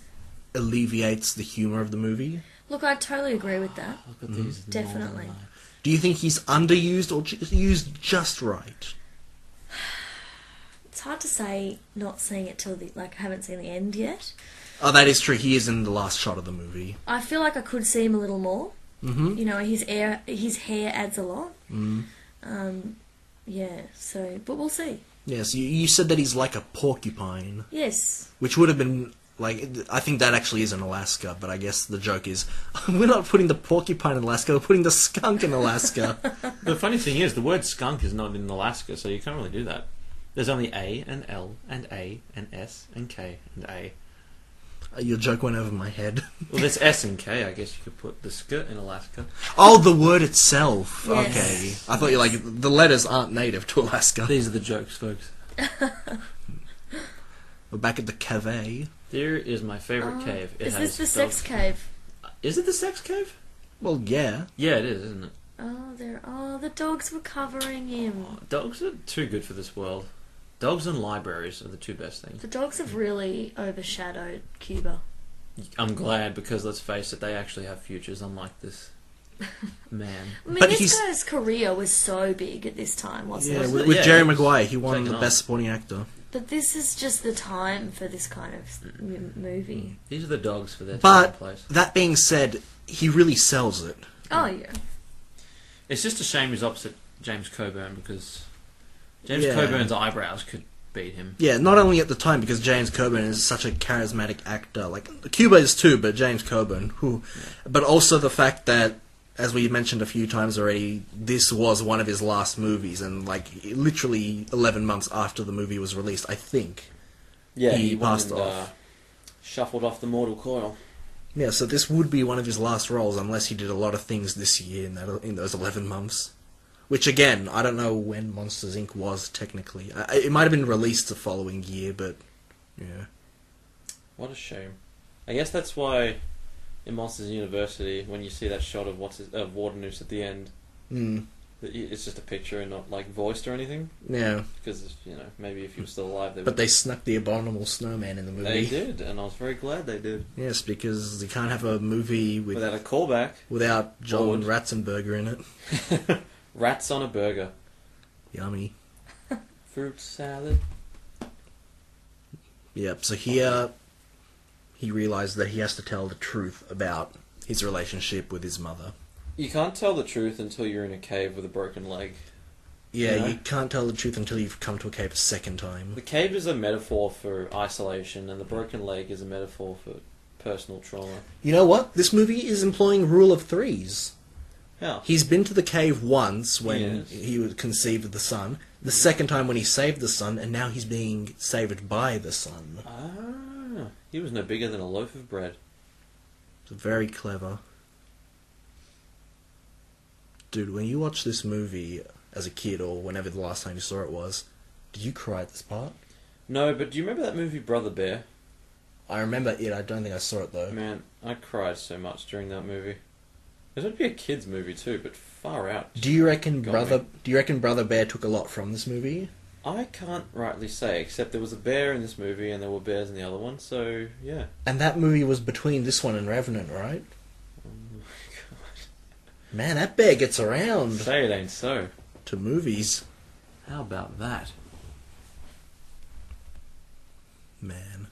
S1: alleviates the humor of the movie?
S3: Look, I totally agree with that.
S2: oh, Look
S1: Mm.
S2: at these. northern
S3: Definitely.
S2: lights.
S1: Do you think he's underused or ju- used just right?
S3: It's hard to say not seeing it till the like I haven't seen the end yet.
S1: Oh, that is true. He is in the last shot of the movie.
S3: I feel like I could see him a little more.
S1: Mhm.
S2: Mm-hmm.
S3: You know, his air, his hair adds a lot.
S2: Mm.
S3: Um, yeah. So, but we'll see.
S1: Yes, you, you said that he's like a porcupine,
S3: Yes.
S1: which would have been like I think that actually is in Alaska, but I guess the joke is we're not putting the porcupine in Alaska, we're putting the skunk in Alaska.
S2: The funny thing is, the word skunk is not in Alaska, so you can't really do that. There's only A and L and A and S and K and A.
S1: Your joke went over my head.
S2: Well, there's S and K. I guess you could put the skirt in Alaska.
S1: Oh, the word itself.
S3: Yes.
S1: Okay, I thought you like the letters aren't native to Alaska.
S2: These are the jokes, folks.
S1: We're back at the cave.
S2: There is my favorite
S3: Oh,
S2: cave. It
S3: Is
S2: has
S3: this the sex
S2: dogs-
S3: cave?
S2: Is it the sex cave?
S1: Well, yeah.
S2: Yeah, it is, isn't it?
S3: Oh, there. Oh, the dogs were covering him.
S2: Oh, dogs are too good for this world. Dogs and libraries are the two best things.
S3: The dogs have really overshadowed Cuba.
S2: I'm glad because let's face it, they actually have futures, unlike this man.
S3: I mean,
S1: But
S3: this
S1: he's-
S3: guy's career was so big at this time, wasn't
S2: Yeah,
S3: it?
S1: With,
S2: Wasn't
S1: with
S2: yeah,
S1: Jerry
S2: it was
S1: Maguire, he won
S2: taken
S1: the
S2: off.
S1: Best Supporting Actor.
S3: But this is just the time for this kind of m- movie.
S2: These are the dogs for their time and
S1: But
S2: place.
S1: that being said, he really sells it.
S3: Oh yeah,
S2: It's just a shame he's opposite James Coburn because James
S1: Yeah.
S2: Coburn's eyebrows could beat him.
S1: Yeah, not only at the time because James Coburn is such a charismatic actor, like Cuba is too, but James Coburn, who, but also the fact that, as we mentioned a few times already, this was one of his last movies, and like literally eleven months after the movie was released, I think.
S2: Yeah,
S1: he
S2: went
S1: passed
S2: and,
S1: off.
S2: uh, shuffled off the mortal coil.
S1: Yeah, so this would be one of his last roles unless he did a lot of things this year in that in those eleven months. Which again, I don't know when Monsters Inc. was technically. I, I- it might have been released the following year, but yeah.
S2: What a shame. I guess that's why in Monsters University, when you see that shot of what's his, of Wardenus at the end,
S1: Mm,
S2: that y- it's just a picture and not like voiced or anything.
S1: yeah,
S2: Because you know maybe if he was still alive, they
S1: but
S2: would.
S1: they snuck the abominable snowman in the movie.
S2: They did, and I was very glad they did.
S1: Yes, because you can't have a movie with,
S2: Without a
S1: without,
S2: callback,
S1: John
S2: Forward.
S1: Ratzenberger in it.
S2: rats on a burger,
S1: Yummy.
S2: fruit salad.
S1: Yep. So here, he realized that he has to tell the truth about his relationship with his mother.
S2: You can't tell the truth until you're in a cave with a broken leg.
S1: Yeah,
S2: Yeah.
S1: you can't tell the truth until you've come to a cave a second time.
S2: The cave is a metaphor for isolation, and the broken leg is a metaphor for personal trauma.
S1: You know what? This movie is employing rule of threes.
S2: How?
S1: He's been to the cave once when
S2: Yes.
S1: he was conceived of the sun, the second time when he saved the sun, and now he's being saved by the sun.
S2: Ah, he was no bigger than a loaf of bread.
S1: It's very clever. Dude, when you watch this movie as a kid or whenever the last time you saw it was, did you cry at this part?
S2: No, but do you remember that movie Brother Bear?
S1: I remember it, I don't think I saw it though.
S2: Man, I cried so much during that movie. It would be a kids' movie too, but far out.
S1: Do you reckon
S2: Got
S1: brother do you reckon Brother Bear took a lot from this movie?
S2: I can't rightly say, except there was a bear in this movie and there were bears in the other one, so yeah.
S1: And that movie was between this one and Revenant, right? Man, that bear gets around
S2: Say it ain't so.
S1: to movies.
S2: How about that?
S1: Man.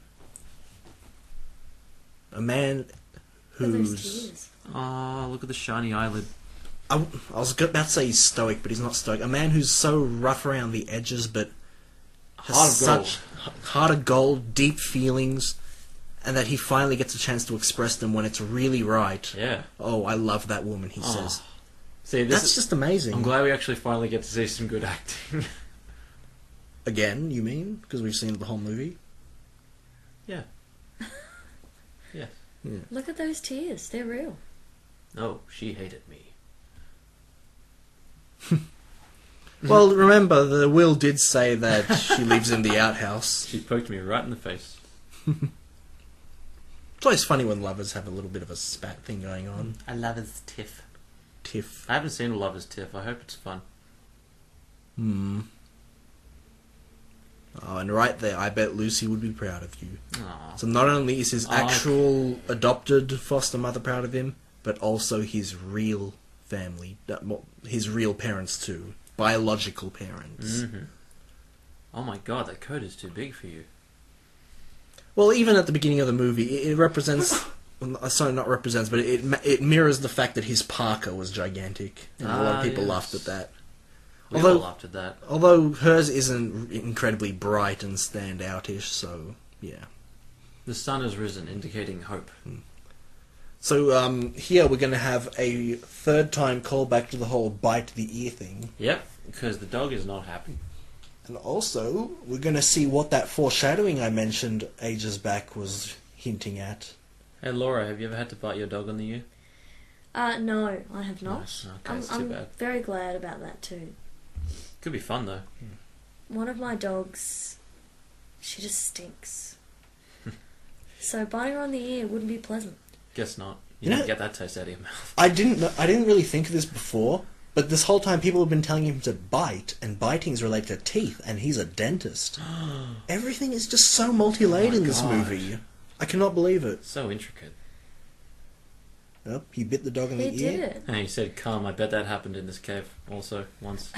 S1: A man
S3: Look at those
S1: who's
S3: tears.
S2: Ah, look at the shiny eyelid.
S1: I, I was about to say he's stoic, but he's not stoic. A man who's so rough around the edges, but has
S2: Heart of gold.
S1: such heart of gold, deep feelings, and that he finally gets a chance to express them when it's really right.
S2: Yeah.
S1: Oh, I love that woman. He
S2: Oh,
S1: says
S2: See, this
S1: that's
S2: is,
S1: just amazing.
S2: I'm glad we actually finally get to see some good acting.
S1: Again, you mean because we've seen the whole movie?
S2: yeah. yeah.
S3: Look at those tears. They're real.
S2: No, Oh, she hated me.
S1: Mm-hmm. Well, remember the will did say that she lives in the outhouse.
S2: She poked me right in the face.
S1: It's always funny when lovers have a little bit of a spat thing going on.
S2: I love his tiff.
S1: Tiff.
S2: I haven't seen a lover's tiff. I hope it's fun.
S1: Hmm. Oh, and right there, I bet Lucy would be proud of you.
S2: Aww.
S1: So not only is his
S2: Oh,
S1: actual adopted foster mother proud of him, but also his real family, uh, well, his real parents too, biological parents.
S2: hmm Oh my god, that coat is too big for you.
S1: Well, even at the beginning of the movie, it, it represents. well, no, Sorry, not represents, but it ma- it mirrors the fact that his Parker was gigantic, and a lot
S2: Ah,
S1: of people
S2: yes.
S1: laughed at that.
S2: We
S1: Although-
S2: all laughed at that.
S1: Although hers isn't incredibly bright and standoutish, so yeah.
S2: The sun has risen, indicating hope.
S1: So um, here we're going to have a third time callback to the whole bite the ear thing,
S2: Yep, because the dog is not happy.
S1: and also we're going to see what that foreshadowing I mentioned ages back was hinting at.
S2: Hey Laura, have you ever had to bite your dog on the ear?
S3: Uh, no, I have not.
S2: Nice. Okay,
S3: I'm,
S2: it's too
S3: I'm
S2: bad.
S3: very glad about that too.
S2: Could be fun though.
S3: One of my dogs, she just stinks. so biting her on the ear wouldn't be pleasant.
S2: Guess not.
S1: You
S2: You,
S1: know-
S2: didn't get that taste out of your mouth.
S1: I didn't kn- I didn't really think of this before, but this whole time people have been telling him to bite, and biting's related to teeth, and he's a dentist. Everything is just so multi-layered
S2: Oh my
S1: in this
S2: God.
S1: movie. I cannot believe it.
S2: So intricate.
S1: Yep, he bit the dog in
S3: He
S1: the ear.
S3: did it.
S2: And he said, "Come, I bet that happened in this cave also once."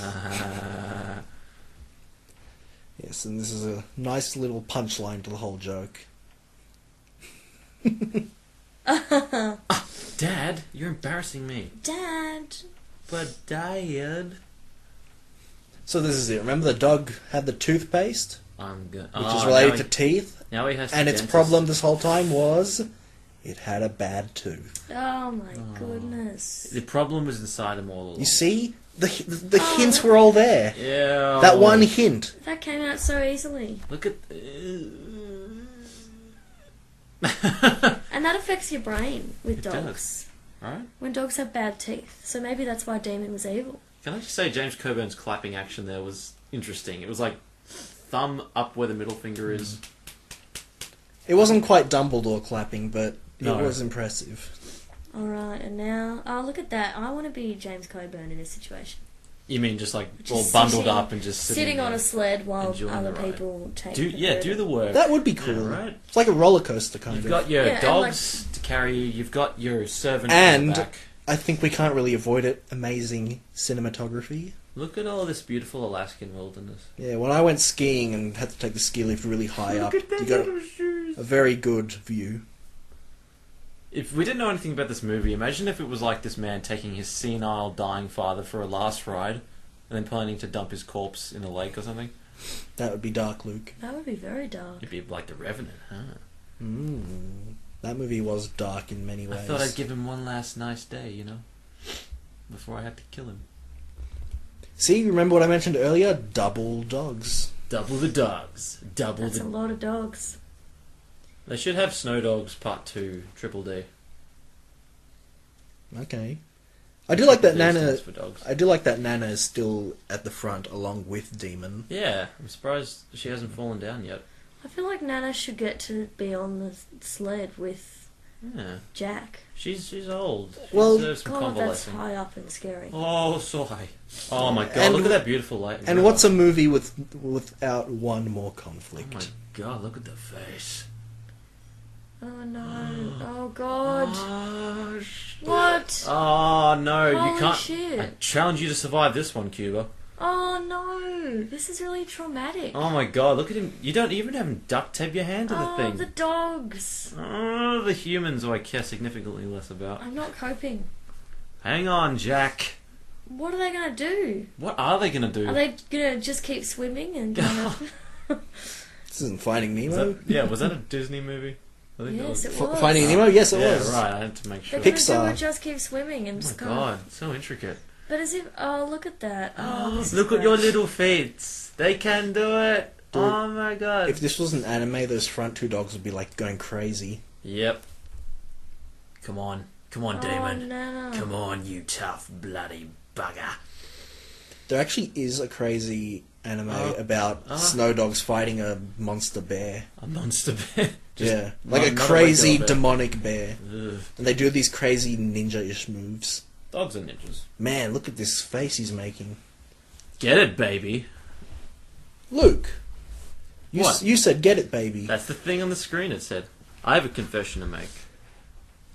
S2: Ah.
S1: Yes, and this is a nice little punchline to the whole joke.
S2: Dad, you're embarrassing me.
S3: Dad.
S2: But Dad,
S1: So this is it. Remember the dog had the toothpaste,
S2: I'm good.
S1: which is related
S2: Ah, now
S1: to teeth,
S2: He, now he has.
S1: and
S2: the
S1: its
S2: dentist.
S1: problem this whole time was it had a bad tooth.
S3: Oh my goodness.
S2: The problem was inside him all along.
S1: You see, the the, the hints were all there.
S2: Yeah.
S1: That one hint.
S3: That came out so easily.
S2: Look at.
S3: And that affects your brain with
S2: It does.
S3: dogs.
S2: Alright.
S3: When dogs have bad teeth. So maybe that's why Damon was evil.
S2: Can I just say James Coburn's clapping action there was interesting. It was like thumb up where the middle finger is.
S1: Mm. It wasn't quite Dumbledore clapping, but
S2: No.
S1: it was impressive.
S3: Alright, and now. Oh, look at that. I want to be James Coburn in this situation.
S2: You mean just like
S3: Just
S2: all bundled
S3: sitting-
S2: up and just sitting,
S3: Sitting on
S2: there.
S3: a sled while
S2: enjoying
S3: other
S2: the ride.
S3: people take
S2: Do
S3: the
S2: yeah,
S3: burden.
S2: do the work.
S1: That would be cool.
S2: Yeah, right.
S1: It's like a roller coaster kind
S2: You've
S1: of.
S2: got your
S3: Yeah, and,
S2: dogs to carry you. You've got your servant on
S1: And-
S2: the back.
S1: I think we can't really avoid it. Amazing cinematography.
S2: Look at all this beautiful Alaskan wilderness.
S1: Yeah, when I went skiing and had to take the ski lift really high up, you got a,
S2: shoes.
S1: a very good view.
S2: If we didn't know anything about this movie, imagine if it was like this man taking his senile, dying father for a last ride, and then planning to dump his corpse in a lake or something.
S1: That would be dark, Luke.
S3: That would be very dark.
S2: It'd be like The Revenant, huh?
S1: Mm. That movie was dark in many ways.
S2: Hmm. I thought I'd give him one last nice day, you know, before I had to kill him.
S1: See, remember what I mentioned earlier? Double dogs.
S2: Double the dogs. Double
S3: That's a lot of dogs.
S2: They should have Snow Dogs Part Two, Triple D.
S1: Okay. I do like that
S2: Triple D
S1: Nana.
S2: stands for dogs.
S1: I do like that Nana is still at the front along with Demon.
S2: Yeah, I'm surprised she hasn't fallen down yet.
S3: I feel like Nana should get to be on the sled with
S2: Yeah,
S3: Jack.
S2: she's she's old. She
S1: Well-
S2: deserves some
S3: God, that's
S2: convalescing.
S3: high up and scary.
S2: Oh, so high. Oh my god!
S1: And-
S2: look at that beautiful light.
S1: And what's a movie with without one more
S2: Oh
S1: conflict?
S2: my god! Look at the face.
S3: Oh no. Oh god.
S2: Oh, sh-
S3: What?
S2: Oh no!
S3: Holy
S2: you can't.
S3: shit.
S2: I challenge you to survive this one, Cuba.
S3: Oh no. This is really traumatic.
S2: Oh my god! Look at him. You don't even have him duct tape your hand to the
S3: Oh,
S2: thing.
S3: the dogs.
S2: Oh, the humans who I care significantly less about.
S3: I'm not coping.
S2: Hang on, Jack.
S3: What are they gonna do?
S2: What are they gonna do?
S3: Are they gonna just keep swimming and gonna...
S2: Oh,
S1: This isn't Finding
S2: Was
S1: Nemo.
S2: that, yeah, was that a Disney movie? I think that was.
S3: Yes, it
S1: F-
S3: was.
S1: Finding Nemo? Yes, it
S2: yeah,
S1: was.
S2: right. I had to make sure.
S3: They're gonna
S1: Pixar.
S3: do it, just keep swimming
S2: Oh
S3: and
S2: my
S3: just go.
S2: god, so intricate.
S3: But as if oh look at that. Oh, this is
S2: Look at your
S3: great.
S2: little feet. They can do it.
S1: Dude,
S2: oh my god.
S1: If this was an anime, those front two dogs would be like going crazy.
S2: Yep. Come on, come on,
S3: Oh,
S2: demon.
S3: no.
S2: Come on, you tough bloody bugger.
S1: There actually is a crazy anime
S2: Oh.
S1: about
S2: Oh.
S1: snow dogs fighting a monster bear.
S2: A monster bear.
S1: yeah, like
S2: not-
S1: a
S2: not
S1: crazy
S2: regular
S1: demonic bear,
S2: bear. Ugh.
S1: and they do these crazy ninja-ish moves.
S2: Dogs are ninjas.
S1: Man, look at this face he's making.
S2: Get it, baby.
S1: Luke, you
S2: What?
S1: s- you said get it, baby.
S2: That's the thing on the screen. It said. I have a confession to make.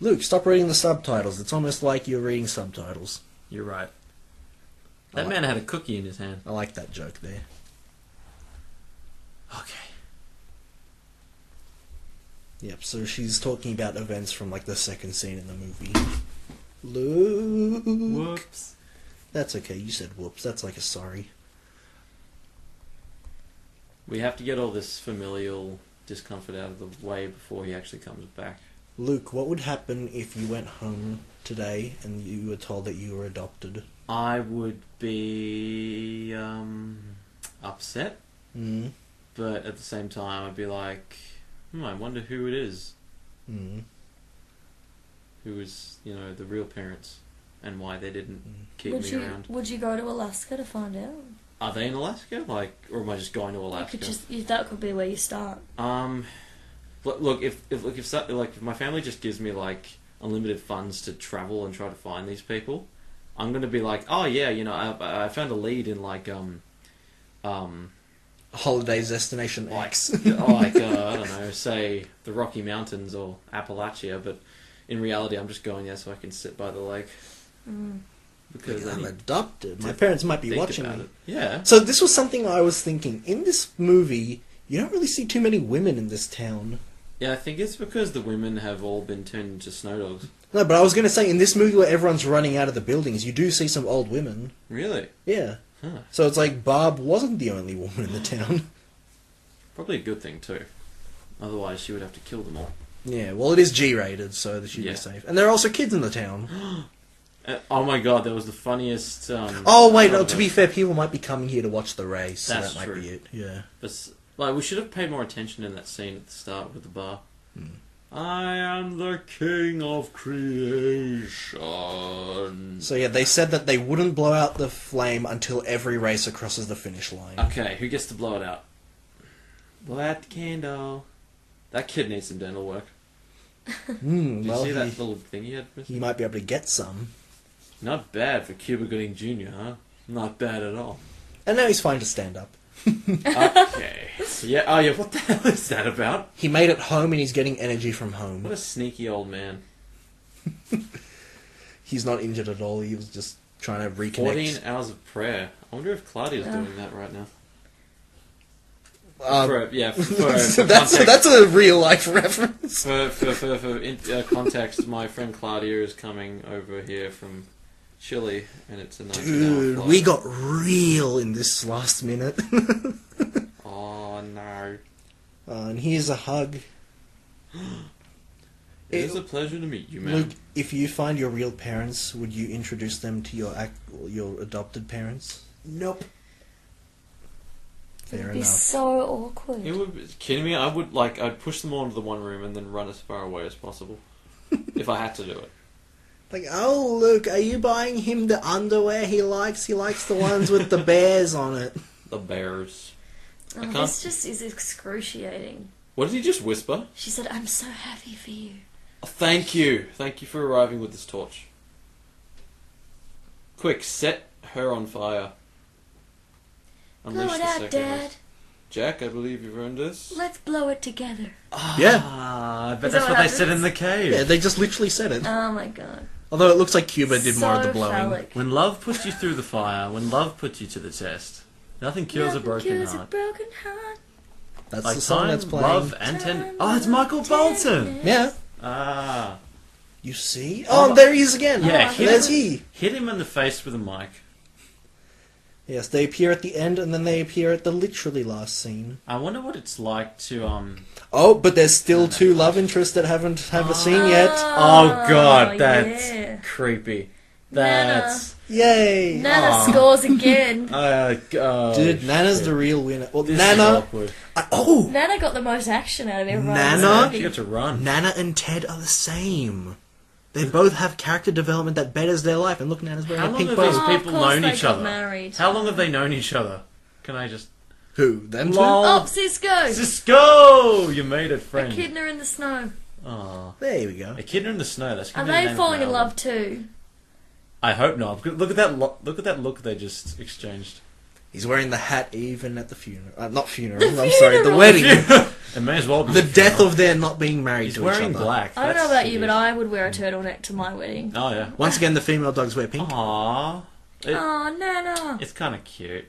S1: Luke, stop reading the subtitles. It's almost like you're reading subtitles.
S2: You're right. That
S1: Oh.
S2: man had a cookie in his hand.
S1: I like that joke there.
S2: Okay.
S1: Yep. So she's talking about events from like the second scene in the movie. Luke.
S2: Whoops.
S1: That's okay. You said whoops. That's like a sorry.
S2: We have to get all this familial discomfort out of the way before he actually comes back.
S1: Luke, what would happen if you went home today and you were told that you were adopted?
S2: I would be um, upset,
S1: Mm.
S2: but at the same time, I'd be like, hmm, I wonder who it is
S1: Mm.
S2: who is, you know, the real parents and why they didn't
S1: Mm.
S2: keep
S3: would
S2: me
S3: you
S2: around.
S3: would you go to Alaska to find out?
S2: Are they in Alaska? Like, or am I just going to Alaska?
S3: You could just you, that could be where you start.
S2: Um, look, look if, if look if so, like if my family just gives me like unlimited funds to travel and try to find these people, I'm gonna be like, oh yeah, you know, I, I found a lead in like um, um,
S1: Holidays Destination
S2: like,
S1: X.
S2: like uh, I don't know, say the Rocky Mountains or Appalachia, but in reality, I'm just going there so I can sit by the lake. Because I
S1: I'm
S2: need
S1: adopted. My
S2: to
S1: parents might be
S2: think
S1: watching
S2: about
S1: me.
S2: it. Yeah.
S1: So this was something I was thinking. In this movie, you don't really see too many women in this town.
S2: Yeah, I think it's because the women have all been turned into snow dogs.
S1: No, but I was going to say in this movie where everyone's running out of the buildings, you do see some old women.
S2: Really?
S1: Yeah.
S2: Huh.
S1: So it's like Barb wasn't the only woman in the town.
S2: Probably a good thing too. Otherwise, she would have to kill them all.
S1: Yeah, well, it is G-rated, so that should
S2: Yeah.
S1: be safe. And there are also kids in the town.
S2: Uh, oh my god, that was the funniest. Um,
S1: Oh wait, no,
S2: part
S1: to
S2: of
S1: be
S2: it.
S1: fair, people might be coming here to watch the race. So
S2: That's
S1: that might
S2: true.
S1: be it. Yeah.
S2: Bes- like we should have paid more attention in that scene at the start with the bar.
S1: Hmm.
S2: I am the king of creation.
S1: So yeah, they said that they wouldn't blow out the flame until every racer crosses the finish line.
S2: Okay, who gets to blow it out? Blow out the candle. That kid needs some dental work.
S1: Hmm,
S2: Did
S1: well,
S2: you see
S1: he,
S2: that little thing he had? missing?
S1: he might be able to get some.
S2: Not bad for Cuba Gooding Jr., huh? Not bad at all.
S1: And now he's fine to stand up.
S2: Okay. yeah. Oh yeah. What the hell is that about?
S1: He made it home and he's getting energy from
S2: What
S1: home.
S2: a sneaky old man.
S1: He's not injured at all. He was just trying to reconnect.
S2: 14 hours of prayer. I wonder if Claudia's
S3: Yeah.
S2: doing that right now.
S1: Um,
S2: for, yeah, for, for
S1: that's
S2: context,
S1: that's a real life reference.
S2: for, for, for, for in, uh, context, my friend Claudia is coming over here from Chile, and it's a 19 hour
S1: Dude,
S2: flight.
S1: we got real in this last minute. uh,
S2: Oh no.
S1: and here's a hug.
S2: It
S1: Ew.
S2: is a pleasure to meet you, man.
S1: Luke, if you find your real parents, would you introduce them to your ac- your adopted parents? Nope.
S3: It
S1: Fair
S3: would be
S1: enough.
S3: so awkward.
S2: It would be kidding me. I would like I'd push them all into the one room and then run as far away as possible, if I had to do it.
S1: Like, oh, Luke, are you buying him the underwear he likes? He likes the ones with the bears on it.
S2: The bears.
S3: Oh,
S2: can't-
S3: this just is excruciating.
S2: What did he just whisper?
S3: She said, I'm so happy for you.
S2: Thank you. Thank you for arriving with this torch. Quick, set her on fire.
S3: Blow it out, Dad.
S2: Jack, I believe you've earned this.
S3: Let's blow it together.
S1: Yeah.
S2: Ah, but
S3: Is that
S2: that's what
S3: what
S2: they
S3: happens?
S2: said in the cave.
S1: Yeah, they just literally said it.
S3: Oh my god.
S1: Although it looks like Cuba did
S3: so
S1: more of the blowing.
S3: Phallic.
S2: When love puts you through the fire, when love puts you to the test, nothing cures a
S3: Nothing
S2: broken
S3: cures
S2: heart.
S3: A broken heart.
S1: That's
S2: like
S1: the song
S2: time,
S1: that's playing.
S2: love, and tender.
S3: Time
S2: Oh, it's Michael
S3: tenderness.
S2: Bolton.
S1: Yeah.
S2: Ah,
S1: You see?
S2: Oh,
S1: Oh, there he is again.
S2: yeah.
S3: Oh,
S2: hit
S1: There's
S2: him-
S1: he.
S2: Hit him in the face with a mic.
S1: Yes, they appear at the end, and then they appear at the literally last scene.
S2: I wonder what it's like to um.
S1: Oh, but there's still two love interests that haven't have a scene yet.
S2: Oh, God, that's
S3: Yeah.
S2: creepy.
S3: Nana.
S2: That's
S1: Yay!
S3: Nana
S2: Aw.
S3: scores again.
S2: uh, oh,
S1: Dude,
S2: shit.
S1: Nana's the real winner. Well,
S2: This is
S1: Nana.
S2: awkward.
S1: I- oh,
S3: Nana got the most action out of everyone. in this
S1: Nana?
S2: She
S3: movie.
S2: got to run.
S1: Nana and Ted are the same. They both have character development that betters their life. And look, Nana's
S2: How
S1: wearing a
S2: long
S1: pink
S2: have these
S1: bow.
S3: Oh, of
S2: people
S3: course
S2: known
S3: they
S2: each
S3: got
S2: other?
S3: married.
S2: How long have they known each other? Can I just?
S1: Who? Them
S2: Lol.
S3: Oh, Cisco!
S2: Cisco, you made it, friend.
S3: Echidna in the snow.
S2: Aw.
S1: There we go.
S2: Echidna in the snow. That's gonna
S3: Are
S2: be the name
S3: they
S2: of
S3: falling
S2: my
S3: in
S2: album.
S3: love too?
S2: I hope not. because Look at that. Lo- look at that look they just exchanged.
S1: He's wearing the hat even at the funeral. Uh, not funeral. I'm sorry, the wedding.
S2: It may as well be
S1: the death of their not being married
S2: He's
S1: to
S2: wearing
S1: each other.
S2: black.
S3: I don't know
S2: That's
S3: about you, but
S2: hideous.
S3: I would wear a turtleneck to my wedding.
S2: Oh yeah.
S1: Once again, the female dogs wear
S2: Oh.
S1: pink.
S2: Aww. It,
S3: Oh, Nana!
S2: It's kind of cute.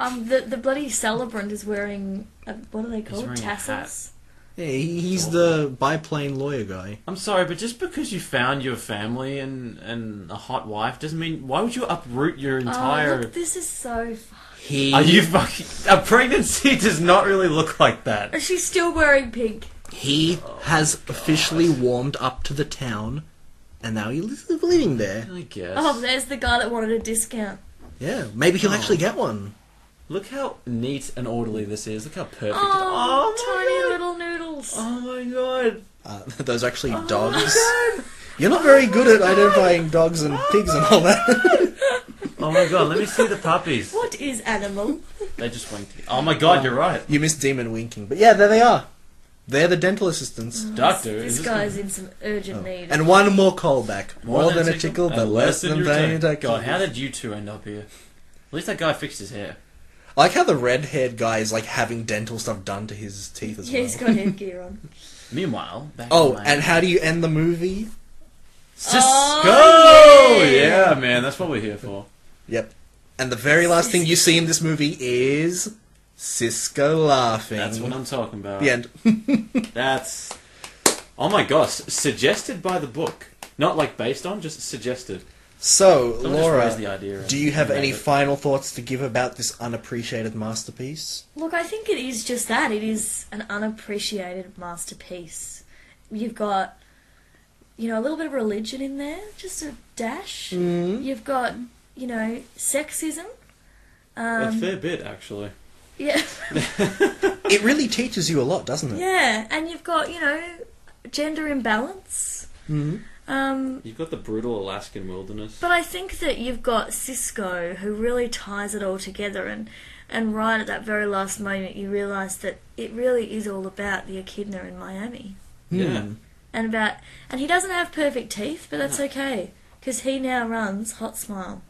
S3: Um, the, the bloody celebrant is wearing, a, what are they called?
S2: wearing a hat.
S3: Tassels?
S1: Yeah, he- he's the biplane lawyer guy.
S2: I'm sorry, but just because you found your family and and a hot wife doesn't mean why would you uproot your entire.
S3: Oh, look, this is so fun.
S1: He
S2: Are you fucking? A pregnancy does not really look like that.
S3: Is she still wearing pink?
S1: he has officially warmed up to the town, and now he's living there.
S2: I guess.
S3: Oh, there's the guy that wanted a discount.
S1: Yeah, maybe he'll actually get one.
S2: Look how neat and orderly this is. Look how perfect.
S3: Oh, tiny
S2: it is.
S3: little noodles.
S2: Oh my god.
S1: Uh, those are actually
S2: Oh my
S1: dogs.
S2: god.
S1: You're not very good at identifying dogs and pigs and all that.
S2: Oh my god. Let me see the puppies.
S3: What is animal?
S2: They just winked. Oh my god. You're right.
S1: you missed demon winking, but yeah, there they are. They're the dental assistants.
S2: Doctor.
S3: This
S2: is this Oh.
S3: guy's in some urgent Mm, need.
S1: And one more callback. More, than, a tickle,
S2: and
S1: but less than
S2: your
S1: vain.
S2: God, how did you two end up here? At least that guy fixed his hair.
S1: I like how the red-haired guy is like having dental stuff done to his teeth as
S3: Yeah,
S1: well.
S3: he's got headgear on.
S2: Meanwhile, back
S1: oh,
S2: in my-
S1: and how do you end the movie?
S2: Cisco!
S3: Oh, yeah.
S2: yeah, man, that's what we're here for.
S1: Yep. And the very last thing you see in this movie is Cisco laughing.
S2: That's what I'm talking about.
S1: the end.
S2: That's. Oh my gosh, suggested by the book. Not like based on, just suggested.
S1: So,
S2: Someone just
S1: Laura,
S2: raised the idea.
S1: do you have
S2: and
S1: any
S2: made it.
S1: final thoughts to give about this unappreciated masterpiece?
S3: Look, I think it is just that. It is an unappreciated masterpiece. You've got, you know, a little bit of religion in there, just a dash. You've got, you know, sexism.
S2: A
S3: Um,
S2: fair bit, actually.
S3: yeah,
S1: It really teaches you a lot, doesn't it?
S3: yeah, and you've got, you know, gender imbalance.
S1: Mhm.
S3: Um,
S2: You've got the brutal Alaskan wilderness.
S1: Hmm.
S3: But I think that you've got Cisco who really ties it all together and and right at that very last moment you realise that it really is all about the echidna in Miami.
S2: Yeah.
S1: Hmm.
S3: And about and he doesn't have perfect teeth, but that's okay because he now runs Hot Smile,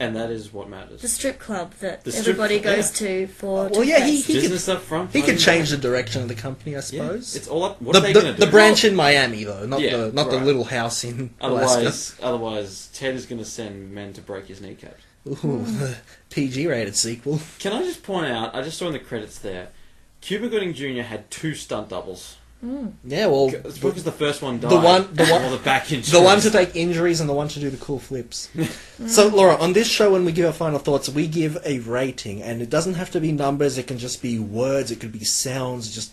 S2: And that is what
S3: the
S2: matters.
S3: strip club that
S2: The strip
S3: everybody
S2: club,
S3: goes to for.
S1: Well, yeah, he-
S3: depressed.
S1: he-
S2: Business up front.
S1: He could
S2: fucking-
S1: change the direction of the company, I
S2: Yeah,
S1: suppose.
S2: it's all up. What
S1: the,
S2: are they
S1: the-
S2: going to
S1: the
S2: do?
S1: branch in Miami, though, not
S2: Yeah,
S1: the not the
S2: right.
S1: little house in Alaska.
S2: Otherwise, otherwise, Ted is going to send men to break his kneecaps.
S1: Ooh, the PG-rated sequel.
S2: Can I just point out? I just saw in the credits there, Cuba Gooding Jr. had two stunt doubles.
S1: Yeah, well,
S2: It's because the first one died.
S1: one- the one-
S2: or the back injury.
S1: The one to take injuries and the one to do the cool flips. so, Laura, on this show, when we give our final thoughts, we give a rating, and it doesn't have to be numbers. It can just be words. It could be sounds. Just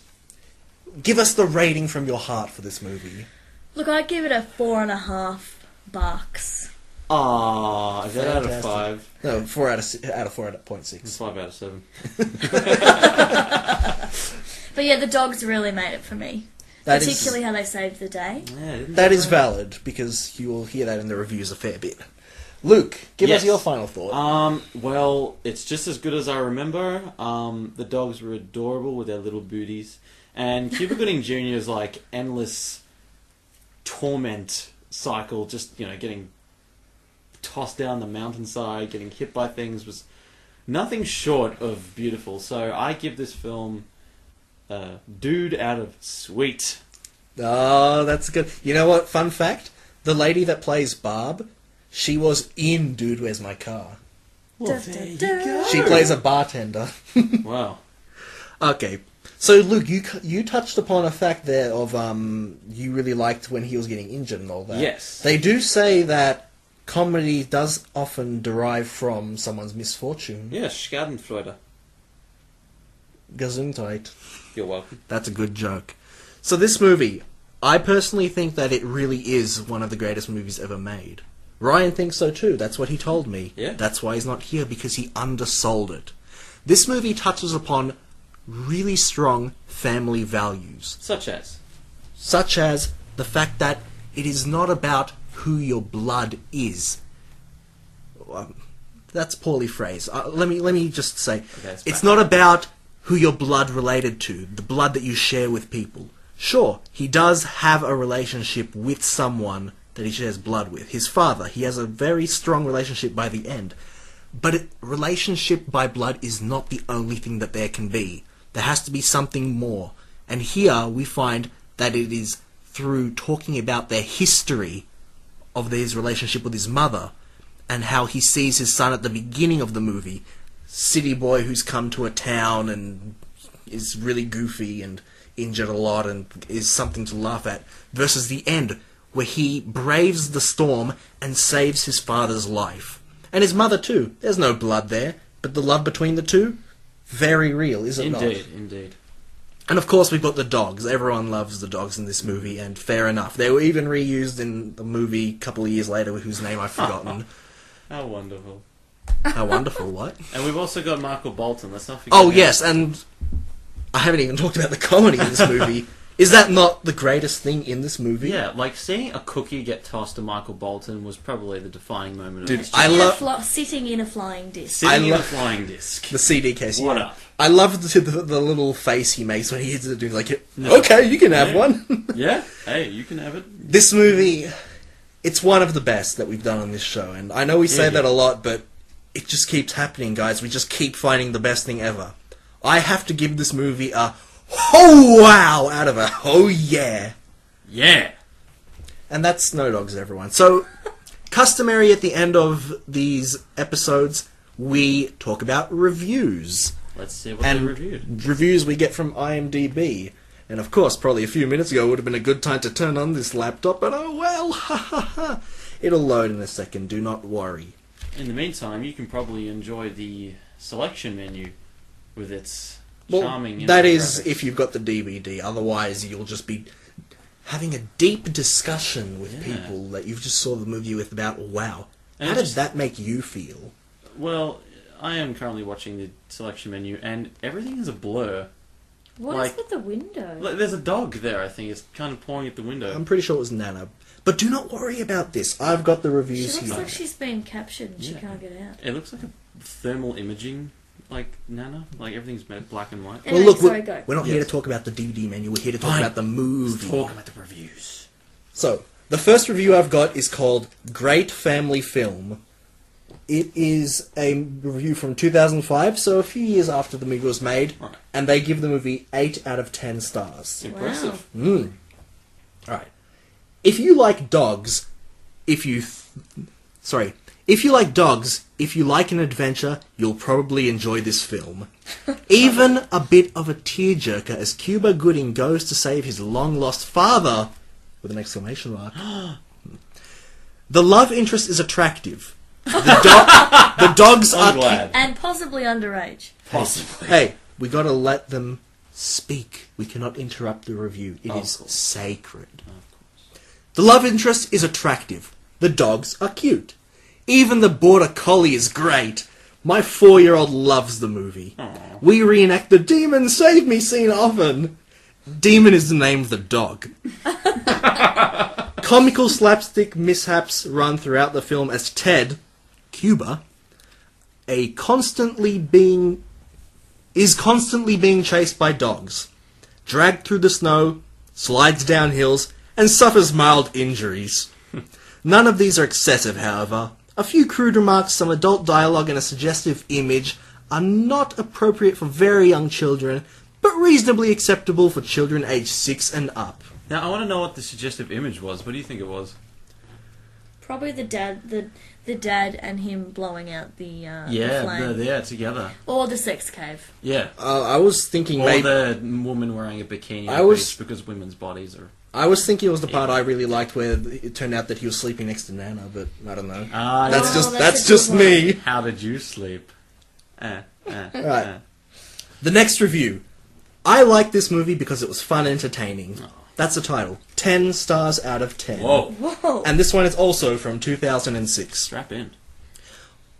S1: give us the rating from your heart for this movie.
S3: Look, I give it a four and a half barks.
S2: Ah, is that out of
S1: Fantastic.
S2: five?
S1: No, four out of si- out of four out of point
S2: It's
S1: six.
S2: five out of seven.
S3: But yeah, the dogs really made it for me,
S1: That is-
S3: particularly how they saved the day.
S2: Yeah, didn't
S1: that
S2: they?
S1: is valid because you will hear that in the reviews a fair bit. Luke, give us
S2: Yes.
S1: your final thought.
S2: Um, well, it's just as good as I remember. Um, the dogs were adorable with their little booties, and Cuba Gooding Jr. is like endless torment cycle. Just you know, getting tossed down the mountainside, getting hit by things was nothing short of beautiful. So I give this film a dude out of sweet.
S1: Oh, that's good. You know what? Fun fact: the lady that plays Barb, she was in Dude, Where's My Car.
S2: Well,
S3: Dun,
S2: there you
S3: dun, dun.
S2: go.
S1: She plays a bartender.
S2: Wow.
S1: Okay. So, Luke, you c- you touched upon a fact there of um you really liked when he was getting injured and all that.
S2: Yes.
S1: They do say that comedy does often derive from someone's misfortune.
S2: Yeah, Schadenfreude.
S1: Gesundheit.
S2: You're welcome.
S1: That's a good joke. So, this movie, I personally think that it really is one of the greatest movies ever made. Ryan thinks so too. That's what he told me.
S2: Yeah.
S1: That's why he's not here because he undersold it. This movie touches upon really strong family values.
S2: Such as.
S1: such as the fact that it is not about who your blood is. Um, that's poorly phrased. Uh, let me let me just say,
S2: it's
S1: it's
S2: back.
S1: not about who your blood related to, the blood that you share with people. Sure, he does have a relationship with someone that he shares blood with. His father, he has a very strong relationship by the end. But it, relationship by blood is not the only thing that there can be. There has to be something more. And here we find that it is through talking about their history of his relationship with his mother and how he sees his son at the beginning of the movie, city boy who's come to a town and is really goofy and injured a lot and is something to laugh at, versus the end where he braves the storm and saves his father's life. And his mother too. There's no blood there, but the love between the two, very real, is it not?
S2: Indeed, indeed.
S1: And of course, we've got the dogs. Everyone loves the dogs in this movie, and fair enough. They were even reused in the movie a couple of years later, whose name I've forgotten.
S2: How wonderful.
S1: How wonderful! What?
S2: And we've also got Michael Bolton. Let's not forget.
S1: Oh
S2: him.
S1: yes, and I haven't even talked about the comedy in this movie. Is that not the greatest thing in this movie?
S2: Yeah, like seeing a cookie get tossed to Michael Bolton was probably the defining moment.
S1: Dude,
S2: of this.
S1: I
S3: In a
S1: love
S3: flo- sitting in a flying disc.
S2: sitting
S1: I
S2: in
S1: lo-
S2: a flying disc.
S1: the CD case.
S2: What
S1: yeah.
S2: up?
S1: I love the, the the little face he makes when he hits it. Doing like,
S2: No.
S1: okay, you can have
S2: Yeah.
S1: one.
S2: yeah. Hey, you can have it.
S1: this movie, it's one of the best that we've done on this show, and I know we say
S2: Yeah.
S1: that a lot, but it just keeps happening, guys. We just keep finding the best thing ever. I have to give this movie a oh wow out of a oh yeah.
S2: Yeah.
S1: And that's Snow Dogs, everyone. So, customary at the end of these episodes, we talk about reviews.
S2: Let's see what
S1: And
S2: they reviewed.
S1: Reviews we get from IMDb. And of course, probably a few minutes ago would have been a good time to turn on this laptop, but oh well, ha ha ha. It'll load in a second, do not worry.
S2: In the meantime, you can probably enjoy the selection menu with its
S1: Well,
S2: charming.
S1: that is
S2: infographic.
S1: if you've got the DVD. Otherwise, you'll just be having a deep discussion with
S2: Yeah.
S1: people that you've just saw the movie with about wow.
S2: And
S1: How
S2: it
S1: did
S2: just-
S1: that make you feel?
S2: Well, I am currently watching the selection menu, and everything is a blur.
S4: What is
S2: Like-
S4: with the window?
S2: Like, there's a dog there. I think it's kind of pawing at the window.
S1: I'm pretty sure it was Nana. But do not worry about this. I've got the
S3: She
S1: reviews
S3: looks
S1: here.
S3: like she's been captured and she
S2: Yeah.
S3: can't get out.
S2: It looks like a thermal imaging, like Nana. Like everything's ma- black and white.
S1: well,
S4: Anyway,
S1: look,
S4: sorry,
S1: we're,
S4: go.
S1: we're not here
S2: Yes.
S1: to talk about the DVD menu. We're here to talk
S2: Fine.
S1: about the movie.
S2: Let's talk about the reviews.
S1: So, the first review I've got is called Great Family Film. It is a review from 2005, so a few years after the movie was made,
S2: Alright.
S1: and they give the movie 8 out of 10 stars.
S2: Impressive.
S1: Mm. Alright. If you like dogs, if you. th- sorry. If you like dogs, if you like an adventure, you'll probably enjoy this film. Even a bit of a tearjerker as Cuba Gooding goes to save his long lost father with an exclamation mark. the love interest is attractive. The, do- the dogs
S2: I'm
S1: are.
S2: glad.
S3: And possibly underage.
S2: Possibly.
S1: Hey, we gotta let them speak. We cannot interrupt the review. It is
S2: Of course.
S1: sacred. The love interest is attractive. The dogs are cute. Even the border collie is great. My four-year-old loves the movie. We reenact the demon save me scene often. Demon is the name of the dog. Comical slapstick mishaps run throughout the film as Ted, Cuba, a constantly being is constantly being chased by dogs, dragged through the snow, slides down hills, and suffers mild injuries. None of these are excessive, however. A few crude remarks, some adult dialogue, and a suggestive image are not appropriate for very young children, but reasonably acceptable for children aged 6 and up.
S2: Now I want to know what the suggestive image was. What do you think it was?
S3: Probably the dad, the the dad and him blowing out the uh, the flame,
S2: they're there together.
S3: or the sex cave.
S2: Yeah.
S1: Uh, I was thinking
S2: Or
S1: maybe
S2: the woman wearing a bikini.
S1: I
S2: on
S1: was-
S2: beach because women's bodies are.
S1: I was thinking it was the part I really liked where it turned out that he was sleeping next to Nana, but I don't know.
S2: Ah,
S1: that's
S3: yeah.
S1: just
S3: Oh, that's
S1: that's
S3: a good
S1: just
S3: one.
S1: me.
S2: How did you sleep? Eh, eh,
S1: Right.
S2: eh.
S1: The next review. I liked this movie because it was fun and entertaining. That's the title. 10 stars out of 10.
S2: Whoa.
S3: Whoa!
S1: And this one is also from 2006.
S2: Strap in.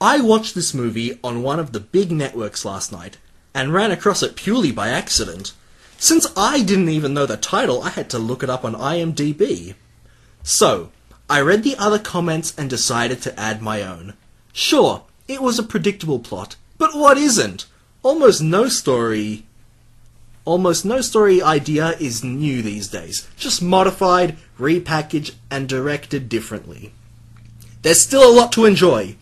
S1: I watched this movie on one of the big networks last night and ran across it purely by accident. Since I didn't even know the title, I had to look it up on IMDb. So, I read the other comments and decided to add my own. Sure, it was a predictable plot, but what isn't? Almost no story. Almost no story idea is new these days, just modified, repackaged, and directed differently. There's still a lot to enjoy.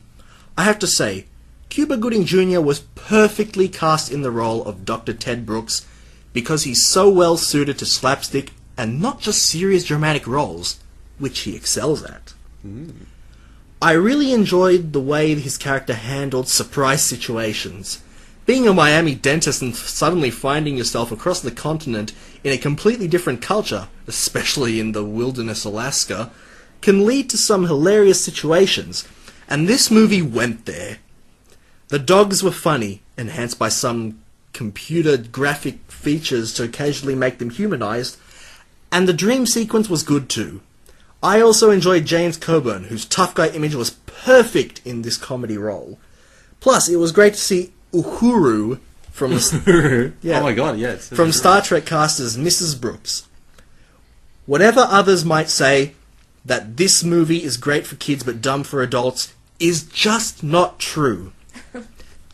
S1: I have to say, Cuba Gooding Jr. was perfectly cast in the role of Dr. Ted Brooks because he's so well suited to slapstick and not just serious dramatic roles, which he excels at. I really enjoyed the way his character handled surprise situations. Being a Miami dentist and suddenly finding yourself across the continent in a completely different culture, especially in the wilderness Alaska, can lead to some hilarious situations, and this movie went there. The dogs were funny, enhanced by some computer graphic features to occasionally make them humanized, and the dream sequence was good too. I also enjoyed James Coburn, whose tough guy image was perfect in this comedy role. Plus, it was great to see Uhuru from Yeah.
S2: Oh my god, yeah. It's,
S1: from Star Trek casters Mrs. Brooks. Whatever others might say, that this movie is great for kids but dumb for adults is just not true.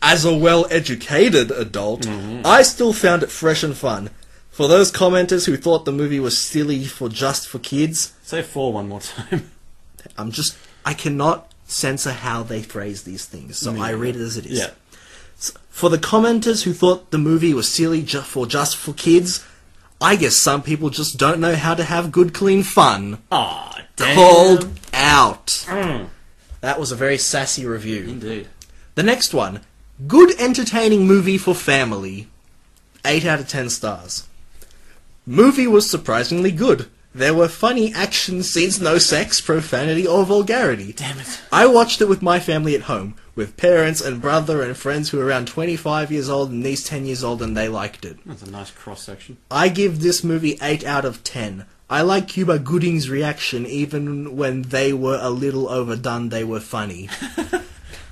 S1: As a well educated adult,
S2: Mm-hmm.
S1: I still found it fresh and fun. For those commenters who thought the movie was silly for just for kids,
S2: Say four one more time.
S1: I'm just I cannot censor how they phrase these things. So I read it as it is.
S2: Yeah.
S1: For the commenters who thought the movie was silly ju- for just for kids, I guess some people just don't know how to have good, clean fun.
S2: Ah, Mm.
S1: Called out. That was a very sassy review.
S2: Indeed.
S1: The next one, good entertaining movie for family. 8 out of 10 stars. Movie was surprisingly good. There were funny action scenes, no sex, profanity, or vulgarity.
S2: Damn it.
S1: I watched it with my family at home, with parents and brother and friends who are around 25 years old and niece 10 years old, and they liked it.
S2: That's a nice cross section.
S1: I give this movie 8 out of 10. I like Cuba Gooding's reaction, even when they were a little overdone, they were funny.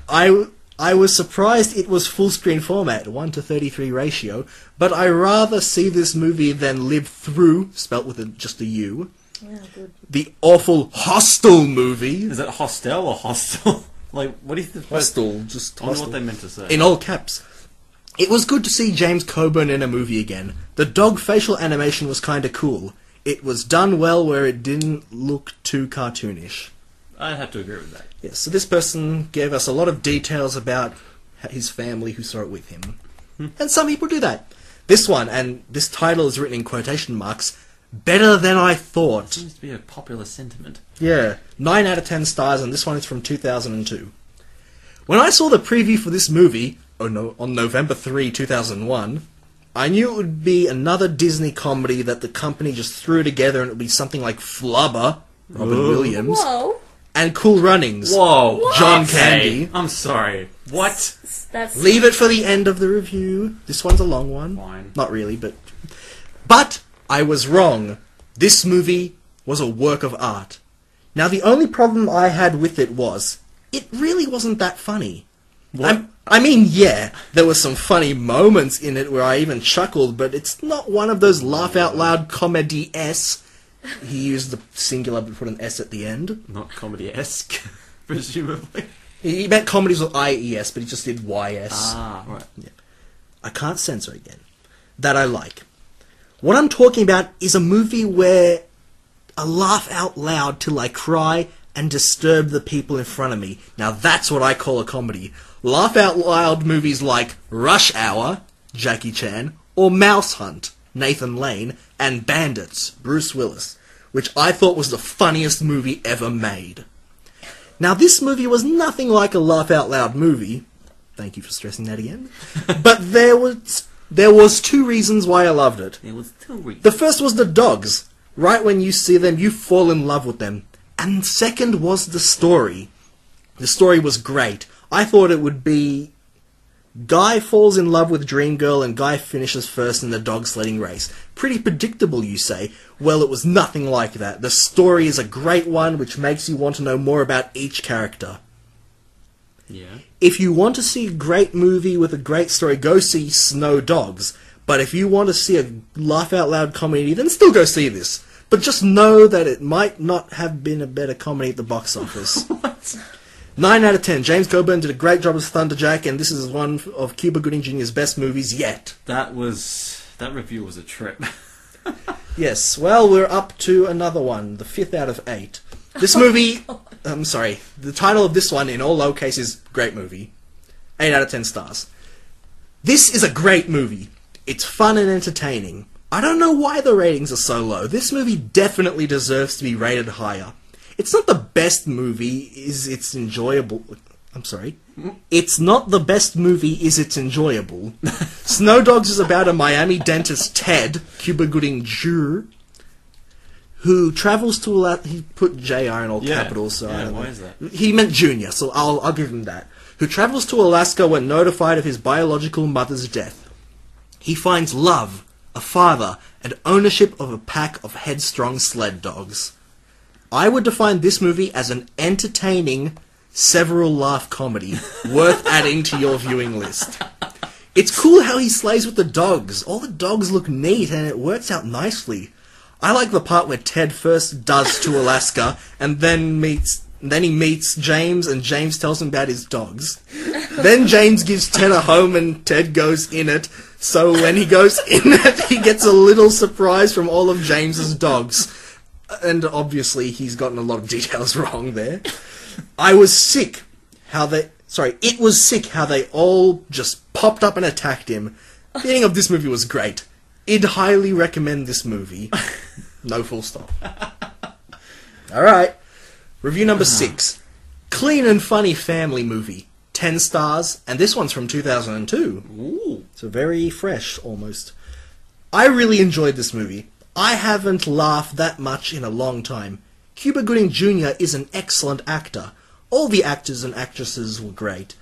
S1: I, I was surprised it was full screen format, 1 to 33 ratio, but I rather see this movie than live through, spelt with a, just a U,
S3: Wow, good.
S1: the awful Hostel movie.
S2: Is it hostel or hostel? like, what do you think?
S1: just
S2: I wonder what they meant to say.
S1: in all caps. It was good to see James Coburn in a movie again. The dog facial animation was kinda cool. It was done well where it didn't look too cartoonish.
S2: I'd have to agree with that.
S1: Yes, so this person gave us a lot of details about h- his family who saw it with him. and some people do that. This one, and this title is written in quotation marks, better than I thought.
S2: Seems to be a popular sentiment.
S1: Yeah, 9 out of 10 stars, and this one is from 2002. When I saw the preview for this movie oh no, on November 3, 2001, I knew it would be another Disney comedy that the company just threw together and it would be something like Flubber, Robin
S2: Whoa.
S1: Williams,
S3: Whoa,
S1: and Cool Runnings.
S2: Whoa,
S1: John Candy.
S2: I'm sorry. What?
S3: that's
S1: Leave it for the end of the review. This one's a long one.
S2: Fine.
S1: Not really, but. But I was wrong. This movie was a work of art. Now, the only problem I had with it was it really wasn't that funny. I'm- I mean, yeah, there were some funny moments in it where I even chuckled, but it's not one of those laugh out loud comedy S. He used the singular but put an S at the end.
S2: Not comedy esque, presumably.
S1: He he meant comedies with IES, but he just did YS.
S2: Ah, right.
S1: I can't censor again, that I like. What I'm talking about is a movie where I laugh out loud till I cry and disturb the people in front of me. Now that's what I call a comedy. Laugh out loud movies like Rush Hour, Jackie Chan, or Mouse Hunt, Nathan Lane, and Bandits, Bruce Willis, which I thought was the funniest movie ever made. Now, this movie was nothing like a laugh out loud movie. Thank you for stressing that again. but there was there was two reasons why I loved it.
S2: It was too weak.
S1: The first was the dogs. Right when you see them, you fall in love with them. And second was the story. The story was great. I thought it would be Guy falls in love with Dream Girl and Guy finishes first in the dog sledding race. Pretty predictable, you say. Well, it was nothing like that. The story is a great one which makes you want to know more about each character.
S2: yeah.
S1: If you want to see a great movie with a great story, go see Snow Dogs. But if you want to see a laugh out loud comedy, then still go see this. But just know that it might not have been a better comedy at the box office. Nine out of ten. James Coburn did a great job as Thunderjack, and this is one of Cuba Gooding Jr.'s best movies yet.
S2: That was. That review was a trip.
S1: Yes. Well, we're up to another one, the fifth out of eight. This movie. I'm sorry. The title of this one, in all lowercase, is great movie. Eight out of ten stars. This is a great movie. It's fun and entertaining. I don't know why the ratings are so low. This movie definitely deserves to be rated higher. It's not the best movie, is it's enjoyable. I'm sorry. It's not the best movie, is it's enjoyable. Snow Dogs is about a Miami dentist, Ted, Cuba Gooding Jr., who travels to La- he put JR in all
S2: Yeah.
S1: capitals, so I
S2: Yeah,
S1: don't
S2: why
S1: know.
S2: is that?
S1: He meant junior, so I'll, I'll give him that. Who travels to Alaska when notified of his biological mother's death. He finds love, a father, and ownership of a pack of headstrong sled dogs. I would define this movie as an entertaining, several laugh comedy worth adding to your viewing list. It's cool how he slays with the dogs. All the dogs look neat and it works out nicely. I like the part where Ted first does to Alaska and then meets then he meets James and James tells him about his dogs. Then James gives Ted a home and Ted goes in it. So when he goes in it, he gets a little surprise from all of James's dogs. And obviously he's gotten a lot of details wrong there. I was sick. How they sorry, it was sick how they all just popped up and attacked him. The ending of this movie was great. I'd highly recommend this movie. No full stop. All right. Review number six. Clean and funny family movie. Ten stars, and this one's from 2002.
S2: Ooh.
S1: So very fresh, almost. I really enjoyed this movie. I haven't laughed that much in a long time. Cuba Gooding Jr. is an excellent actor. All the actors and actresses were great.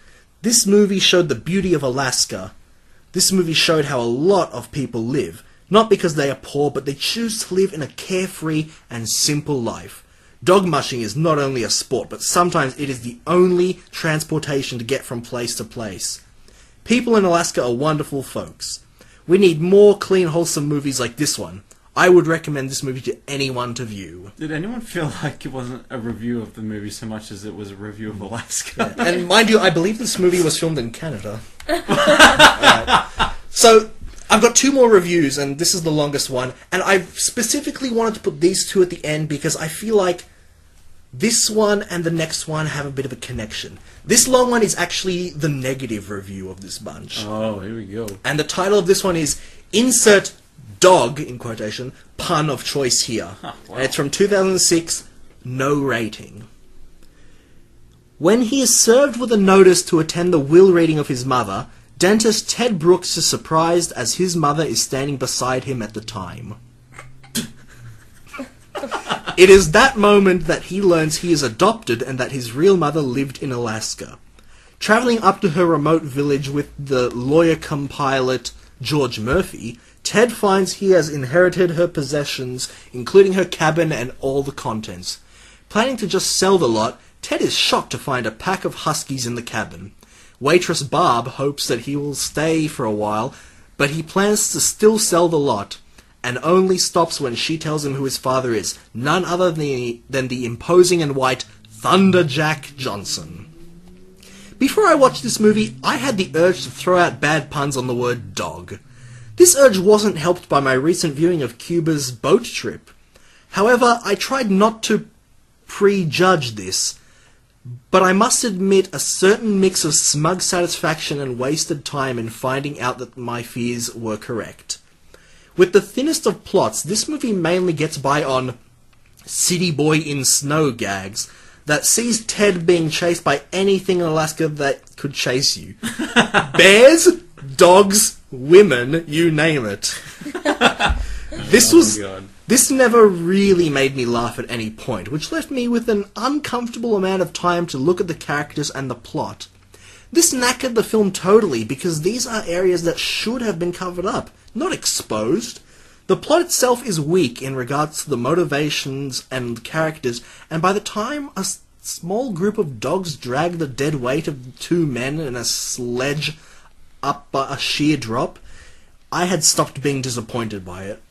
S1: This movie showed the beauty of Alaska. This movie showed how a lot of people live, not because they are poor, but they choose to live in a carefree and simple life. Dog mushing is not only a sport, but sometimes it is the only transportation to get from place to place. People in Alaska are wonderful folks. We need more clean, wholesome movies like this one. I would recommend this movie to anyone to view.
S2: Did anyone feel like it wasn't a review of the movie so much as it was a review of Alaska?
S1: And mind you, I believe this movie was filmed in Canada. Alright. So I've got two more reviews, and this is the longest one. And I specifically wanted to put these two at the end because I feel like this one and the next one have a bit of a connection. This long one is actually the negative review of this bunch.
S2: Oh, here we go.
S1: And the title of this one is Insert Dog, in quotation, pun of choice here.
S2: Huh, wow.
S1: And it's from 2006, no rating. When he is served with a notice to attend the will reading of his mother, dentist Ted Brooks is surprised as his mother is standing beside him at the time. it is that moment that he learns he is adopted and that his real mother lived in Alaska traveling up to her remote village with the lawyer cum pilot George Murphy, Ted finds he has inherited her possessions, including her cabin and all the contents. Planning to just sell the lot, Ted is shocked to find a pack of huskies in the cabin. Waitress Barb hopes that he will stay for a while, but he plans to still sell the lot and only stops when she tells him who his father is, none other than the, than the imposing and white Thunder Jack Johnson. Before I watched this movie, I had the urge to throw out bad puns on the word dog. This urge wasn't helped by my recent viewing of Cuba's boat trip. However, I tried not to prejudge this, but I must admit a certain mix of smug satisfaction and wasted time in finding out that my fears were correct. With the thinnest of plots, this movie mainly gets by on city boy in snow gags that sees Ted being chased by anything in Alaska that could chase you. Bears, dogs, women, you name it. this was
S2: Oh God.
S1: this never really made me laugh at any point, which left me with an uncomfortable amount of time to look at the characters and the plot. This knackered the film totally because these are areas that should have been covered up, not exposed. The plot itself is weak in regards to the motivations and characters, and by the time a s- small group of dogs drag the dead weight of two men in a sledge up a sheer drop, I had stopped being disappointed by it.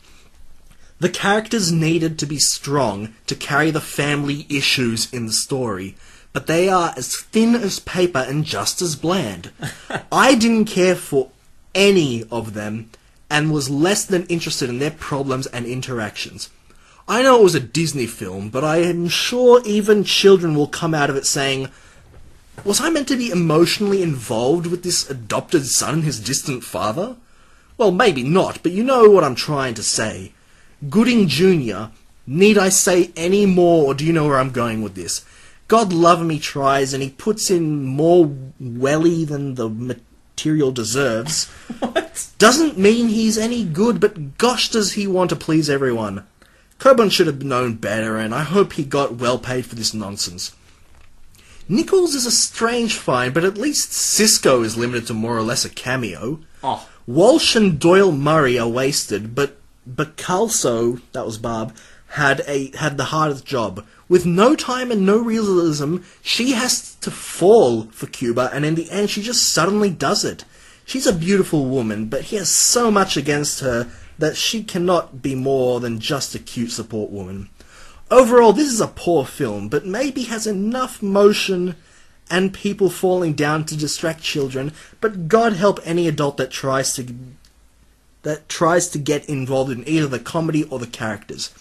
S1: The characters needed to be strong to carry the family issues in the story, but they are as thin as paper and just as bland. I didn't care for any of them and was less than interested in their problems and interactions. I know it was a Disney film, but I am sure even children will come out of it saying, was I meant to be emotionally involved with this adopted son and his distant father? Well, maybe not, but you know what I'm trying to say. Gooding Jr., need I say any more, or do you know where I'm going with this? God love him, he tries, and he puts in more welly than the material deserves. Doesn't mean he's any good, but gosh, does he want to please everyone. Coburn should have known better, and I hope he got well paid for this nonsense. Nichols is a strange find, but at least Cisco is limited to more or less a cameo.
S2: Oh.
S1: Walsh and Doyle Murray are wasted, but Bacalso, that was Barb, had a had the hardest job. With no time and no realism, she has to fall for Cuba, and in the end, she just suddenly does it. She's a beautiful woman, but he has so much against her that she cannot be more than just a cute support woman. Overall, this is a poor film, but maybe has enough motion and people falling down to distract children. But God help any adult that tries to that tries to get involved in either the comedy or the characters.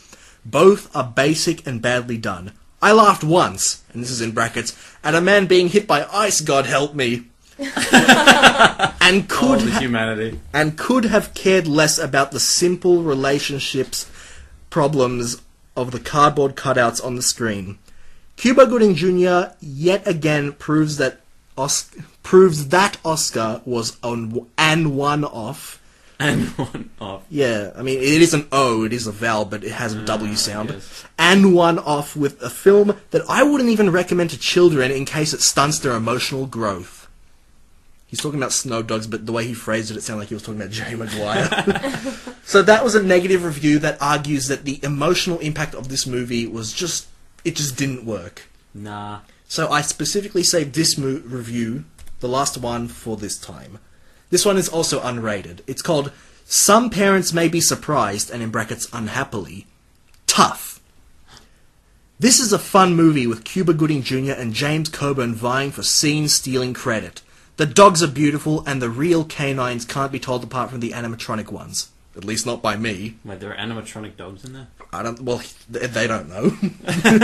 S1: Both are basic and badly done. I laughed once, and this is in brackets, at a man being hit by ice, God help me. and
S2: All
S1: could
S2: the
S1: ha-
S2: humanity.
S1: and could have cared less about the simple relationships problems of the cardboard cutouts on the screen. Cuba Gooding Jr. yet again proves that Os- proves that Oscar was on and one off.
S2: And one off.
S1: Yeah, I mean it is an O, it is a vowel, but it has a W sound.
S2: yes.
S1: And one off with a film that I wouldn't even recommend to children in case it stunts their emotional growth. He's talking about Snow Dogs, but the way he phrased it, it sounded like he was talking about Jerry Maguire. so that was a negative review that argues that the emotional impact of this movie was just it just didn't work.
S2: Nah.
S1: So I specifically saved this mo- review, the last one, for this time. This one is also unrated. It's called Some Parents May Be Surprised, and in brackets, unhappily, Tough. This is a fun movie with Cuba Gooding Jr. and James Coburn vying for scene stealing credit. The dogs are beautiful, and the real canines can't be told apart from the animatronic ones. At least not by me.
S2: Wait, there are animatronic dogs in there?
S1: I don't. Well, th- they don't know.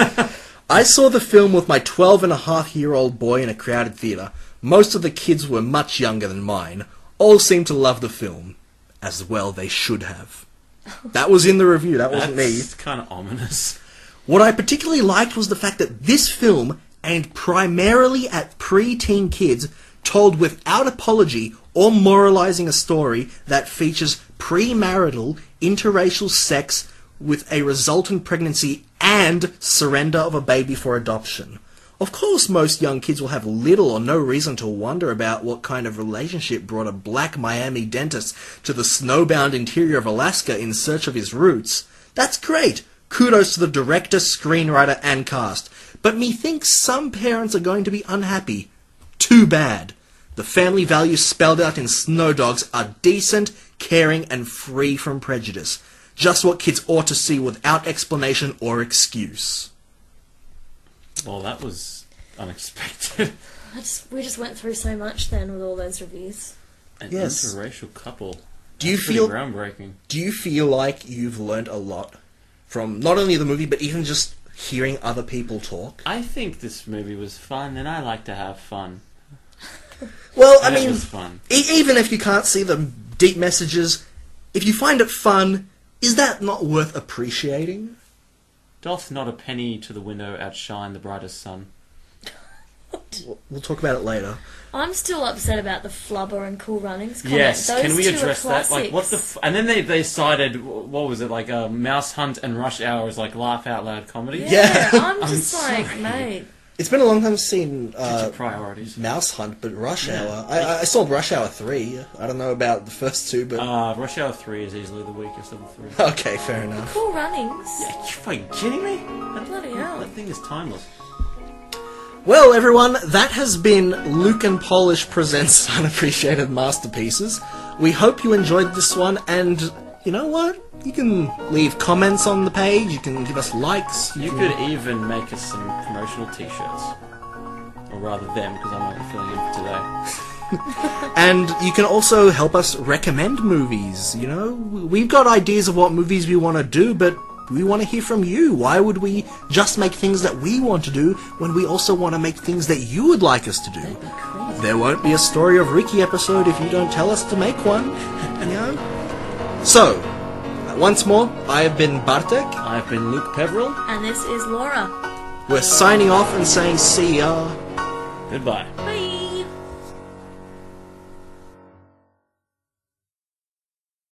S1: I saw the film with my 12 and a half year old boy in a crowded theatre. Most of the kids were much younger than mine. All seemed to love the film. As well, they should have. That was in the review, that wasn't me.
S2: That's kind of ominous.
S1: What I particularly liked was the fact that this film, aimed primarily at pre-teen kids, told without apology or moralizing a story that features premarital, interracial sex with a resultant pregnancy and surrender of a baby for adoption. Of course, most young kids will have little or no reason to wonder about what kind of relationship brought a black Miami dentist to the snowbound interior of Alaska in search of his roots. That's great! Kudos to the director, screenwriter, and cast. But methinks some parents are going to be unhappy. Too bad. The family values spelled out in Snow Dogs are decent, caring, and free from prejudice. Just what kids ought to see without explanation or excuse.
S2: Well, that was unexpected.
S3: I just, we just went through so much then with all those reviews.
S2: An
S1: Yes.
S2: interracial couple.
S1: Do you
S2: That's pretty
S1: feel
S2: groundbreaking?
S1: do you feel like you've learned a lot from not only the movie but even just hearing other people talk?
S2: I think this movie was fun, and I like to have fun.
S1: Well, I
S2: And it
S1: mean,
S2: was fun.
S1: e- even if you can't see the deep messages, if you find it fun, is that not worth appreciating?
S2: Doth not a penny to the window outshine the brightest sun.
S1: We'll- We'll talk about it later.
S3: I'm still upset about the flubber and cool runnings. Comment.
S2: yes,
S3: Those
S2: can we
S3: two are
S2: address that? Like, what the?
S3: classics.
S2: F- and then they they cited wh- what was it like? Uh, Mouse Hunt and Rush Hour as like laugh out loud comedy.
S1: Yeah.
S3: yeah, I'm
S2: I'm
S3: just like,
S2: sorry.
S3: mate.
S1: It's been a long time since seen
S2: Such
S1: uh,
S2: a priorities.
S1: Mouse Hunt, but Rush
S2: Yeah.
S1: Hour. I, I- I saw Rush Hour three. I don't know about the first two, but
S2: Uh, Rush Hour Three is easily the weakest of the three.
S1: okay, fair enough.
S3: Cool runnings.
S2: Are you fucking kidding me? That,
S3: Bloody hell.
S2: That thing is timeless.
S1: Well, everyone, that has been Luke and Polish presents unappreciated masterpieces. We hope you enjoyed this one, and you know what? You can leave comments on the page. You can give us likes.
S2: You could even make us some promotional T-shirts, or rather them, because I'm not filling in for today.
S1: And you can also help us recommend movies. You know, we've got ideas of what movies we want to do, but we want to hear from you. Why would we just make things that we want to do when we also want to make things that you would like us to do? There won't be a story of Ricky episode if you don't tell us to make one. You know? So, once more, I have been Bartek.
S2: I've been Luke Peveril.
S3: And this is Laura.
S1: We're signing off and saying see ya.
S2: Goodbye.
S3: Bye.